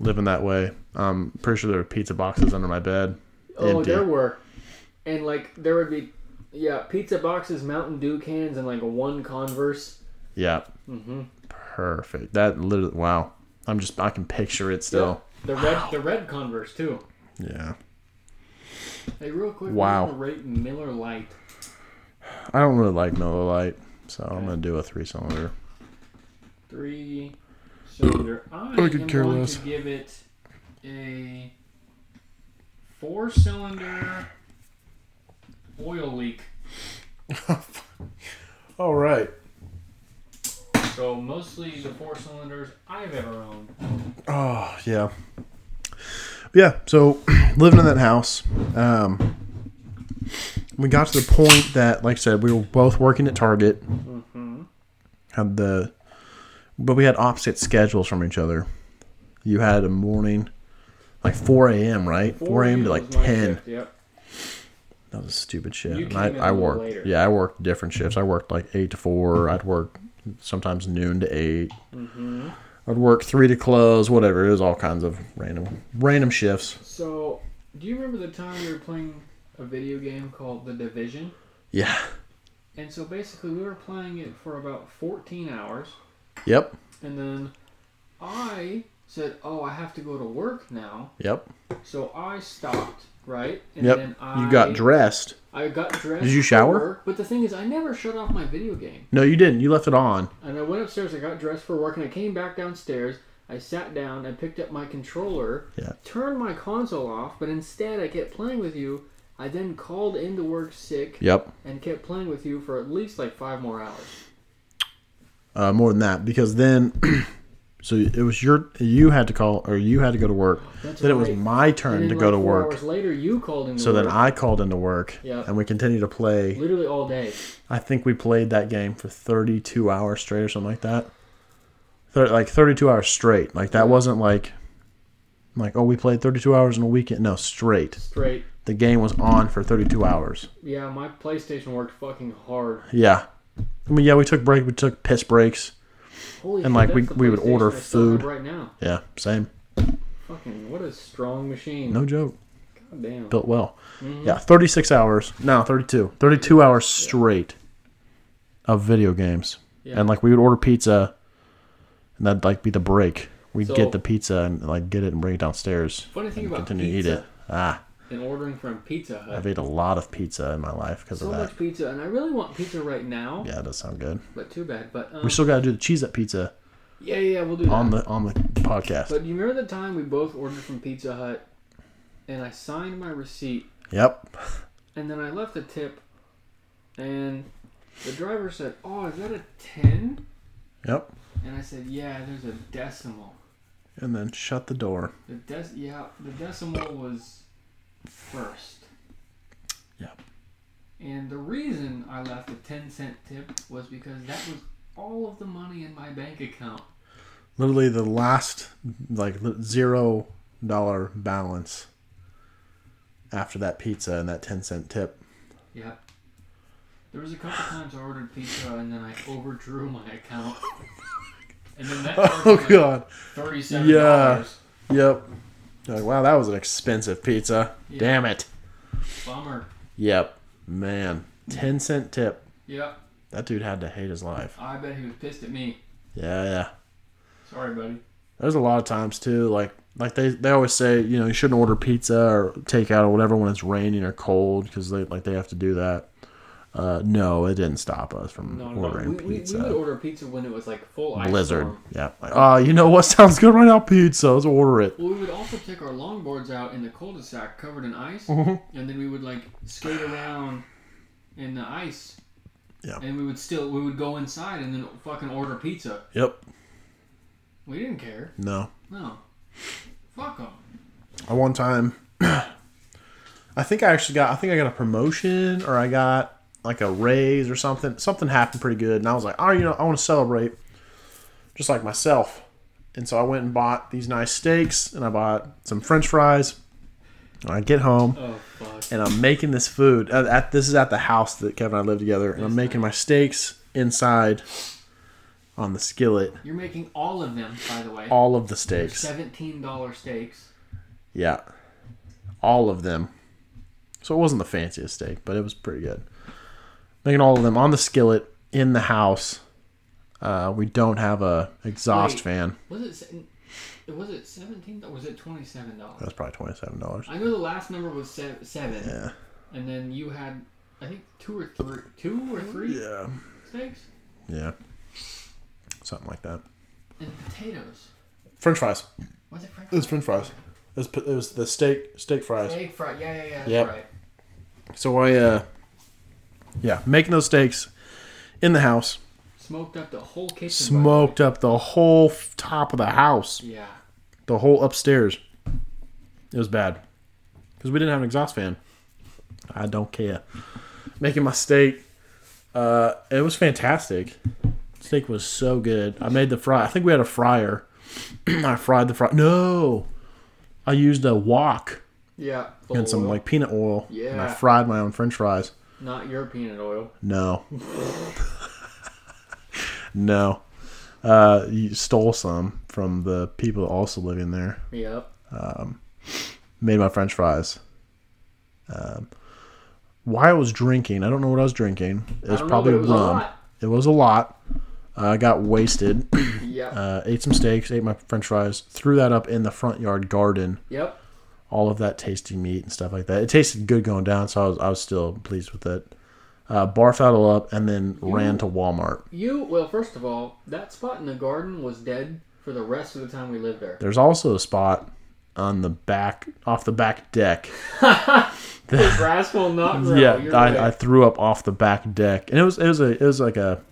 [SPEAKER 1] Living that way. I'm pretty sure there were pizza boxes under my bed.
[SPEAKER 2] Oh,
[SPEAKER 1] Empty.
[SPEAKER 2] there were, and like there would be, yeah, pizza boxes, Mountain Dew cans, and like one Converse.
[SPEAKER 1] Yeah.
[SPEAKER 2] Mhm.
[SPEAKER 1] Perfect. That literally. Wow. I'm just. I can picture it still.
[SPEAKER 2] The red, the red Converse too.
[SPEAKER 1] Yeah.
[SPEAKER 2] Hey, real quick,
[SPEAKER 1] Wow.
[SPEAKER 2] we're gonna rate Miller Lite.
[SPEAKER 1] I don't really like Miller Lite, so I'm gonna do a three cylinder.
[SPEAKER 2] Three cylinder. I,
[SPEAKER 1] I could
[SPEAKER 2] am
[SPEAKER 1] care
[SPEAKER 2] going
[SPEAKER 1] less.
[SPEAKER 2] to give it a four cylinder oil leak.
[SPEAKER 1] All right.
[SPEAKER 2] So mostly the four cylinders I've ever owned.
[SPEAKER 1] Oh yeah. Yeah. So living in that house, um, we got to the point that, like I said, we were both working at Target. Mm-hmm. Had the, but we had opposite schedules from each other. You had a morning, like four a.m. Right, four, a.m. to like
[SPEAKER 2] was my
[SPEAKER 1] ten.
[SPEAKER 2] shift, Yep.
[SPEAKER 1] That was stupid shit.
[SPEAKER 2] You
[SPEAKER 1] And I,
[SPEAKER 2] came in
[SPEAKER 1] I
[SPEAKER 2] a little
[SPEAKER 1] worked.
[SPEAKER 2] later. Mm-hmm.
[SPEAKER 1] Yeah, I worked different shifts. I worked like eight to four. I'd work sometimes noon to 8 i I'd work three to close. Whatever. It was all kinds of random random shifts.
[SPEAKER 2] So, do you remember the time we were playing a video game called The Division?
[SPEAKER 1] Yeah.
[SPEAKER 2] And so basically, we were playing it for about 14 hours,
[SPEAKER 1] Yep.
[SPEAKER 2] and then I said, "Oh, I have to go to work now,"
[SPEAKER 1] Yep.
[SPEAKER 2] so I stopped. Right? And
[SPEAKER 1] yep.
[SPEAKER 2] Then I,
[SPEAKER 1] you got dressed.
[SPEAKER 2] I got dressed.
[SPEAKER 1] Did you
[SPEAKER 2] for
[SPEAKER 1] shower?
[SPEAKER 2] work, but the thing is, I never shut off my video game.
[SPEAKER 1] No, you didn't. You left it on.
[SPEAKER 2] And I went upstairs, I got dressed for work, and I came back downstairs. I sat down, I picked up my controller,
[SPEAKER 1] Yeah.
[SPEAKER 2] turned my console off, but instead I kept playing with you. I then called into work sick
[SPEAKER 1] Yep.
[SPEAKER 2] and kept playing with you for at least like five more hours.
[SPEAKER 1] Uh, more than that, because then, so it was your you had to call or you had to go to work.
[SPEAKER 2] That's
[SPEAKER 1] then it was
[SPEAKER 2] right.
[SPEAKER 1] my
[SPEAKER 2] And
[SPEAKER 1] turn
[SPEAKER 2] then
[SPEAKER 1] to
[SPEAKER 2] like
[SPEAKER 1] go to
[SPEAKER 2] four
[SPEAKER 1] work.
[SPEAKER 2] Hours later, you called into
[SPEAKER 1] So
[SPEAKER 2] work.
[SPEAKER 1] then I called into work,
[SPEAKER 2] Yeah.
[SPEAKER 1] and we continued to play.
[SPEAKER 2] literally all day.
[SPEAKER 1] I think we played that game for 32 hours straight or something like that. Thir- like 32 hours straight. Like that wasn't like like oh we played 32 hours in a weekend. No, straight.
[SPEAKER 2] Straight.
[SPEAKER 1] The game was on for 32 hours.
[SPEAKER 2] Yeah, my PlayStation worked fucking hard.
[SPEAKER 1] Yeah. I mean, yeah, we took break, we took piss breaks.
[SPEAKER 2] Holy
[SPEAKER 1] And,
[SPEAKER 2] shit,
[SPEAKER 1] like, we-
[SPEAKER 2] that's the
[SPEAKER 1] we would
[SPEAKER 2] PlayStation
[SPEAKER 1] order
[SPEAKER 2] I still have
[SPEAKER 1] food.
[SPEAKER 2] right now.
[SPEAKER 1] Yeah, same.
[SPEAKER 2] Fucking what a strong machine.
[SPEAKER 1] No joke.
[SPEAKER 2] God damn.
[SPEAKER 1] Built well.
[SPEAKER 2] Mm-hmm.
[SPEAKER 1] Yeah, 36 hours. No, 32. 32 hours straight of video games.
[SPEAKER 2] Yeah.
[SPEAKER 1] And like we would order pizza and that'd like be the break. We'd
[SPEAKER 2] So-
[SPEAKER 1] get the pizza and like get it and bring it downstairs.
[SPEAKER 2] Funny thing
[SPEAKER 1] and
[SPEAKER 2] about
[SPEAKER 1] continue
[SPEAKER 2] pizza
[SPEAKER 1] to eat it. Ah,
[SPEAKER 2] and ordering from Pizza Hut.
[SPEAKER 1] I've ate a lot of pizza in my life because
[SPEAKER 2] so
[SPEAKER 1] of that.
[SPEAKER 2] much pizza, and I really want pizza right now,
[SPEAKER 1] Yeah, it does sound good.
[SPEAKER 2] but too bad. But um,
[SPEAKER 1] We still gotta do the cheese at pizza
[SPEAKER 2] yeah, yeah, yeah, we'll do that.
[SPEAKER 1] on the on the podcast.
[SPEAKER 2] but you remember the time we both ordered from Pizza Hut, and I signed my receipt,
[SPEAKER 1] Yep.
[SPEAKER 2] and then I left a tip, and the driver said, "Oh, is that a 10?
[SPEAKER 1] Yep.
[SPEAKER 2] And I said, "Yeah, there's a decimal.
[SPEAKER 1] And then shut the door.
[SPEAKER 2] The dec yeah, the decimal was first.
[SPEAKER 1] Yeah.
[SPEAKER 2] And the reason I left a ten cent tip was because that was all of the money in my bank account.
[SPEAKER 1] Literally the last like li- zero dollar balance after that pizza and that ten cent tip.
[SPEAKER 2] Yeah. There was a couple times I ordered pizza and then I overdrew my account. And then that
[SPEAKER 1] Oh
[SPEAKER 2] cost like
[SPEAKER 1] god.
[SPEAKER 2] thirty-seven
[SPEAKER 1] Yeah.
[SPEAKER 2] dollars.
[SPEAKER 1] Yep. You're like, wow, that was an expensive pizza.
[SPEAKER 2] Yeah.
[SPEAKER 1] Damn it.
[SPEAKER 2] Bummer.
[SPEAKER 1] Yep. Man. Ten cent tip.
[SPEAKER 2] Yep.
[SPEAKER 1] That dude had to hate his life.
[SPEAKER 2] I bet he was pissed at me.
[SPEAKER 1] Yeah, yeah.
[SPEAKER 2] Sorry, buddy.
[SPEAKER 1] There's a lot of times too, like like they, they always say, you know, you shouldn't order pizza or takeout or whatever when it's raining or cold because they like they have to do that. Uh, no, it didn't stop us from
[SPEAKER 2] No, no, we,
[SPEAKER 1] ordering
[SPEAKER 2] we, we
[SPEAKER 1] pizza.
[SPEAKER 2] would order pizza when it was like full ice
[SPEAKER 1] Blizzard.
[SPEAKER 2] storm.
[SPEAKER 1] Yeah. Like, oh, you know what sounds good right now? Pizza. Let's order it.
[SPEAKER 2] Well, we would also take our longboards out in the cul-de-sac covered in ice,
[SPEAKER 1] Mm-hmm.
[SPEAKER 2] and then we would like skate around in the ice.
[SPEAKER 1] Yeah.
[SPEAKER 2] And we would still we would go inside and then fucking order pizza.
[SPEAKER 1] Yep.
[SPEAKER 2] We didn't care.
[SPEAKER 1] No.
[SPEAKER 2] No. Fuck them.
[SPEAKER 1] I one time I think I actually got I think I got a promotion or I got like a raise or something. Something happened pretty good and I was like, "Oh, you know, I want to celebrate just like myself." And so I went and bought these nice steaks and I bought some french fries. And I get home
[SPEAKER 2] Oh fuck.
[SPEAKER 1] and I'm making this food. At, at this is at the house that Kevin and I live together and I'm making my steaks inside on the skillet.
[SPEAKER 2] You're making all of them, by the way.
[SPEAKER 1] All of the
[SPEAKER 2] They're
[SPEAKER 1] steaks.
[SPEAKER 2] Seventeen dollar steaks.
[SPEAKER 1] Yeah. All of them. So it wasn't the fanciest steak, but it was pretty good. Making all of them on the skillet in the house. Uh, we don't have a exhaust
[SPEAKER 2] Wait.
[SPEAKER 1] fan.
[SPEAKER 2] Was it? se- Was it seventeen? Or was it twenty seven dollars?
[SPEAKER 1] That's probably twenty seven dollars.
[SPEAKER 2] I know the last number was se- seven,
[SPEAKER 1] Yeah.
[SPEAKER 2] and then you had I think two or three, two or three
[SPEAKER 1] Yeah.
[SPEAKER 2] steaks
[SPEAKER 1] Yeah. Something like that.
[SPEAKER 2] and potatoes.
[SPEAKER 1] French fries.
[SPEAKER 2] Was it French?
[SPEAKER 1] It was French fries. It was, it was the steak steak fries.
[SPEAKER 2] Steak fried. Yeah, yeah, yeah. That's
[SPEAKER 1] Yep.
[SPEAKER 2] right.
[SPEAKER 1] So I, uh, yeah, making those steaks in the house.
[SPEAKER 2] Smoked up the whole kitchen. by the way.
[SPEAKER 1] Smoked up the whole f- top of the house,
[SPEAKER 2] Yeah.
[SPEAKER 1] the whole upstairs. It was bad because we didn't have an exhaust fan. I don't care. Making my steak, uh, it was fantastic. Steak was so good. I made the fry. I think we had a fryer. I fried the fry. No, I used a wok
[SPEAKER 2] Yeah.
[SPEAKER 1] and some
[SPEAKER 2] oil.
[SPEAKER 1] like peanut oil. and I
[SPEAKER 2] Yeah.
[SPEAKER 1] fried my own French fries.
[SPEAKER 2] not European oil.
[SPEAKER 1] No. no. Uh, you stole some from the people also living there.
[SPEAKER 2] Yep.
[SPEAKER 1] Made my French fries. Um, why I was drinking, I don't know what I was drinking. It was
[SPEAKER 2] don't know,
[SPEAKER 1] probably
[SPEAKER 2] but it was a
[SPEAKER 1] rum.
[SPEAKER 2] lot.
[SPEAKER 1] It was a lot. I got wasted.
[SPEAKER 2] Yep.
[SPEAKER 1] uh, ate some steaks. Ate my French fries. Threw that up in the front yard garden.
[SPEAKER 2] yep.
[SPEAKER 1] all of that tasty meat and stuff like that. It tasted good going down, so I was I was still pleased with it. Uh, barf that all up and then ran to Walmart.
[SPEAKER 2] You well, first of all, that spot in the garden was dead for the rest of the time we lived there.
[SPEAKER 1] There's also a spot on the back off the back deck.
[SPEAKER 2] The grass will not grow.
[SPEAKER 1] yeah,
[SPEAKER 2] You're right.
[SPEAKER 1] I, I threw up off the back deck, and it was it was a it was like a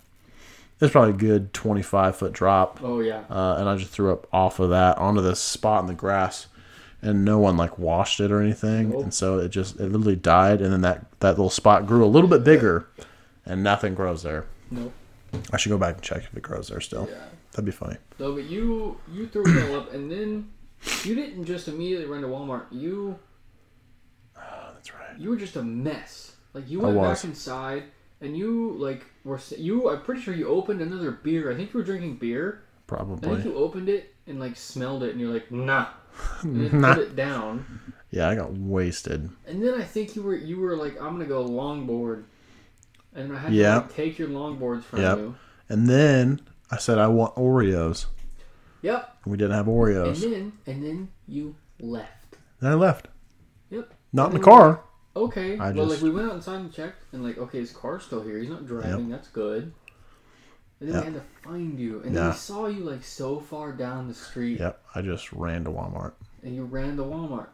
[SPEAKER 1] it was probably a good 25 foot drop,
[SPEAKER 2] oh yeah.
[SPEAKER 1] uh, and I just threw up off of that onto this spot in the grass. And no one like washed it or anything,
[SPEAKER 2] Nope.
[SPEAKER 1] and so it just it literally died. And then that that little spot grew a little bit bigger, and nothing grows there.
[SPEAKER 2] Nope.
[SPEAKER 1] I should go back and check if it grows there still.
[SPEAKER 2] Yeah.
[SPEAKER 1] That'd be funny.
[SPEAKER 2] No, but you you threw it all up, and then you didn't just immediately run to Walmart. You
[SPEAKER 1] that's right.
[SPEAKER 2] you were just a mess. Like you
[SPEAKER 1] I
[SPEAKER 2] went
[SPEAKER 1] was.
[SPEAKER 2] back inside, and you like were s- you. I'm pretty sure you opened another beer. I think you were drinking beer. I think
[SPEAKER 1] Probably.
[SPEAKER 2] you opened it and like smelled it, and you're like, nah, and then
[SPEAKER 1] Nah.
[SPEAKER 2] put it down.
[SPEAKER 1] Yeah, I got wasted.
[SPEAKER 2] And then I think you were you were like, I'm gonna go longboard, and I had
[SPEAKER 1] Yeah.
[SPEAKER 2] to like, take your longboards from
[SPEAKER 1] Yep.
[SPEAKER 2] you.
[SPEAKER 1] And then I said I want Oreos.
[SPEAKER 2] Yep.
[SPEAKER 1] And we didn't have
[SPEAKER 2] And
[SPEAKER 1] Oreos.
[SPEAKER 2] then and then you left.
[SPEAKER 1] Then I left.
[SPEAKER 2] Yep.
[SPEAKER 1] Not in the
[SPEAKER 2] And then we-
[SPEAKER 1] car.
[SPEAKER 2] Okay.
[SPEAKER 1] I
[SPEAKER 2] well,
[SPEAKER 1] just-
[SPEAKER 2] like we went out inside and checked, and like, okay, his car's still here. He's not driving. That's good. And then
[SPEAKER 1] Yep.
[SPEAKER 2] we had to find you, and then
[SPEAKER 1] Yeah.
[SPEAKER 2] we saw you like so far down the street,
[SPEAKER 1] Yep. I just ran to Walmart.
[SPEAKER 2] and you ran to Walmart.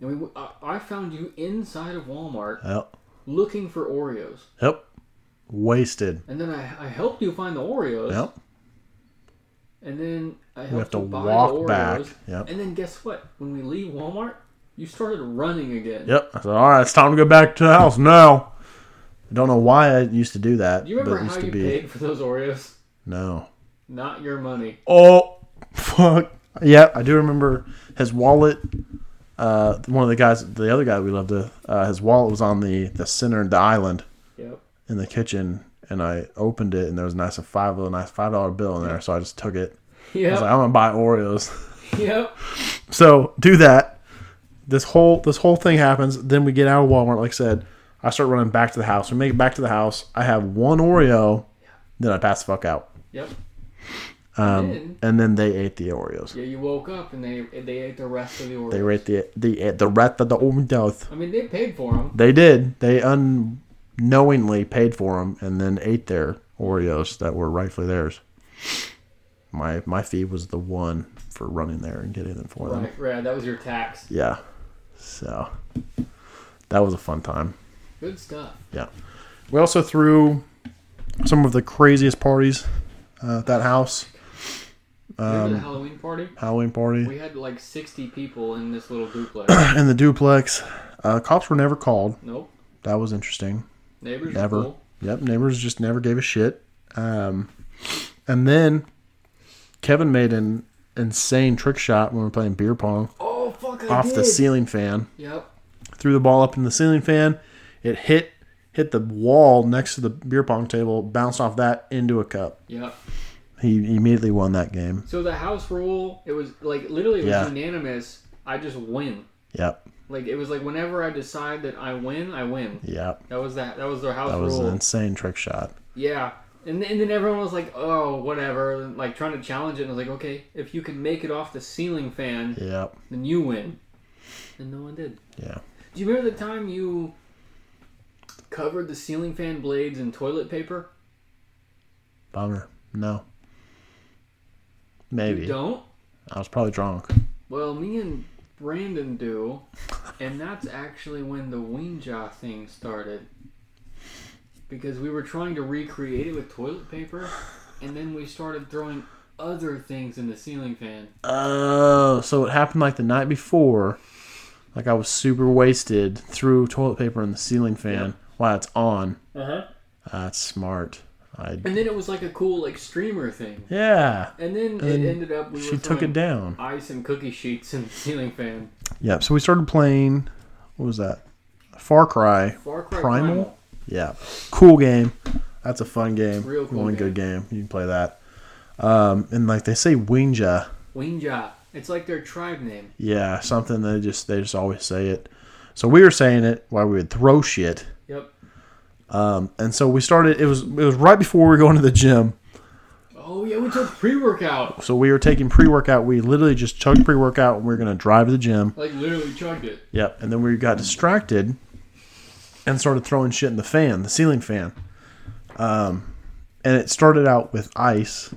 [SPEAKER 2] And we, w- I, I found you inside of Walmart
[SPEAKER 1] Yep.
[SPEAKER 2] looking for Oreos,
[SPEAKER 1] Yep. Wasted.
[SPEAKER 2] and then I, I helped you find the Oreos.
[SPEAKER 1] Yep.
[SPEAKER 2] And then I helped
[SPEAKER 1] We have to
[SPEAKER 2] you buy the
[SPEAKER 1] walk
[SPEAKER 2] Oreos.
[SPEAKER 1] back. Yep.
[SPEAKER 2] And then guess what? When we leave Walmart, you started running again.
[SPEAKER 1] Yep. I said, all right, it's time to go back to the house now. I don't know why I used to do that,
[SPEAKER 2] Do you
[SPEAKER 1] but
[SPEAKER 2] remember
[SPEAKER 1] it used
[SPEAKER 2] how
[SPEAKER 1] to
[SPEAKER 2] you
[SPEAKER 1] be
[SPEAKER 2] paid for those Oreos?
[SPEAKER 1] no.
[SPEAKER 2] Not your money.
[SPEAKER 1] Oh, fuck. Yeah, I do remember his wallet. Uh, one of the guys, the other guy we loved, uh, uh, his wallet was on the the center of the island
[SPEAKER 2] Yep.
[SPEAKER 1] in the kitchen, and I opened it, and there was a nice a five a nice five dollar bill in there, so I just took it. I was
[SPEAKER 2] Yep.
[SPEAKER 1] like, oh. I'm gonna buy Oreos.
[SPEAKER 2] yep.
[SPEAKER 1] So do that. This whole this whole thing happens. Then we get out of Walmart. Like I said, I start running back to the house. We make it back to the house. I have one Oreo. Then I pass the fuck out.
[SPEAKER 2] Yep.
[SPEAKER 1] Um,
[SPEAKER 2] Then-
[SPEAKER 1] and then they ate the Oreos.
[SPEAKER 2] Yeah, you woke up and they they ate the rest of the Oreos.
[SPEAKER 1] They rate the the the rat of the overdose.
[SPEAKER 2] I mean, they paid for them.
[SPEAKER 1] They did. They unknowingly paid for them and then ate their Oreos that were rightfully theirs. My my fee was the one for running there and getting them for them.
[SPEAKER 2] Right, right. That was your tax.
[SPEAKER 1] Yeah. So that was a fun time.
[SPEAKER 2] Good stuff.
[SPEAKER 1] Yeah. We also threw some of the craziest parties uh, at that house.
[SPEAKER 2] Remember
[SPEAKER 1] Um,
[SPEAKER 2] the Halloween party?
[SPEAKER 1] Halloween party.
[SPEAKER 2] We had like 60 people in this little duplex.
[SPEAKER 1] in the duplex. Uh, cops were never called.
[SPEAKER 2] nope.
[SPEAKER 1] That was interesting.
[SPEAKER 2] Neighbors were
[SPEAKER 1] Never.
[SPEAKER 2] cool.
[SPEAKER 1] Yep, neighbors just never gave a shit. Um, and then Kevin made an insane trick shot when we were playing beer pong
[SPEAKER 2] Oh fuck! I
[SPEAKER 1] off
[SPEAKER 2] did.
[SPEAKER 1] the ceiling fan.
[SPEAKER 2] Yep.
[SPEAKER 1] Threw the ball up in the ceiling fan. It hit hit the wall next to the beer pong table, bounced off that into a cup.
[SPEAKER 2] Yep.
[SPEAKER 1] He immediately won that game.
[SPEAKER 2] So the house rule, it was like literally it was
[SPEAKER 1] Yeah.
[SPEAKER 2] unanimous. I just win.
[SPEAKER 1] Yep,
[SPEAKER 2] Like it was like whenever I decide that I win, I win.
[SPEAKER 1] yep.
[SPEAKER 2] That was that. That was their house
[SPEAKER 1] That was
[SPEAKER 2] rule.
[SPEAKER 1] an insane trick shot.
[SPEAKER 2] Yeah. And, and then everyone was like, "Oh, whatever," and, like trying to challenge it. And I was like, "Okay, if you can make it off the ceiling fan,
[SPEAKER 1] Yep.
[SPEAKER 2] then you win." And no one did.
[SPEAKER 1] Yeah.
[SPEAKER 2] Do you remember the time you covered the ceiling fan blades in toilet paper?
[SPEAKER 1] Bummer. No.
[SPEAKER 2] You
[SPEAKER 1] Maybe.
[SPEAKER 2] don't.
[SPEAKER 1] I was probably drunk.
[SPEAKER 2] Well, me and Brandon do, and that's actually when the wing jaw thing started. Because we were trying to recreate it with toilet paper, and then we started throwing other things in the ceiling fan.
[SPEAKER 1] Oh, so it happened like the night before. Like I was super wasted, threw toilet paper in the ceiling fan while it's on.
[SPEAKER 2] Uh huh.
[SPEAKER 1] That's smart. I
[SPEAKER 2] And then it was like a cool like streamer thing.
[SPEAKER 1] yeah.
[SPEAKER 2] And then
[SPEAKER 1] And
[SPEAKER 2] it ended up we
[SPEAKER 1] She
[SPEAKER 2] were
[SPEAKER 1] took it
[SPEAKER 2] throwing
[SPEAKER 1] down.
[SPEAKER 2] ice and cookie sheets in the ceiling fan.
[SPEAKER 1] Yeah. So we started playing. What was that? Far Cry.
[SPEAKER 2] Far Cry
[SPEAKER 1] Primal?
[SPEAKER 2] Primal.
[SPEAKER 1] Yeah. Cool game. That's a fun game.
[SPEAKER 2] Real cool
[SPEAKER 1] One good game. You can play that. Um, and like they say, Winja.
[SPEAKER 2] Wing jaw. It's like their tribe name.
[SPEAKER 1] Yeah, something they just they just always say it. So we were saying it while we would throw shit.
[SPEAKER 2] Yep.
[SPEAKER 1] Um, and so we started. It was it was right before we were going to the gym.
[SPEAKER 2] Oh yeah, we took pre workout.
[SPEAKER 1] So we were taking pre workout. We literally just chugged pre workout, and we were gonna drive to the gym.
[SPEAKER 2] Like literally chugged it.
[SPEAKER 1] Yep. And then we got distracted and started throwing shit in the fan, the ceiling fan. Um, and it started out with ice.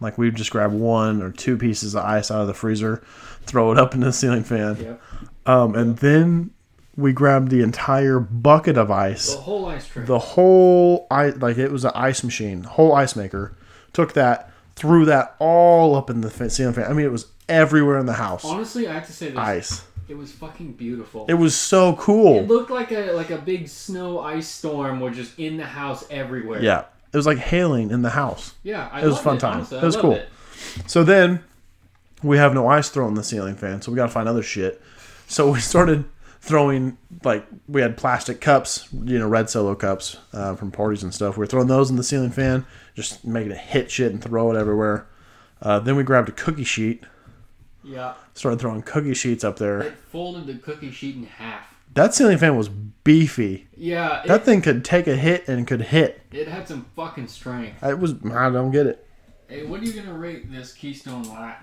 [SPEAKER 1] Like we would just grab one or two pieces of ice out of the freezer, throw it up into the ceiling fan.
[SPEAKER 2] Yep.
[SPEAKER 1] Um, and then we grabbed the entire bucket of ice
[SPEAKER 2] The whole ice tray.
[SPEAKER 1] the whole ice like it was an ice machine whole ice maker took that threw that all up in the fa- ceiling fan i mean it was everywhere in the house
[SPEAKER 2] Honestly, I have to say this.
[SPEAKER 1] ice
[SPEAKER 2] It was fucking beautiful.
[SPEAKER 1] it
[SPEAKER 2] It,
[SPEAKER 1] was so cool
[SPEAKER 2] looked like a like a big snow ice storm was just in the house everywhere.
[SPEAKER 1] yeah it was like hailing in the house
[SPEAKER 2] Yeah. I
[SPEAKER 1] It was
[SPEAKER 2] loved
[SPEAKER 1] fun time.
[SPEAKER 2] honestly. I
[SPEAKER 1] It was
[SPEAKER 2] loved
[SPEAKER 1] cool. so then we have no ice thrown in the ceiling fan so we gotta find other shit so we started throwing like we had plastic cups you know red solo cups uh, from parties and stuff we were throwing those in the ceiling fan just making it hit shit and throw it everywhere uh, then we grabbed a cookie sheet
[SPEAKER 2] Yeah.
[SPEAKER 1] started throwing cookie sheets up
[SPEAKER 2] It
[SPEAKER 1] there.
[SPEAKER 2] folded the cookie sheet in half.
[SPEAKER 1] That ceiling fan was beefy.
[SPEAKER 2] Yeah. It,
[SPEAKER 1] That thing could take a hit and could hit.
[SPEAKER 2] it had some fucking strength.
[SPEAKER 1] It was I don't get it.
[SPEAKER 3] Hey, what are you gonna rate this Keystone Light?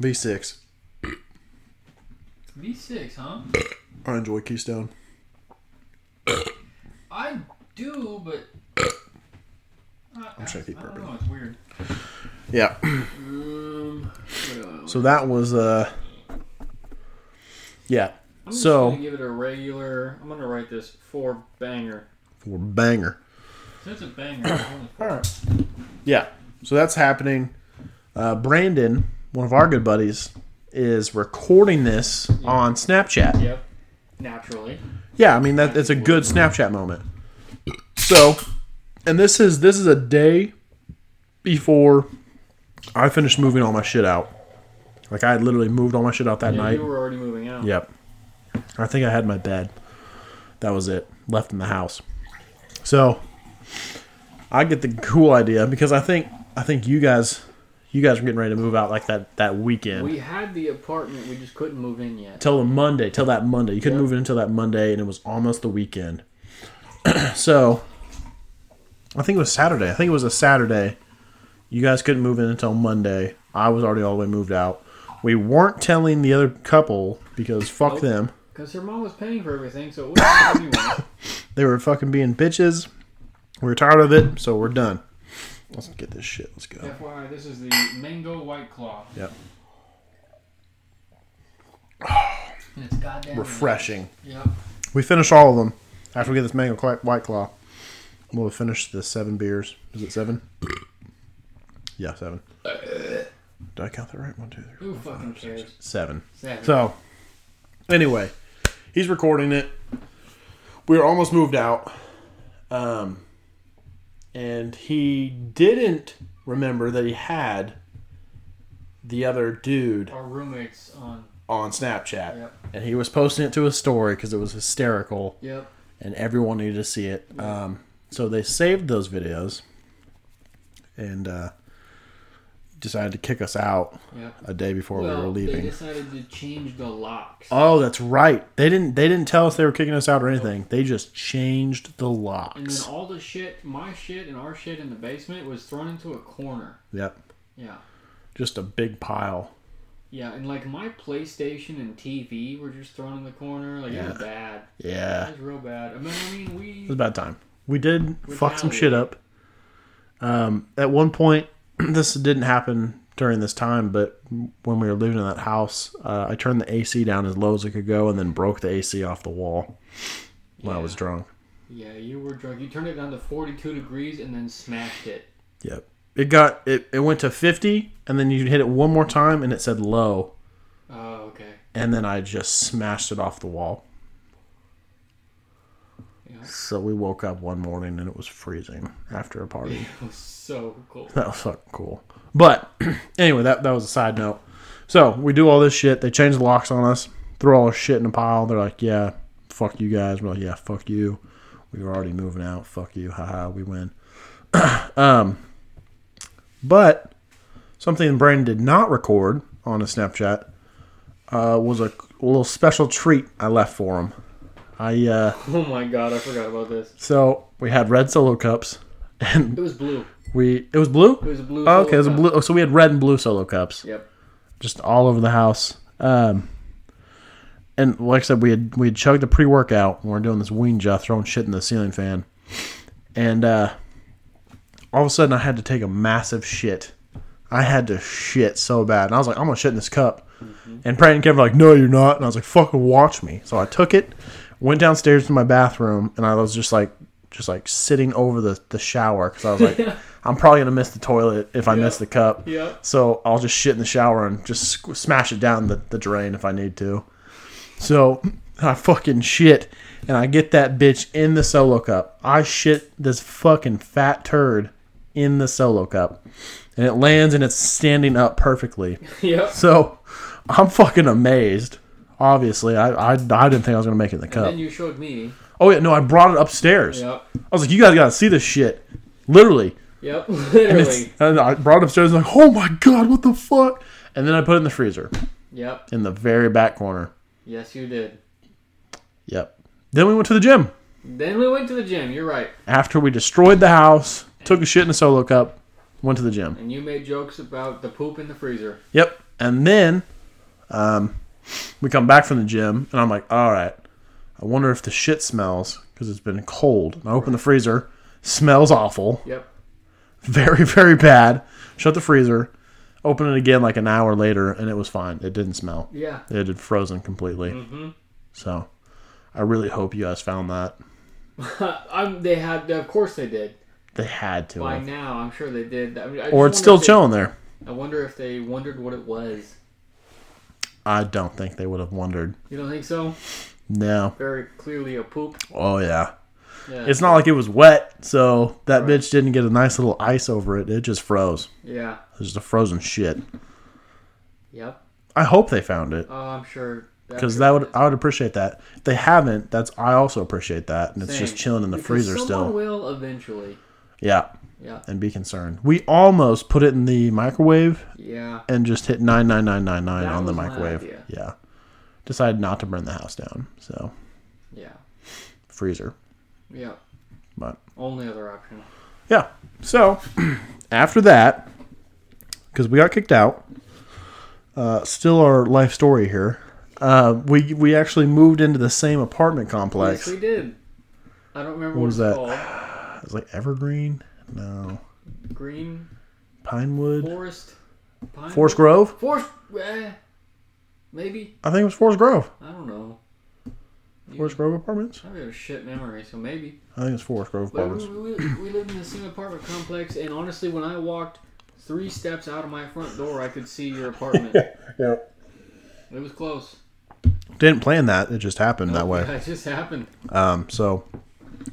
[SPEAKER 1] V six.
[SPEAKER 3] V6, huh?
[SPEAKER 1] I enjoy Keystone.
[SPEAKER 3] I do, but
[SPEAKER 1] I'm sure I keep
[SPEAKER 3] I don't
[SPEAKER 1] burping.
[SPEAKER 3] know. It's weird.
[SPEAKER 1] Yeah.
[SPEAKER 2] Um. what do I-
[SPEAKER 1] So that was uh. Yeah.
[SPEAKER 2] I'm just gonna
[SPEAKER 1] So
[SPEAKER 2] give it a regular. I'm gonna write this four banger.
[SPEAKER 1] for banger.
[SPEAKER 3] So it's a banger. it's only four.
[SPEAKER 1] Yeah. So that's happening. Uh, Brandon, one of our good buddies, is recording this on Snapchat.
[SPEAKER 2] Yep. Naturally.
[SPEAKER 1] Yeah, I mean that it's a good Snapchat moment. So, and this is this is a day before I finished moving all my shit out. Like I had literally moved all my shit out that
[SPEAKER 2] Yeah,
[SPEAKER 1] night.
[SPEAKER 2] you were already moving out.
[SPEAKER 1] Yep. I think I had my bed. That was it. Left in the house. So I get the cool idea because I think I think you guys you guys were getting ready to move out like that that weekend.
[SPEAKER 2] We had the apartment. We just couldn't move in yet.
[SPEAKER 1] till the Monday, till that Monday. You couldn't
[SPEAKER 2] Yep.
[SPEAKER 1] move it until that Monday, and it was almost the weekend. so, I think it was Saturday. I think it was a Saturday. You guys couldn't move in until Monday. I was already all the way moved out. We weren't telling the other couple because fuck
[SPEAKER 2] Nope.
[SPEAKER 1] them.
[SPEAKER 2] Because her mom was paying for everything, so it wasn't anyway.
[SPEAKER 1] They were fucking being bitches. We were tired of it, so we're done. Let's get this shit. Let's go.
[SPEAKER 3] FYI, this is the mango white claw.
[SPEAKER 1] Yep.
[SPEAKER 3] And it's goddamn
[SPEAKER 1] Refreshing.
[SPEAKER 3] Yep.
[SPEAKER 1] We finish all of them after we get this mango cla- white claw. We'll finish the seven beers. Is it seven? Yeah, seven. Did I count that right? One, two, three.
[SPEAKER 2] Who fucking cares?
[SPEAKER 1] Seven.
[SPEAKER 2] Savage.
[SPEAKER 1] So, anyway, he's recording it. We were almost moved out. Um, and he didn't remember that he had the other dude
[SPEAKER 3] Our roommates on.
[SPEAKER 1] on Snapchat.
[SPEAKER 3] Yep.
[SPEAKER 1] And he was posting it to his story because it was hysterical
[SPEAKER 2] Yep.
[SPEAKER 1] and everyone needed to see it. Um, so they saved those videos, and uh, decided to kick us out
[SPEAKER 2] Yeah.
[SPEAKER 1] a day before
[SPEAKER 2] well,
[SPEAKER 1] we were
[SPEAKER 2] they
[SPEAKER 1] leaving.
[SPEAKER 2] decided to change the locks.
[SPEAKER 1] Oh, that's right. They didn't. They didn't tell us they were kicking us out or anything. They just changed the
[SPEAKER 2] And then
[SPEAKER 1] locks.
[SPEAKER 2] all the shit, my shit and our shit in the basement was thrown into a corner.
[SPEAKER 1] Yep,
[SPEAKER 2] Yeah.
[SPEAKER 1] just a big pile.
[SPEAKER 2] Yeah, and like my PlayStation and TV were just thrown in the corner. Like it was bad. It
[SPEAKER 1] Yeah,
[SPEAKER 2] was real bad. I mean, I mean
[SPEAKER 1] it was
[SPEAKER 2] we.
[SPEAKER 1] about time. We did
[SPEAKER 2] We
[SPEAKER 1] fuck some
[SPEAKER 2] found
[SPEAKER 1] shit
[SPEAKER 2] it.
[SPEAKER 1] up. Um, at one point, this didn't happen during this time, but when we were living in that house, uh, I turned the AC down as low as it could go, and then broke the AC off the wall when I was
[SPEAKER 2] Yeah.
[SPEAKER 1] drunk.
[SPEAKER 2] Yeah, you were drunk. You turned it down to 42 degrees and then smashed it.
[SPEAKER 1] Yep. It got it, it went to fifty and then you hit it one more time and it said low
[SPEAKER 2] Oh, okay.
[SPEAKER 1] and then I just smashed it off the wall.
[SPEAKER 2] Yeah.
[SPEAKER 1] So we woke up one morning and it was freezing after a party.
[SPEAKER 2] It was so cool.
[SPEAKER 1] That was fucking cool. But anyway, that that was a side note. So we do all this shit, they change the locks on us, throw all our shit in a pile, they're like, Yeah, fuck you guys. We're like, Yeah, fuck you. We were already moving out, fuck you, haha, we win. um But something Brandon did not record on a Snapchat uh, was a little special treat I left for him. I uh,
[SPEAKER 2] Oh my god, I forgot about this.
[SPEAKER 1] so we had red solo cups, and
[SPEAKER 2] It was blue.
[SPEAKER 1] we it was blue.
[SPEAKER 2] It was a blue.
[SPEAKER 1] Oh, okay, it was a
[SPEAKER 2] solo
[SPEAKER 1] blue. oh, So we had red and blue solo cups,
[SPEAKER 2] cup. Yep.
[SPEAKER 1] just all over the house. Um, and like I said, we had we had chugged the pre workout, and we are doing this ween jaw, throwing shit in the ceiling fan, and uh, all of a sudden I had to take a massive shit. I had to shit so bad, and I was like, I'm gonna shit in this cup.
[SPEAKER 2] Mm-hmm.
[SPEAKER 1] And Brandon and Kevin were like, No, you're not. And I was like, Fucking watch me. So I took it, went downstairs to my bathroom, and I was just like, just like sitting over the the shower because I was like, I'm probably gonna miss the toilet if I miss the cup.
[SPEAKER 2] Yeah.
[SPEAKER 1] So I'll just shit in the shower and just squ- smash it down the, the drain if I need to. So I fucking shit and I get that bitch in the solo cup. I shit this fucking fat turd in the solo cup. And it lands and it's standing up perfectly.
[SPEAKER 2] Yep.
[SPEAKER 1] So I'm fucking amazed. Obviously, I, I, I didn't think I was going to make it in the cup.
[SPEAKER 2] Then you showed me.
[SPEAKER 1] Oh, yeah, no, I brought it upstairs.
[SPEAKER 2] Yep.
[SPEAKER 1] I was like, you guys got to see this shit. Literally.
[SPEAKER 2] Yep.
[SPEAKER 1] And, it's,
[SPEAKER 2] Literally.
[SPEAKER 1] and I brought it upstairs and like, oh my god, what the fuck? And then I put it in the freezer
[SPEAKER 2] Yep.
[SPEAKER 1] in the very back corner.
[SPEAKER 2] Yes, you did.
[SPEAKER 1] Yep. Then we went to the gym
[SPEAKER 2] Then we went to the gym. You're right.
[SPEAKER 1] after we destroyed the house, took a shit in a solo cup, went to the gym.
[SPEAKER 2] And you made jokes about the poop in the freezer.
[SPEAKER 1] Yep. And then um, we come back from the gym, and I'm like, all right, I wonder if the shit smells because it's been cold. And I open the freezer, smells awful,
[SPEAKER 2] Yep.
[SPEAKER 1] very, very bad. Shut the freezer, open it again like an hour later, and it was fine. It didn't smell.
[SPEAKER 2] Yeah.
[SPEAKER 1] It had frozen completely.
[SPEAKER 2] Mm-hmm.
[SPEAKER 1] So I really hope you guys found that.
[SPEAKER 2] I'm, they had. Of course they did.
[SPEAKER 1] They had to.
[SPEAKER 2] By
[SPEAKER 1] have.
[SPEAKER 2] now, I'm sure they did. I mean, I just
[SPEAKER 1] Or it's
[SPEAKER 2] wonder
[SPEAKER 1] still
[SPEAKER 2] if they-
[SPEAKER 1] chilling there.
[SPEAKER 2] I wonder if they wondered what it was.
[SPEAKER 1] I don't think they would have wondered.
[SPEAKER 2] You don't think so?
[SPEAKER 1] No.
[SPEAKER 2] Very clearly a poop.
[SPEAKER 1] Oh, yeah.
[SPEAKER 2] Yeah.
[SPEAKER 1] It's not like it was wet, so that
[SPEAKER 2] Right.
[SPEAKER 1] bitch didn't get a nice little ice over it. It just froze.
[SPEAKER 2] yeah.
[SPEAKER 1] It was just a frozen shit.
[SPEAKER 2] Yep.
[SPEAKER 1] I hope they found it
[SPEAKER 2] Oh, I'm sure.
[SPEAKER 1] because that would I would appreciate that. If they haven't, that's I also appreciate that, and it's just
[SPEAKER 2] Same.
[SPEAKER 1] chilling in the
[SPEAKER 2] Because
[SPEAKER 1] freezer
[SPEAKER 2] someone
[SPEAKER 1] still.
[SPEAKER 2] will eventually.
[SPEAKER 1] Yeah,
[SPEAKER 2] Yeah.
[SPEAKER 1] and be concerned. We almost put it in the microwave
[SPEAKER 2] Yeah.
[SPEAKER 1] and just hit nine nine nine nine nine
[SPEAKER 2] That
[SPEAKER 1] on the
[SPEAKER 2] was my
[SPEAKER 1] microwave.
[SPEAKER 2] idea.
[SPEAKER 1] Yeah, decided not to burn the house down, so
[SPEAKER 2] Yeah.
[SPEAKER 1] freezer.
[SPEAKER 2] Yeah.
[SPEAKER 1] But
[SPEAKER 2] Only other option.
[SPEAKER 1] Yeah. So after that, because we got kicked out, uh, still our life story here. Uh, we we actually moved into the same apartment
[SPEAKER 2] Yes,
[SPEAKER 1] complex.
[SPEAKER 2] we did. I don't remember
[SPEAKER 1] What
[SPEAKER 2] what,
[SPEAKER 1] was
[SPEAKER 2] it's
[SPEAKER 1] that?
[SPEAKER 2] called.
[SPEAKER 1] It was like Evergreen, no
[SPEAKER 2] Green
[SPEAKER 1] Pinewood,
[SPEAKER 2] Forest. Pine
[SPEAKER 1] Forest Grove.
[SPEAKER 2] Forest. Eh, maybe.
[SPEAKER 1] I think it was Forest Grove.
[SPEAKER 2] I don't know. You-
[SPEAKER 1] Forest Grove Apartments.
[SPEAKER 2] I have a shit memory, so maybe.
[SPEAKER 1] I think it's Forest Grove
[SPEAKER 2] But we,
[SPEAKER 1] Apartments.
[SPEAKER 2] we, we lived in the same apartment complex, and honestly, when I walked three steps out of my front door, I could see your apartment. it
[SPEAKER 1] Yeah.
[SPEAKER 2] was close.
[SPEAKER 1] Didn't plan that. It just happened that way.
[SPEAKER 2] It just happened.
[SPEAKER 1] Um. So,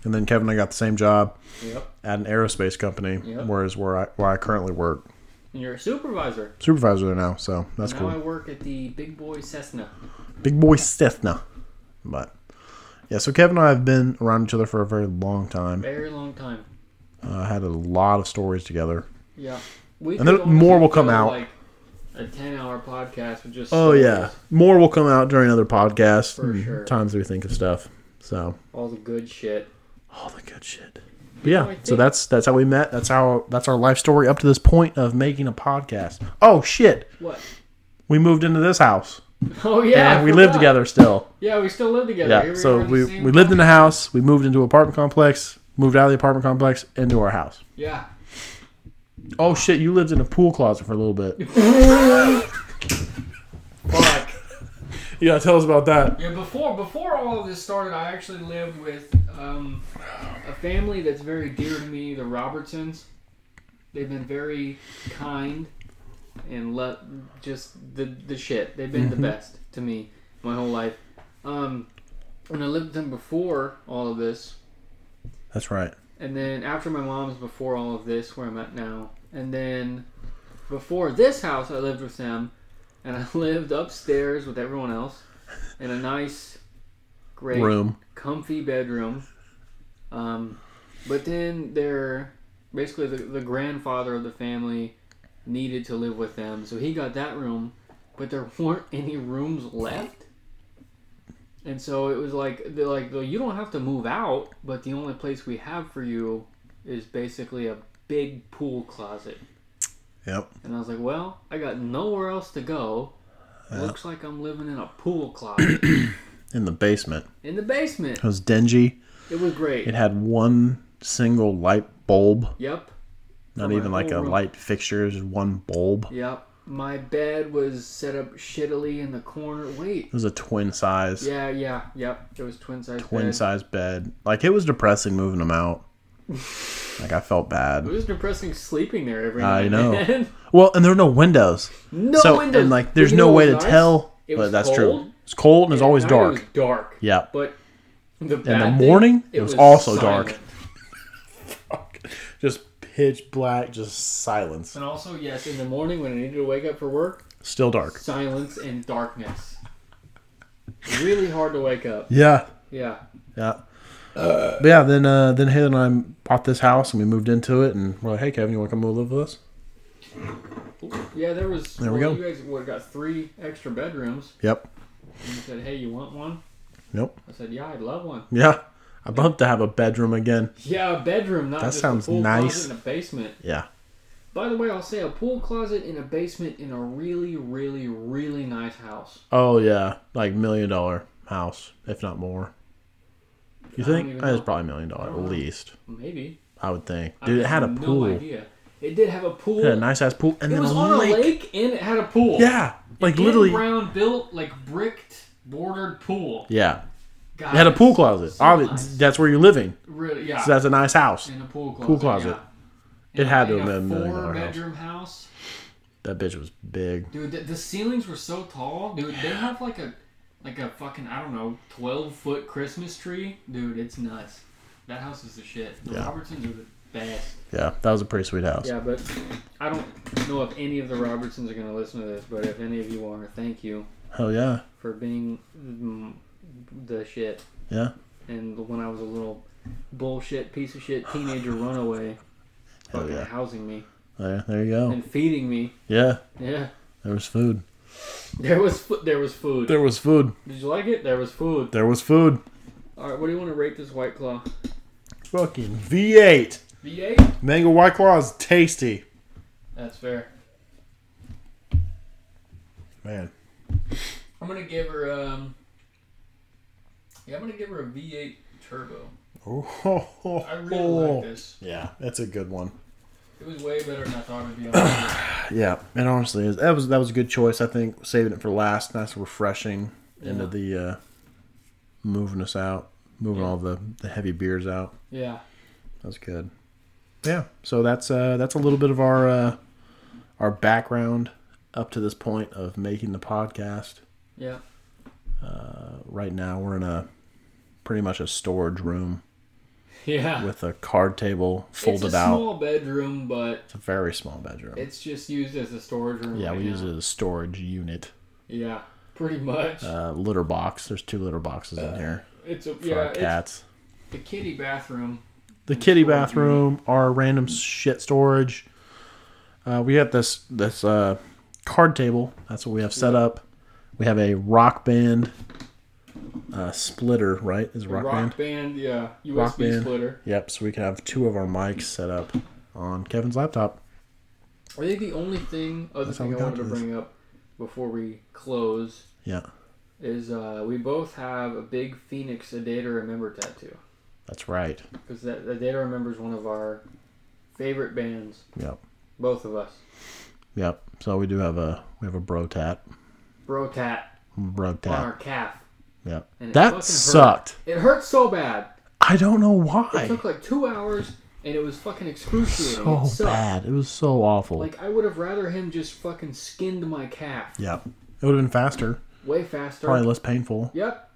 [SPEAKER 1] and then Kevin and I got the same job
[SPEAKER 2] Yep.
[SPEAKER 1] at an aerospace company,
[SPEAKER 2] Yep.
[SPEAKER 1] whereas where I where I currently work,
[SPEAKER 2] And you're a supervisor.
[SPEAKER 1] supervisor there now. So that's
[SPEAKER 2] now
[SPEAKER 1] cool.
[SPEAKER 2] I work at the Big Boy Cessna.
[SPEAKER 1] Big boy Cessna. But yeah, so Kevin and I have been around each other for a very long time.
[SPEAKER 2] Very long time.
[SPEAKER 1] Uh, had a lot of stories together.
[SPEAKER 2] Yeah. we
[SPEAKER 1] And then
[SPEAKER 2] could honestly
[SPEAKER 1] more will come
[SPEAKER 2] fill,
[SPEAKER 1] out.
[SPEAKER 2] Like a ten-hour podcast with just
[SPEAKER 1] Oh
[SPEAKER 2] stories.
[SPEAKER 1] yeah, more will come out during other podcasts.
[SPEAKER 2] For
[SPEAKER 1] and
[SPEAKER 2] sure.
[SPEAKER 1] Times we think of stuff. So
[SPEAKER 2] all the good shit.
[SPEAKER 1] all the good shit. But yeah,
[SPEAKER 2] know, Oh, I
[SPEAKER 1] so
[SPEAKER 2] think-
[SPEAKER 1] that's that's how we met. That's how that's our life story up to this point of making a podcast. Oh shit,
[SPEAKER 2] What?
[SPEAKER 1] we moved into this house
[SPEAKER 2] Oh yeah,
[SPEAKER 1] and
[SPEAKER 2] I
[SPEAKER 1] we live
[SPEAKER 2] forgot.
[SPEAKER 1] together still.
[SPEAKER 2] Yeah, we still live together.
[SPEAKER 1] Yeah,
[SPEAKER 2] Here
[SPEAKER 1] so
[SPEAKER 2] are in the
[SPEAKER 1] we
[SPEAKER 2] same
[SPEAKER 1] we lived in
[SPEAKER 2] house.
[SPEAKER 1] a house. We moved into an apartment complex. Moved out of the apartment complex into our house.
[SPEAKER 2] Yeah,
[SPEAKER 1] Oh shit, you lived in a pool closet for a little bit.
[SPEAKER 2] fuck.
[SPEAKER 1] yeah, tell us about that.
[SPEAKER 2] Yeah, before before all of this started, I actually lived with um, a family that's very dear to me, the Robertsons. They've been very kind and let just the the shit. They've been the best to me my whole life. Um, and I lived with them before all of this,
[SPEAKER 1] That's right.
[SPEAKER 2] and then after my mom's, before all of this, where I'm at now, and then before this house, I lived with them, and I lived upstairs with everyone else in a nice, great,
[SPEAKER 1] Room.
[SPEAKER 2] comfy bedroom. Um, but then their basically the, the grandfather of the family needed to live with them, so he got that room, but there weren't any rooms left. And so it was like they're like "Well, you don't have to move out, but the only place we have for you is basically a big pool closet.
[SPEAKER 1] Yep.
[SPEAKER 2] And I was like, well, I got nowhere else to go. Looks like I'm living in a pool closet
[SPEAKER 1] In the basement.
[SPEAKER 2] in the basement.
[SPEAKER 1] It was dingy.
[SPEAKER 2] It was great.
[SPEAKER 1] It had one single light bulb.
[SPEAKER 2] yep.
[SPEAKER 1] Not
[SPEAKER 2] Oh, my
[SPEAKER 1] even like a
[SPEAKER 2] whole room.
[SPEAKER 1] light fixture, just one bulb.
[SPEAKER 2] Yep. My bed was set up shittily in the corner. Wait.
[SPEAKER 1] It was a twin size,
[SPEAKER 2] Yeah, yeah, yep. It was twin size
[SPEAKER 1] twin
[SPEAKER 2] bed.
[SPEAKER 1] size bed. Like it was depressing moving them out. like I felt
[SPEAKER 2] It
[SPEAKER 1] bad.
[SPEAKER 2] was depressing sleeping there every night.
[SPEAKER 1] I know.
[SPEAKER 2] man.
[SPEAKER 1] Well, and there are no windows.
[SPEAKER 2] no
[SPEAKER 1] so
[SPEAKER 2] windows.
[SPEAKER 1] and like
[SPEAKER 2] But
[SPEAKER 1] there's
[SPEAKER 2] you
[SPEAKER 1] no
[SPEAKER 2] know
[SPEAKER 1] way
[SPEAKER 2] what
[SPEAKER 1] to
[SPEAKER 2] was nice?
[SPEAKER 1] tell.
[SPEAKER 2] It
[SPEAKER 1] but
[SPEAKER 2] was
[SPEAKER 1] that's
[SPEAKER 2] cold.
[SPEAKER 1] true. It's cold and it's
[SPEAKER 2] At
[SPEAKER 1] always
[SPEAKER 2] night
[SPEAKER 1] dark.
[SPEAKER 2] It was dark.
[SPEAKER 1] Yeah.
[SPEAKER 2] But the in
[SPEAKER 1] the morning, it was also dark. Just pitch black, just silence.
[SPEAKER 3] And also, yes,
[SPEAKER 2] Yes, in the morning when I needed to wake up for work,
[SPEAKER 1] Still dark.
[SPEAKER 2] silence and darkness. really hard to wake up.
[SPEAKER 1] Yeah.
[SPEAKER 2] Yeah.
[SPEAKER 1] Yeah. but yeah, then uh, then Haley and I bought this house and we moved into it and we're like, hey Kevin, you want to come live with us?
[SPEAKER 2] Yeah, there was.
[SPEAKER 1] There we
[SPEAKER 2] well,
[SPEAKER 1] go.
[SPEAKER 2] You guys what, got three extra bedrooms.
[SPEAKER 1] Yep.
[SPEAKER 2] And you said, hey, you want one?
[SPEAKER 1] Nope.
[SPEAKER 2] I said, yeah, I'd love one.
[SPEAKER 1] Yeah. I'd love to have a bedroom again.
[SPEAKER 2] Yeah, a bedroom, not
[SPEAKER 1] That
[SPEAKER 2] just
[SPEAKER 1] sounds
[SPEAKER 2] a pool
[SPEAKER 1] nice.
[SPEAKER 2] closet in a basement.
[SPEAKER 1] Yeah.
[SPEAKER 2] By the way, I'll say a pool closet in a basement in a really, really, really nice house.
[SPEAKER 1] Oh yeah, like million dollar house, if not more. You
[SPEAKER 2] I don't
[SPEAKER 1] think
[SPEAKER 2] even
[SPEAKER 1] it's
[SPEAKER 2] know.
[SPEAKER 1] probably million dollar
[SPEAKER 2] I
[SPEAKER 1] at
[SPEAKER 2] don't know.
[SPEAKER 1] least.
[SPEAKER 2] Maybe.
[SPEAKER 1] I would think.
[SPEAKER 2] I
[SPEAKER 1] Dude, it had a
[SPEAKER 2] have no
[SPEAKER 1] pool. It
[SPEAKER 2] idea. It did have a pool.
[SPEAKER 1] had a nice ass pool, and
[SPEAKER 2] it
[SPEAKER 1] then
[SPEAKER 2] was
[SPEAKER 1] a
[SPEAKER 2] on
[SPEAKER 1] lake.
[SPEAKER 2] a lake and it had a pool.
[SPEAKER 1] Yeah, like
[SPEAKER 2] In
[SPEAKER 1] literally.
[SPEAKER 2] brown built like bricked bordered pool.
[SPEAKER 1] Yeah,
[SPEAKER 2] Guys,
[SPEAKER 1] it had a pool closet.
[SPEAKER 2] so
[SPEAKER 1] Obvi-
[SPEAKER 2] nice.
[SPEAKER 1] That's where you're living.
[SPEAKER 2] Really, yeah.
[SPEAKER 1] So that's a nice house.
[SPEAKER 2] in a pool closet.
[SPEAKER 1] Pool closet.
[SPEAKER 2] yeah.
[SPEAKER 1] It had to
[SPEAKER 2] In
[SPEAKER 1] have
[SPEAKER 2] a
[SPEAKER 1] been a million dollar house.
[SPEAKER 2] four-bedroom house.
[SPEAKER 1] That bitch was big.
[SPEAKER 2] Dude, the, the ceilings were so tall. Dude, they have like a like a fucking I don't know twelve foot Christmas tree. Dude, it's nuts. That house is the shit. The
[SPEAKER 1] Yeah.
[SPEAKER 2] Robertsons are the best.
[SPEAKER 1] Yeah, that was a pretty sweet house.
[SPEAKER 2] Yeah, but I don't know if any of the Robertsons are gonna listen to this, but if any of you are, thank you
[SPEAKER 1] Hell yeah,
[SPEAKER 2] for being mm, the shit.
[SPEAKER 1] yeah.
[SPEAKER 2] And when I was a little bullshit piece of shit teenager runaway,
[SPEAKER 1] Hell
[SPEAKER 2] fucking
[SPEAKER 1] yeah. Oh.
[SPEAKER 2] housing me
[SPEAKER 1] There, there you go.
[SPEAKER 2] and feeding me.
[SPEAKER 1] Yeah,
[SPEAKER 2] Yeah,
[SPEAKER 1] there was food.
[SPEAKER 2] there was fu- there was food.
[SPEAKER 1] There was food.
[SPEAKER 2] Did you like it? There was food.
[SPEAKER 1] There was food.
[SPEAKER 2] All right, what do you want to rate this White Claw?
[SPEAKER 1] Fucking V8.
[SPEAKER 2] V8.
[SPEAKER 1] Mango White Claw is tasty.
[SPEAKER 2] That's fair.
[SPEAKER 1] Man,
[SPEAKER 2] I'm gonna give her um. Yeah, I'm gonna give her a V8 Turbo. I really
[SPEAKER 1] Oh.
[SPEAKER 2] like this.
[SPEAKER 1] Yeah, that's a good one.
[SPEAKER 2] It was way better than I thought it would be. honestly.
[SPEAKER 1] Yeah, it honestly is. That was that was a good choice. I think saving it for last. Nice, refreshing end of the uh, moving us out, moving
[SPEAKER 2] Yeah.
[SPEAKER 1] all the, the heavy beers out.
[SPEAKER 2] yeah.
[SPEAKER 1] That's good. Yeah, so that's uh, that's a little bit of our uh, our background up to this point of making the podcast.
[SPEAKER 2] Yeah.
[SPEAKER 1] Right now, we're in a pretty much a storage room
[SPEAKER 2] Yeah.
[SPEAKER 1] with a card table folded
[SPEAKER 2] it's a
[SPEAKER 1] out.
[SPEAKER 2] small bedroom, but
[SPEAKER 1] it's a very small bedroom.
[SPEAKER 2] it's just used as a storage room.
[SPEAKER 1] yeah,
[SPEAKER 2] right
[SPEAKER 1] we use
[SPEAKER 2] now.
[SPEAKER 1] it as a storage unit.
[SPEAKER 2] Yeah, pretty much.
[SPEAKER 1] uh, litter box. There's two litter boxes in here
[SPEAKER 2] it's a
[SPEAKER 1] for
[SPEAKER 2] yeah.
[SPEAKER 1] our
[SPEAKER 2] It's
[SPEAKER 1] cats.
[SPEAKER 2] the kitty bathroom.
[SPEAKER 1] The kitty
[SPEAKER 2] storage
[SPEAKER 1] bathroom, our random shit storage, Uh, we have this this uh, card table. That's what we have set up. We have a rock band uh, splitter, right? Is it rock,
[SPEAKER 2] rock
[SPEAKER 1] band?
[SPEAKER 2] band, yeah, USB
[SPEAKER 1] Rock band.
[SPEAKER 2] splitter.
[SPEAKER 1] Yep. So we can have two of our mics set up on Kevin's laptop.
[SPEAKER 2] I think the only thing, other
[SPEAKER 1] That's how
[SPEAKER 2] thing
[SPEAKER 1] we
[SPEAKER 2] I
[SPEAKER 1] got
[SPEAKER 2] wanted to
[SPEAKER 1] to this.
[SPEAKER 2] bring up before we close
[SPEAKER 1] Yeah,
[SPEAKER 2] is uh, we both have a big Phoenix A Day to Remember tattoo
[SPEAKER 1] that's right.
[SPEAKER 2] because that A Day to Remember is one of our favorite bands,
[SPEAKER 1] Yep.
[SPEAKER 2] both of us.
[SPEAKER 1] Yep. So we do have a we have a bro tat,
[SPEAKER 2] Bro tat
[SPEAKER 1] bro
[SPEAKER 2] on
[SPEAKER 1] tat.
[SPEAKER 2] our calf.
[SPEAKER 1] Yep.
[SPEAKER 2] And it fucking
[SPEAKER 1] That
[SPEAKER 2] hurt.
[SPEAKER 1] sucked.
[SPEAKER 2] It hurt so bad.
[SPEAKER 1] I don't know
[SPEAKER 2] It
[SPEAKER 1] why.
[SPEAKER 2] took like two hours, and it was fucking excruciating.
[SPEAKER 1] So
[SPEAKER 2] it sucked.
[SPEAKER 1] bad. It was so awful.
[SPEAKER 2] Like I would have rather him just fucking skinned my calf
[SPEAKER 1] yep. It would have been faster,
[SPEAKER 2] way faster.
[SPEAKER 1] probably less painful.
[SPEAKER 2] Yep.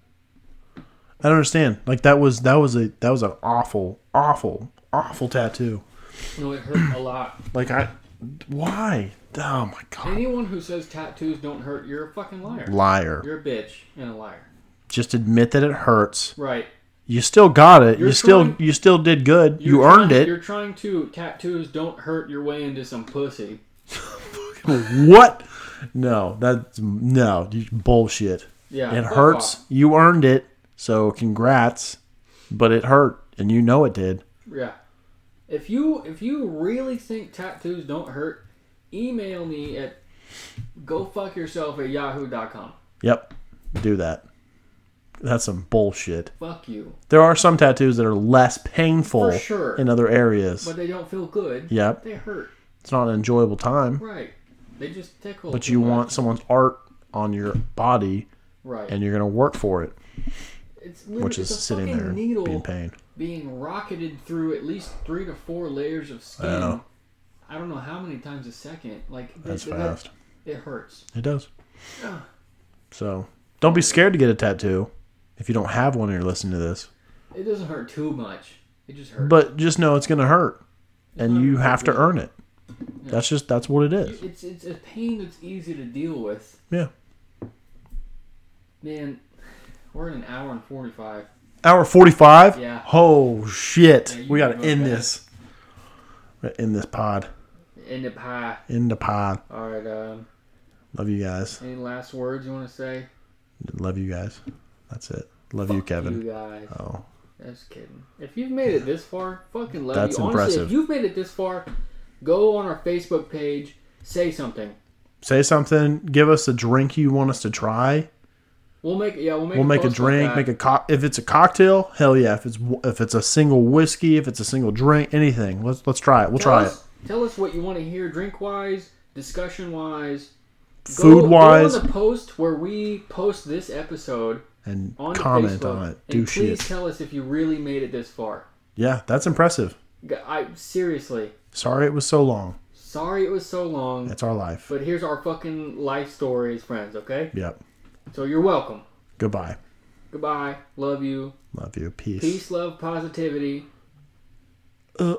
[SPEAKER 1] I don't understand. Like that was that was a that was an awful, awful, awful tattoo.
[SPEAKER 2] No, it hurt a lot.
[SPEAKER 1] Like I, why? Oh my god,
[SPEAKER 2] Anyone who says tattoos don't hurt, you're a fucking liar.
[SPEAKER 1] liar!
[SPEAKER 2] You're a bitch and a liar.
[SPEAKER 1] Just admit that it hurts.
[SPEAKER 2] Right.
[SPEAKER 1] You still got it.
[SPEAKER 2] You're
[SPEAKER 1] you still
[SPEAKER 2] trying-
[SPEAKER 1] you still did good. You
[SPEAKER 2] You're
[SPEAKER 1] earned
[SPEAKER 2] trying-
[SPEAKER 1] it.
[SPEAKER 2] You're trying to tattoos don't hurt your way into some pussy.
[SPEAKER 1] What? No, that's no you- bullshit.
[SPEAKER 2] Yeah.
[SPEAKER 1] it
[SPEAKER 2] fuck
[SPEAKER 1] hurts.
[SPEAKER 2] off.
[SPEAKER 1] You earned it. So congrats. But it hurt, and you know it did.
[SPEAKER 2] Yeah. If you if you really think tattoos don't hurt, email me at gofuckyourself at yahoo.com.
[SPEAKER 1] Yep, do that. That's some bullshit.
[SPEAKER 2] Fuck you.
[SPEAKER 1] There are some tattoos that are less painful
[SPEAKER 2] For sure.
[SPEAKER 1] in other areas.
[SPEAKER 2] But they don't feel good.
[SPEAKER 1] yep.
[SPEAKER 2] They hurt.
[SPEAKER 1] It's not an enjoyable time,
[SPEAKER 2] Right. They just tickle.
[SPEAKER 1] but
[SPEAKER 2] too
[SPEAKER 1] you
[SPEAKER 2] much.
[SPEAKER 1] want someone's art on your body
[SPEAKER 2] right.
[SPEAKER 1] and you're going to work for it,
[SPEAKER 2] it's
[SPEAKER 1] which is sitting there and
[SPEAKER 2] needle
[SPEAKER 1] being pain.
[SPEAKER 2] being rocketed through at least three to four layers of skin.
[SPEAKER 1] Wow.
[SPEAKER 2] I don't know how many times a second. Like th-
[SPEAKER 1] That's
[SPEAKER 2] th-
[SPEAKER 1] fast.
[SPEAKER 2] It hurts.
[SPEAKER 1] It does.
[SPEAKER 2] Yeah.
[SPEAKER 1] So don't be scared to get a tattoo if you don't have one and you're listening to this.
[SPEAKER 2] It doesn't hurt too much. It just hurts.
[SPEAKER 1] But just know it's going to hurt and
[SPEAKER 2] not
[SPEAKER 1] you
[SPEAKER 2] gonna
[SPEAKER 1] have
[SPEAKER 2] hurt
[SPEAKER 1] to
[SPEAKER 2] good.
[SPEAKER 1] earn it. That's just, that's what it is.
[SPEAKER 2] it's it's a pain that's easy to deal with.
[SPEAKER 1] Yeah.
[SPEAKER 2] Man, we're in an hour and forty five.
[SPEAKER 1] Hour 45?
[SPEAKER 2] Yeah.
[SPEAKER 1] Oh, shit.
[SPEAKER 2] Yeah, you
[SPEAKER 1] we got
[SPEAKER 2] can
[SPEAKER 1] to
[SPEAKER 2] go
[SPEAKER 1] end
[SPEAKER 2] back.
[SPEAKER 1] this. We gotta End this pod.
[SPEAKER 2] End up high.
[SPEAKER 1] End the pod.
[SPEAKER 2] All right. Um,
[SPEAKER 1] Love you guys.
[SPEAKER 2] any last words you want to say?
[SPEAKER 1] Love you guys. That's it. Love you,
[SPEAKER 2] Fuck
[SPEAKER 1] Kevin.
[SPEAKER 2] You guys.
[SPEAKER 1] Oh,
[SPEAKER 2] Just kidding. If you've made it this far, fucking love
[SPEAKER 1] That's
[SPEAKER 2] you. Honestly,
[SPEAKER 1] impressive.
[SPEAKER 2] if you've made it this far, go on our Facebook page, say something.
[SPEAKER 1] say something. Give us a drink you want us to try.
[SPEAKER 2] We'll make yeah, we'll make
[SPEAKER 1] We'll make a
[SPEAKER 2] post like
[SPEAKER 1] drink.
[SPEAKER 2] that.
[SPEAKER 1] Make a co- if it's a cocktail. Hell yeah. If it's if it's a single whiskey. If it's a single drink. Anything. Let's let's try it. We'll
[SPEAKER 2] tell
[SPEAKER 1] try it.
[SPEAKER 2] us, Tell us what you want to hear, drink wise, discussion wise,
[SPEAKER 1] Food wise
[SPEAKER 2] Go on the post where we post this episode
[SPEAKER 1] and
[SPEAKER 2] on
[SPEAKER 1] comment
[SPEAKER 2] Facebook,
[SPEAKER 1] on it.
[SPEAKER 2] and
[SPEAKER 1] Do shit.
[SPEAKER 2] please tell us if you really made it this far.
[SPEAKER 1] yeah, that's impressive.
[SPEAKER 2] G- I seriously,
[SPEAKER 1] Sorry it was so long.
[SPEAKER 2] sorry it was so long,
[SPEAKER 1] That's our life.
[SPEAKER 2] but here's our fucking life stories, friends. Okay,
[SPEAKER 1] Yep.
[SPEAKER 2] so you're welcome.
[SPEAKER 1] Goodbye.
[SPEAKER 2] Goodbye. Love you.
[SPEAKER 1] Love you. Peace.
[SPEAKER 2] Peace, love, positivity.
[SPEAKER 1] Uh.